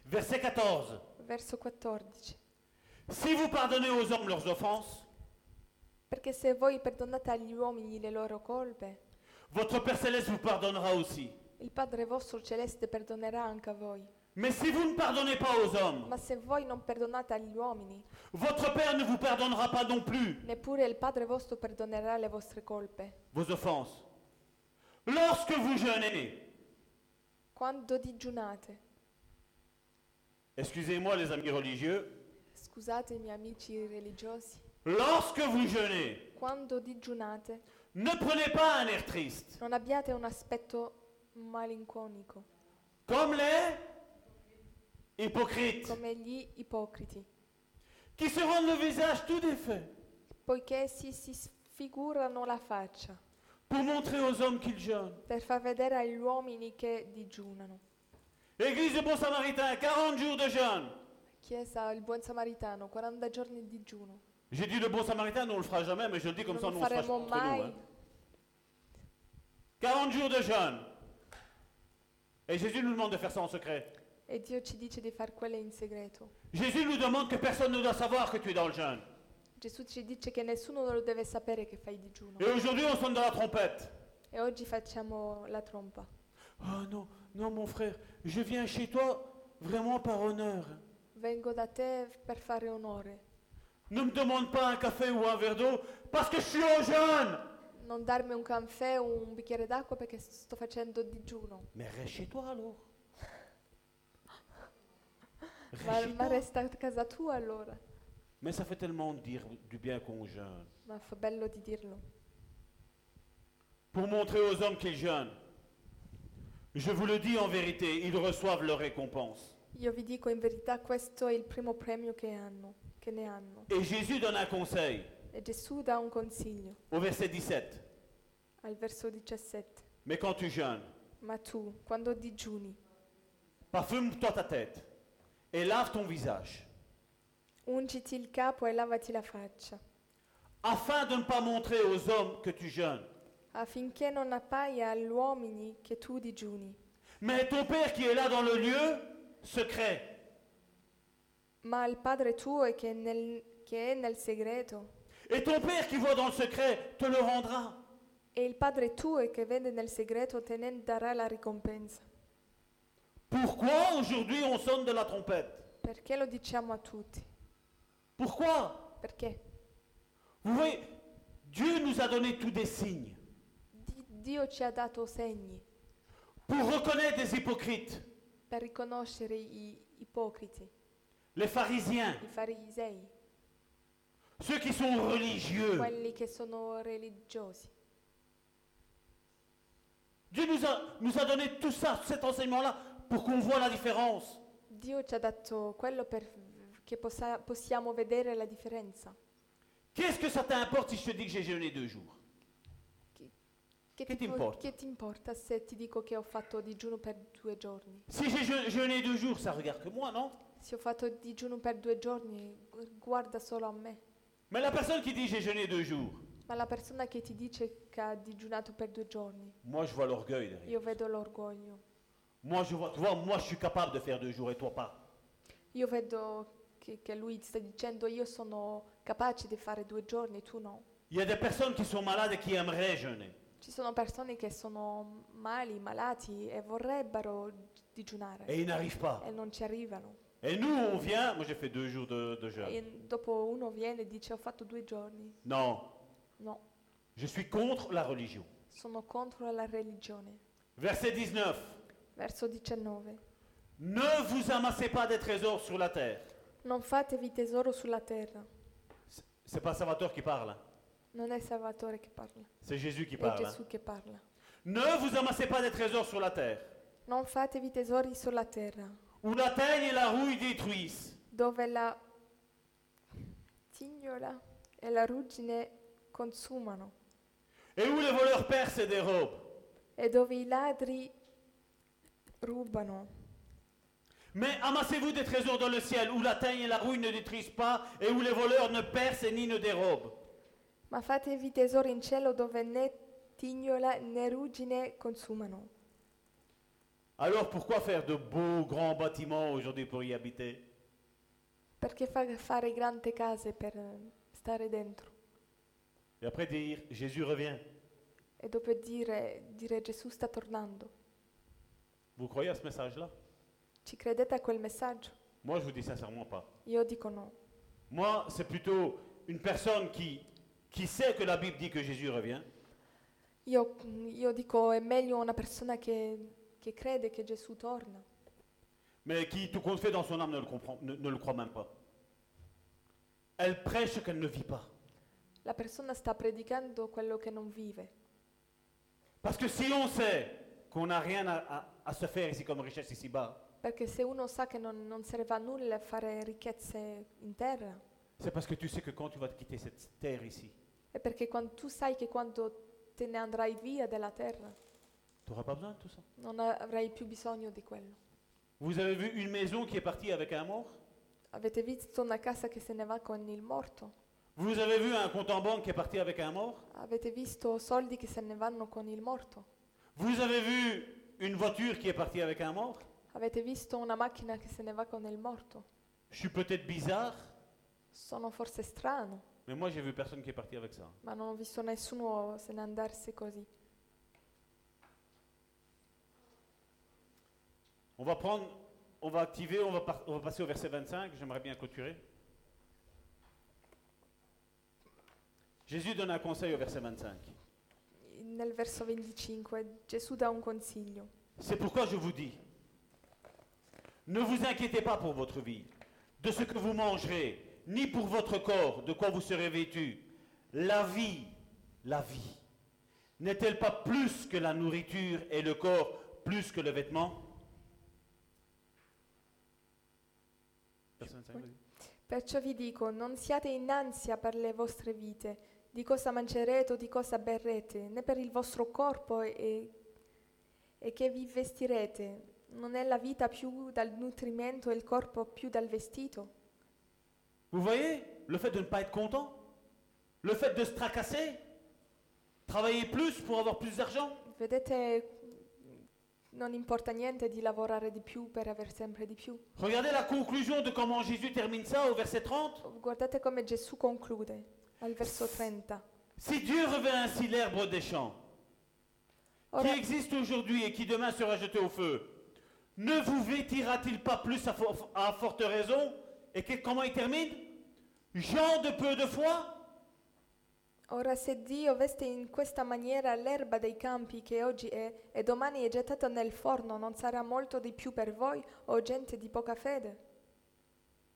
F: Verset 14.
G: Verso 14.
F: Si vous pardonnez aux hommes leurs offenses,
G: Perché se voi perdonate agli uomini le loro colpe,
F: Votre Père céleste vous pardonnera aussi.
G: il Padre vostro celeste perdonerà anche a voi.
F: Mais si vous ne pardonnez pas aux hommes,
G: Ma se voi non perdonate agli uomini,
F: votre Père ne vous pardonnera pas non plus
G: neppure il Padre vostro perdonerà le vostre colpe.
F: vos offenses. Lorsque vous jeûnez,
G: Quando digiunate,
F: excusez-moi les amis religieux,
G: scusatemi amici religiosi,
F: lorsque vous jeûnez,
G: Quando digiunate,
F: ne prenez pas un air triste,
G: non abbiate un aspetto malinconico,
F: comme les hypocrites,
G: come gli ipocriti,
F: qui se rendent le visage tout défait
G: poiché si, si sfigurano la faccia
F: pour montrer aux hommes qu'ils jeûnent.
G: per far vedere agli uomini che digiunano.
F: Église du Bon Samaritain, 40 jours de jeûne.
G: Chiesa il Buon Samaritano, 40 giorni di digiuno.
F: J'ai dit le bon samaritain, nous on le fera jamais, mais je le dis comme ça,
G: non
F: nous
G: lo
F: on se fâche
G: faremo
F: entre nous.
G: mai.
F: hein. 40 jours de jeûne. Et Jésus nous demande de faire ça en secret.
G: E Dio ci dice di far quello in segreto.
F: Jésus nous demande que personne ne doit savoir que tu es dans le jeûne.
G: Gesù ci dice che nessuno lo deve sapere che fai digiuno.
F: Et aujourd'hui, on sonne dans la trompette.
G: E oggi facciamo la trompa.
F: Ah non, non mon frère, je viens chez toi vraiment par honneur.
G: Vengo da te per fare onore.
F: Ne me demande pas un café ou un verre d'eau parce que je suis au jeûne.
G: Non darmi un caffè o un bicchiere d'acqua perché sto facendo digiuno.
F: Mais reste chez toi alors. Reste
G: Ma,
F: chez
G: ma
F: toi.
G: resta a casa tua allora.
F: Mais ça fait tellement dire du bien qu'on jeûne.
G: Ma fa bello di dirlo.
F: Pour montrer aux hommes qu'ils jeûnent. Je vous le dis en vérité, ils reçoivent leur récompense.
G: Io vi dico in verità questo è il primo premio che hanno, che ne hanno.
F: Et Jésus donne un conseil
G: E Gesù dà un consiglio
F: au verset 17.
G: al verso 17.
F: Mais quand tu jeûnes,
G: Ma tu, quando digiuni,
F: parfume-toi ta tête et lave ton visage
G: ungiti il capo e lavati la faccia,
F: afin de ne pas montrer aux hommes que tu jeûnes.
G: affinché non appaia agli uomini che tu digiuni,
F: Mais ton Père qui est là dans le lieu secret,
G: ma al Padre tuo e che, nel- che è nel segreto.
F: et ton Père qui voit dans le secret, te le rendra.
G: E il Padre tuo e che vede nel segreto te ne darà la ricompensa.
F: Pourquoi aujourd'hui on sonne de la trompette
G: Perché lo diciamo a tutti?
F: Pourquoi
G: Perché
F: Vous voyez, Dieu nous a donné tous des signes
G: Di- Dio ci ha dato segni
F: pour reconnaître les hypocrites,
G: per riconoscere i ipocriti,
F: les pharisiens,
G: i farisei,
F: ceux qui sont religieux.
G: quelli che sono religiosi.
F: Dieu nous a, nous a donné tout ça, cet enseignement-là, pour qu'on voit la différence.
G: Dio ci ha dato quello perché possiamo vedere la differenza.
F: Qu'est-ce que ça t'importe si je te dis que j'ai jeûné deux jours
G: Che,
F: Che ti
G: po-
F: importa?
G: che ti importa se ti dico che ho fatto digiuno per due giorni?
F: Si j'ai je- jeûné deux jours, ça regarde que moi, non
G: Se ho fatto digiuno per due giorni, gu- guarda solo a me.
F: Mais la personne qui dit j'ai jeûné deux jours,
G: Ma la persona che ti dice che ha digiunato per due giorni,
F: moi je vois l'orgueil derrière.
G: io vedo l'orgoglio.
F: Moi je vois, tu vois, moi je suis capable de faire deux jours et toi pas.
G: Io vedo che, che lui sta dicendo io sono capace di fare due giorni, tu no.
F: Il y a des personnes qui sont malades et qui aimeraient jeûner.
G: Ci sono persone che sono mali, malati e vorrebbero digiunare
F: Et ils n'arrivent pas.
G: e non ci arrivano.
F: Et nous, on vient. Moi, j'ai fait deux jours de, de jeûne.
G: E dopo uno viene e dice ho fatto due giorni.
F: Non,
G: No,
F: je suis contre la religion.
G: sono contro la religione.
F: Verset 19.
G: Verso 19.
F: Ne vous amassez pas des trésors sur la terre.
G: Non fatevi tesoro sulla terra.
F: C'est- C'est pas Salvatore qui parle, hein.
G: Non è Salvatore che parla,
F: c'est Jésus qui
G: è
F: parle. hein.
G: Gesù che parla.
F: Ne vous amassez pas des trésors sur la terre,
G: Non fatevi tesori sulla terra,
F: où la teigne et la rouille détruisent,
G: dove la tignola e la ruggine consumano
F: et où les voleurs percent et dérobent.
G: e dove i ladri rubano.
F: Mais amassez-vous des trésors dans le ciel, où la teigne et la rouille ne détruisent pas, et où les voleurs ne percent ni ne dérobent.
G: Ma fatevi tesori in cielo dove né tignola né ruggine consumano.
F: Alors pourquoi faire de beaux grands bâtiments aujourd'hui pour y habiter
G: Perché fa fare grandi case per eh, stare dentro?
F: Et après dire, Jésus revient.
G: E dopo dire, dire Gesù sta tornando.
F: Vous croyez à ce message-là
G: Ci credete a quel messaggio?
F: Moi, je vous dis sincèrement pas.
G: Io dico no.
F: Moi, c'est plutôt une personne qui, qui sait que la Bible dit que Jésus revient,
G: Io, io dico è meglio una persona che, che crede che Gesù torna,
F: mais qui, tout compte fait dans son âme, ne le, comprend, ne, ne le croit même pas. Elle prêche ce qu'elle ne vit pas.
G: la persona sta predicando quello che non vive.
F: Parce que si on sait qu'on n'a rien à, à- à se faire ici comme richesse ici-bas,
G: Perché se uno sa che non, non serve a nulla fare ricchezze in terra,
F: c'est parce que tu sais que quand tu vas quitter cette terre ici,
G: è perché quan- tu sai che quando te ne andrai via dalla terra
F: tu n'auras pas besoin de tout ça.
G: non avrai più bisogno di quello.
F: Vous avez vu une maison qui est partie avec un mort
G: Avete visto una casa che se ne va con il morto?
F: Vous avez vu un compte en banque qui est parti avec un mort
G: Avete visto soldi che se ne vanno con il morto?
F: Vous avez vu une voiture qui est partie avec un mort
G: Avete visto una macchina che se ne va con il morto?
F: Je suis peut-être bizarre,
G: Sono forse strano,
F: mais moi j'ai vu personne qui est parti avec ça.
G: ma non ho visto nessuno se ne andarsi così.
F: On va prendre, on va activer, on va, par- on va passer au verset 25, j'aimerais bien clôturer. Jésus donne un conseil au verset 25.
G: Nel verso 25 Gesù dà un consiglio.
F: C'est pourquoi je vous dis, ne vous inquiétez pas pour votre vie, de ce que vous mangerez, ni pour votre corps, de quoi vous serez vêtu. La vie, la vie, n'est-elle pas plus que la nourriture et le corps plus que le vêtement Personne ne sait, vas-y.
G: Perciò vi dico, non siate in ansia per le vostre vite, di cosa mangerete o di cosa berrete, né per il vostro corpo e, e che vi vestirete. Non è la vita più dal nutrimento e il corpo più dal vestito?
F: Vous voyez Le fait de ne pas être content Le fait de se tracasser Travailler plus pour avoir plus d'argent
G: Vedete, non importa niente di lavorare di più per aver sempre di più.
F: Regardez la conclusion de comment Jésus termine ça au verset 30.
G: Guardate come Gesù conclude al verso 30.
F: Si Dieu revêt ainsi l'herbe des champs, qui
G: Ora,
F: existe aujourd'hui et qui demain sera jeté au feu, ne vous vêtira-t-il pas plus à, for- à forte raison Et que- comment il termine Gens de peu de foi
G: Ora se Dio veste in questa maniera l'erba dei campi che oggi è e domani è gettata nel forno, non sarà molto di più per voi, o gente di poca fede?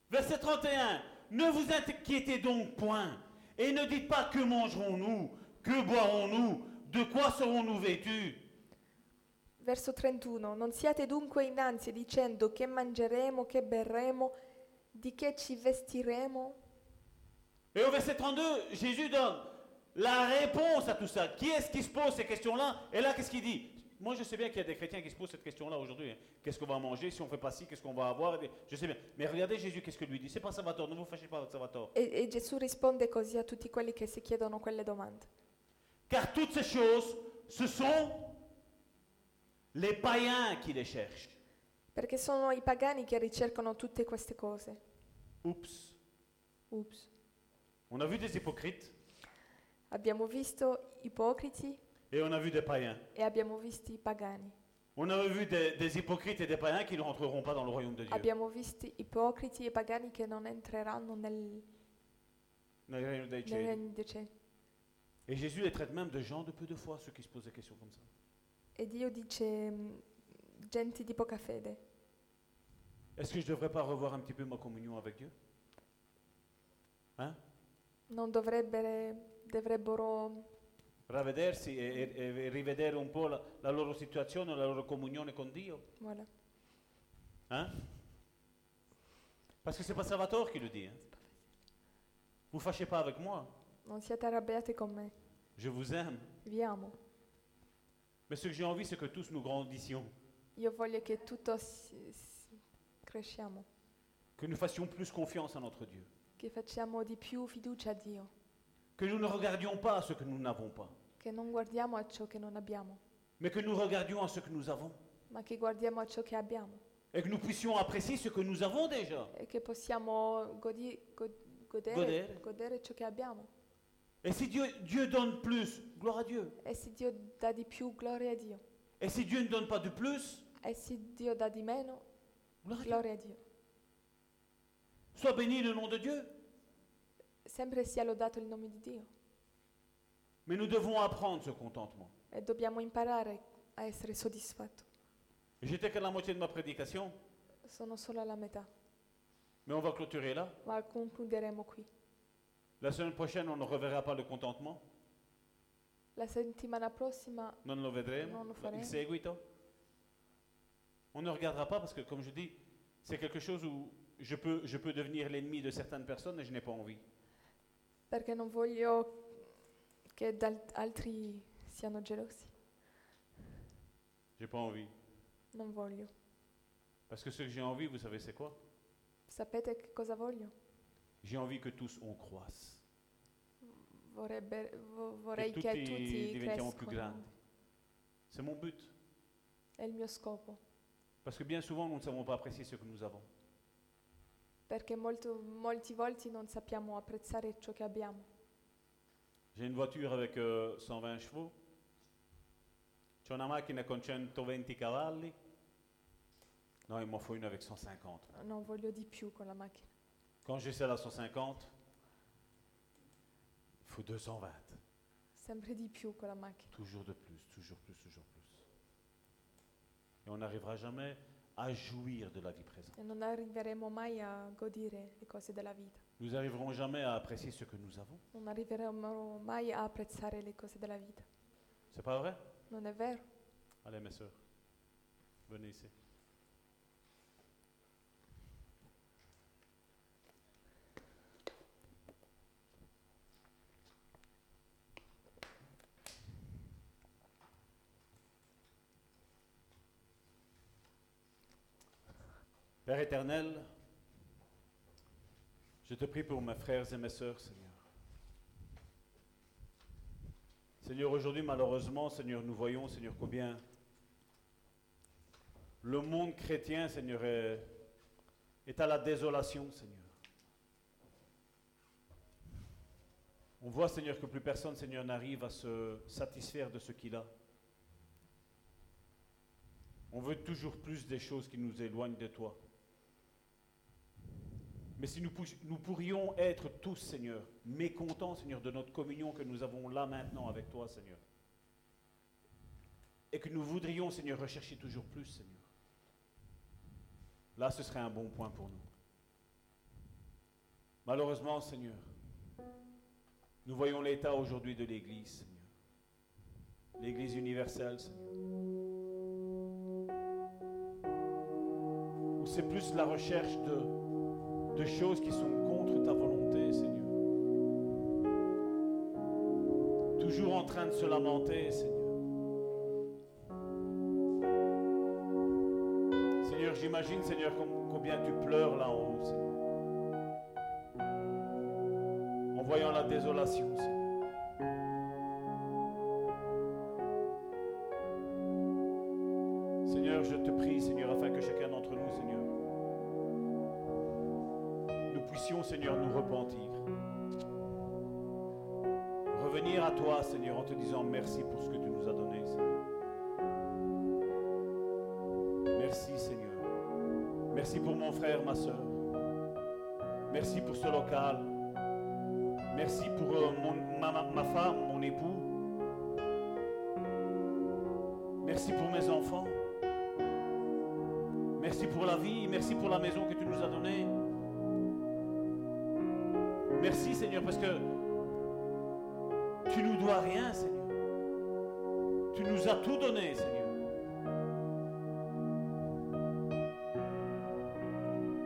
F: Verset 31. Ne vous inquiétez donc point, et ne dites pas que mangerons-nous, que boirons-nous, de quoi serons-nous vêtus
G: Verso 31. Non siate dunque innanzi dicendo che mangeremo, che berremo, di che ci vestiremo.
F: Et au verset 32, Jésus donne la réponse à tout ça. Qui est-ce qui se pose ces questions-là Et là, qu'est-ce qu'il dit Moi, je sais bien qu'il y a des chrétiens qui se posent cette question-là aujourd'hui. hein. Qu'est-ce qu'on va manger Si on fait pas ci, qu'est-ce qu'on va avoir Et Je sais bien. Mais regardez Jésus, qu'est-ce que lui dit C'est pas Salvatore, ne vous fâchez pas avec Salvatore.
G: E, e Gesù risponde così a tutti quelli che si chiedono quelle domande.
F: Car toutes ces choses, ce sont les païens qui les cherchent.
G: Perché sono i pagani che ricercano tutte queste cose.
F: Oups.
G: Ups.
F: On a vu des hypocrites
G: Abbiamo visto ipocriti
F: et on a vu des païens.
G: e abbiamo visto i pagani.
F: On a vu des, des hypocrites et des païens qui ne rentreront pas dans le royaume de Dieu.
G: Abbiamo visto ipocriti e pagani che non entreranno nel, nel
F: Dans le royaume des cieux.
G: regno di cielo.
F: Et Jésus les traite même de gens de peu de foi, ceux qui se posent des questions comme ça.
G: E Dio dice, mh, gente di poca fede,
F: Est-ce que je ne devrais pas revoir un petit peu ma communion avec Dieu Hein
G: non dovrebbero, dovrebbero
F: Ravvedersi e, e- e rivedere un po' la, la loro situazione, la loro comunione con Dio
G: voilà.
F: Hein Parce que c'est pas Salvatore qui le dit. Hein vous fâchez pas avec moi,
G: non siate arrabbiati con me,
F: je vous aime.
G: vi amo.
F: Mais ce que j'ai envie, c'est que tous nous grandissions,
G: Io voglio che tutto si- si- cresciamo,
F: que nous fassions plus confiance à notre Dieu,
G: che facciamo di più fiducia a Dio,
F: que nous ne regardions pas à ce que nous n'avons pas,
G: che non guardiamo a ciò che non abbiamo,
F: mais que nous regardions à ce que nous avons,
G: ma che guardiamo a ciò che abbiamo
F: et que nous puissions apprécier ce que nous avons déjà.
G: e che possiamo godi- go-
F: Godere.
G: godere, godere ciò che abbiamo.
F: Et si Dieu, Dieu donne plus, gloire à Dieu.
G: E se Dio dà di più, gloria a Dio.
F: Et si Dieu ne donne pas de plus,
G: E se Dio dà di meno,
F: gloire à Dieu.
G: gloria a Dio.
F: Sois béni le nom de Dieu.
G: Sempre sia lodato il nome di Dio.
F: Mais nous devons apprendre ce contentement.
G: E dobbiamo imparare a essere soddisfatti.
F: J'étais qu'à la moitié de ma prédication,
G: Sono solo alla metà,
F: mais on va clôturer là.
G: ma concluderemo qui.
F: La semaine prochaine, on ne reverra pas le contentement.
G: La settimana prossima
F: Non lo vedremo.
G: Non lo faremo.
F: Il seguito. hein. On ne regardera pas parce que, comme je dis, c'est quelque chose où je peux, je peux devenir l'ennemi de certaines personnes et je n'ai pas envie.
G: perché non voglio che dal- altri siano gelosi.
F: J'ai pas envie.
G: Non voglio.
F: Parce que ce que j'ai envie, vous savez, c'est quoi
G: Sapete che cosa voglio?
F: J'ai envie que tous on croisse.
G: vorrebbe- vo- vorrei
F: che
G: che
F: tutti
G: tutti
F: diventiamo più
G: crescano.
F: grandi. C'est mon but.
G: È il mio scopo,
F: Parce que bien souvent, nous ne savons pas apprécier ce que nous avons.
G: perché molto, molti volti non sappiamo apprezzare ciò che abbiamo.
F: J'ai une voiture avec euh, 120 chevaux. C'è una macchina con 120 cavalli. No, il m'en faut une avec 150.
G: Non voglio di più con la macchina.
F: Quand j'ai celle à 150, il faut 220.
G: Sempre di più con la macchina.
F: Toujours de plus, toujours plus, toujours plus. Et on n'arrivera jamais à jouir de la vie présente.
G: E non arriveremo mai a godere le cose della vita.
F: Nous n'arriverons jamais à apprécier ce que nous avons.
G: Non arriveremo mai a apprezzare le cose della vita.
F: C'est pas vrai
G: Non è vero?
F: Allez, mes soeurs, venez ici. Père éternel, je te prie pour mes frères et mes sœurs, Seigneur. Seigneur, aujourd'hui, malheureusement, Seigneur, nous voyons, Seigneur, combien le monde chrétien, Seigneur, est, est à la désolation, Seigneur. On voit, Seigneur, que plus personne, Seigneur, n'arrive à se satisfaire de ce qu'il a. On veut toujours plus des choses qui nous éloignent de toi. Mais si nous, pouss- nous pourrions être tous, Seigneur, mécontents, Seigneur, de notre communion que nous avons là maintenant avec toi, Seigneur. Et que nous voudrions, Seigneur, rechercher toujours plus, Seigneur. Là, ce serait un bon point pour nous. Malheureusement, Seigneur, nous voyons l'état aujourd'hui de l'Église, Seigneur. L'Église universelle, Seigneur. Où c'est plus la recherche de de choses qui sont contre ta volonté, Seigneur. Toujours en train de se lamenter, Seigneur. Seigneur, j'imagine, Seigneur, com- combien tu pleures là en haut, Seigneur. En voyant la désolation, Seigneur. Seigneur, je te prie, Seigneur, afin que chacun d'entre nous, Seigneur, nous puissions, Seigneur, nous repentir. Revenir à toi, Seigneur, en te disant merci pour ce que tu nous as donné, Seigneur. Merci, Seigneur. Merci pour mon frère, ma soeur. Merci pour ce local. Merci pour euh, mon- ma, ma- ma femme, mon époux. Merci pour mes enfants. Merci pour la vie. Merci pour la maison que tu nous as donnée. Merci Seigneur parce que tu nous dois rien Seigneur. Tu nous as tout donné Seigneur.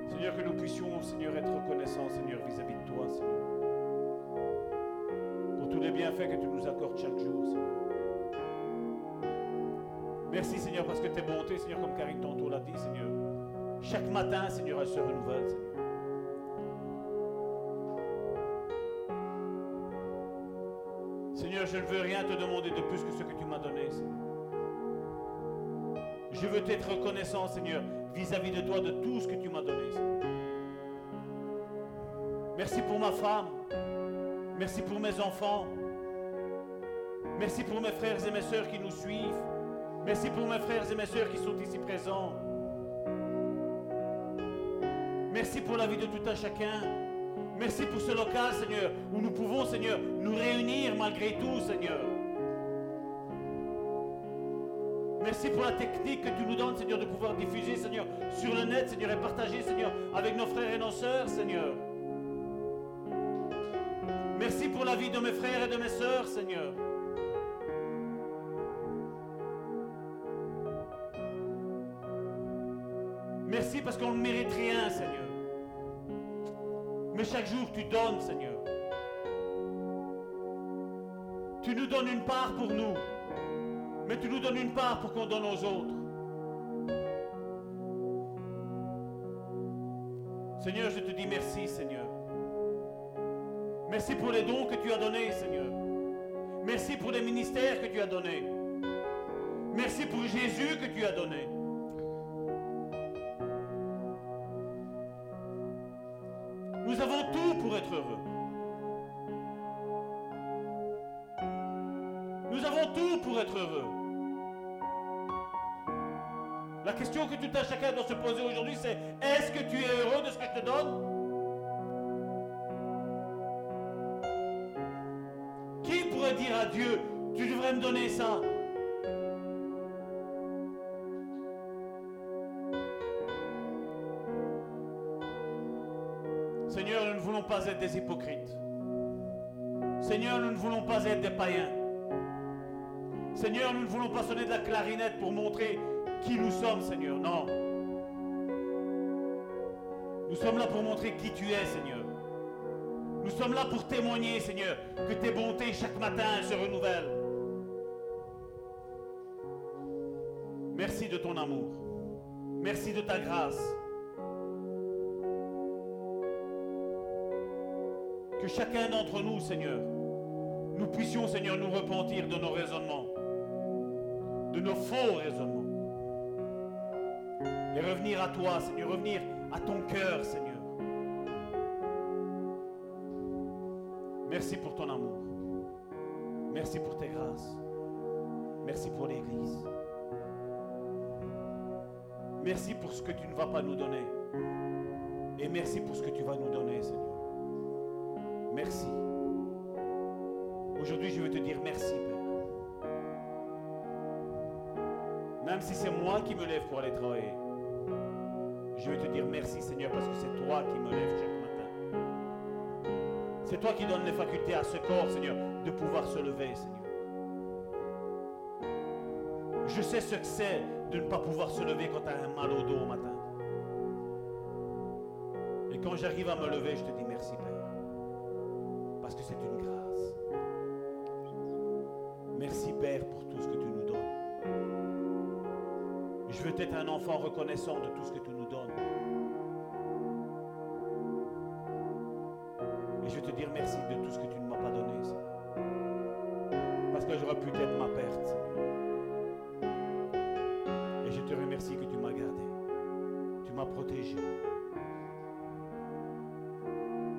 F: Seigneur, que nous puissions Seigneur être reconnaissants Seigneur vis-à-vis de toi Seigneur. Pour tous les bienfaits que tu nous accordes chaque jour Seigneur. Merci Seigneur parce que tes bontés Seigneur comme Karine tantôt l'a dit Seigneur. Chaque matin Seigneur elles se renouvellent Seigneur. Seigneur, je ne veux rien te demander de plus que ce que tu m'as donné, Seigneur. Je veux t'être reconnaissant, Seigneur, vis-à-vis de toi, de tout ce que tu m'as donné, Seigneur. Merci pour ma femme. Merci pour mes enfants. Merci pour mes frères et mes sœurs qui nous suivent. Merci pour mes frères et mes sœurs qui sont ici présents. Merci pour la vie de tout un chacun. Merci pour ce local, Seigneur, où nous pouvons, Seigneur, nous réunir malgré tout, Seigneur. Merci pour la technique que tu nous donnes, Seigneur, de pouvoir diffuser, Seigneur, sur le net, Seigneur, et partager, Seigneur, avec nos frères et nos sœurs, Seigneur. Merci pour la vie de mes frères et de mes sœurs, Seigneur. Merci parce qu'on ne mérite rien, Seigneur. Mais chaque jour, tu donnes, Seigneur. Tu nous donnes une part pour nous, mais tu nous donnes une part pour qu'on donne aux autres. Seigneur, je te dis merci, Seigneur. Merci pour les dons que tu as donnés, Seigneur. Merci pour les ministères que tu as donnés. Merci pour Jésus que tu as donné. Nous avons tout pour être heureux. Nous avons tout pour être heureux. La question que tout un chacun doit se poser aujourd'hui, c'est est-ce que tu es heureux de ce que je te donne Qui pourrait dire à Dieu, tu devrais me donner ça Seigneur, nous ne voulons pas être des hypocrites. Seigneur, nous ne voulons pas être des païens. Seigneur, nous ne voulons pas sonner de la clarinette pour montrer qui nous sommes, Seigneur. Non. Nous sommes là pour montrer qui tu es, Seigneur. Nous sommes là pour témoigner, Seigneur, que tes bontés chaque matin se renouvellent. Merci de ton amour. Merci de ta grâce. Que chacun d'entre nous, Seigneur, nous puissions, Seigneur, nous repentir de nos raisonnements, de nos faux raisonnements et revenir à toi, Seigneur, revenir à ton cœur, Seigneur. Merci pour ton amour. Merci pour tes grâces. Merci pour l'Église. Merci pour ce que tu ne vas pas nous donner. Et merci pour ce que tu vas nous donner, Seigneur. Merci. Aujourd'hui, je veux te dire merci, Père. Même si c'est moi qui me lève pour aller travailler, je veux te dire merci, Seigneur, parce que c'est toi qui me lèves chaque matin. C'est toi qui donnes les facultés à ce corps, Seigneur, de pouvoir se lever, Seigneur. Je sais ce que c'est de ne pas pouvoir se lever quand tu as un mal au dos au matin. Et quand j'arrive à me lever, je te dis merci, Père parce que c'est une grâce. Merci Père pour tout ce que tu nous donnes. Je veux être un enfant reconnaissant de tout ce que tu nous donnes. Et je veux te dire merci de tout ce que tu ne m'as pas donné. Seigneur. Parce que j'aurais pu être ma perte. Seigneur. Et je te remercie que tu m'as gardé. Tu m'as protégé.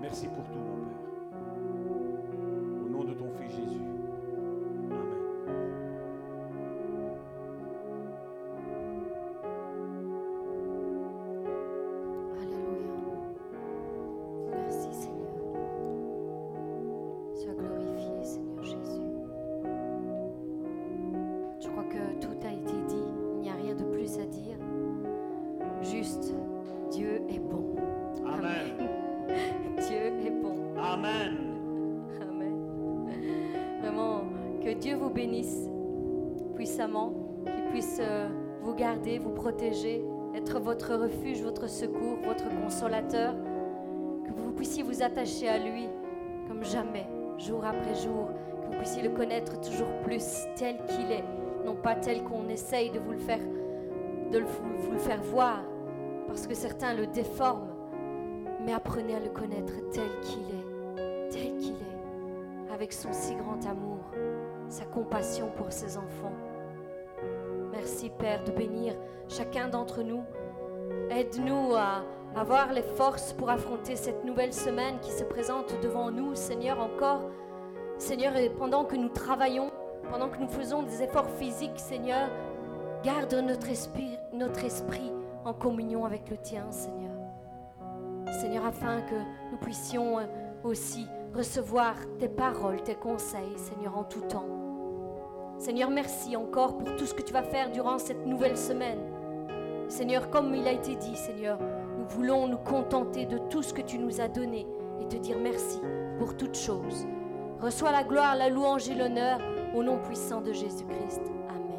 F: Merci pour tout, mon Père. Au nom de ton Fils Jésus. Amen.
A: Alléluia. Merci Seigneur. Sois glorifié Seigneur Jésus. Je crois que tout a été dit. Il n'y a rien de plus à dire. Juste, Dieu est bon.
F: Amen.
A: Dieu est bon.
F: Amen.
A: Amen. Vraiment, que Dieu vous bénisse puissamment, qu'il puisse euh, vous garder, vous protéger, être votre refuge, votre secours, votre consolateur, que vous puissiez vous attacher à lui comme jamais, jour après jour, que vous puissiez le connaître toujours plus tel qu'il est, non pas tel qu'on essaye de vous le faire, de le- vous le faire voir, parce que certains le déforment, mais apprenez à le connaître tel qu'il est tel qu'il est, avec son si grand amour, sa compassion pour ses enfants. Merci Père de bénir chacun d'entre nous. Aide-nous à avoir les forces pour affronter cette nouvelle semaine qui se présente devant nous, Seigneur, encore. Seigneur, et pendant que nous travaillons, pendant que nous faisons des efforts physiques, Seigneur, garde notre esprit, notre esprit en communion avec le tien, Seigneur. Seigneur, afin que nous puissions euh, aussi recevoir tes paroles, tes conseils, Seigneur, en tout temps. Seigneur, merci encore pour tout ce que tu vas faire durant cette nouvelle semaine. Seigneur, comme il a été dit, Seigneur, nous voulons nous contenter de tout ce que tu nous as donné et te dire merci pour toutes choses. Reçois la gloire, la louange et l'honneur au nom puissant de Jésus-Christ. Amen.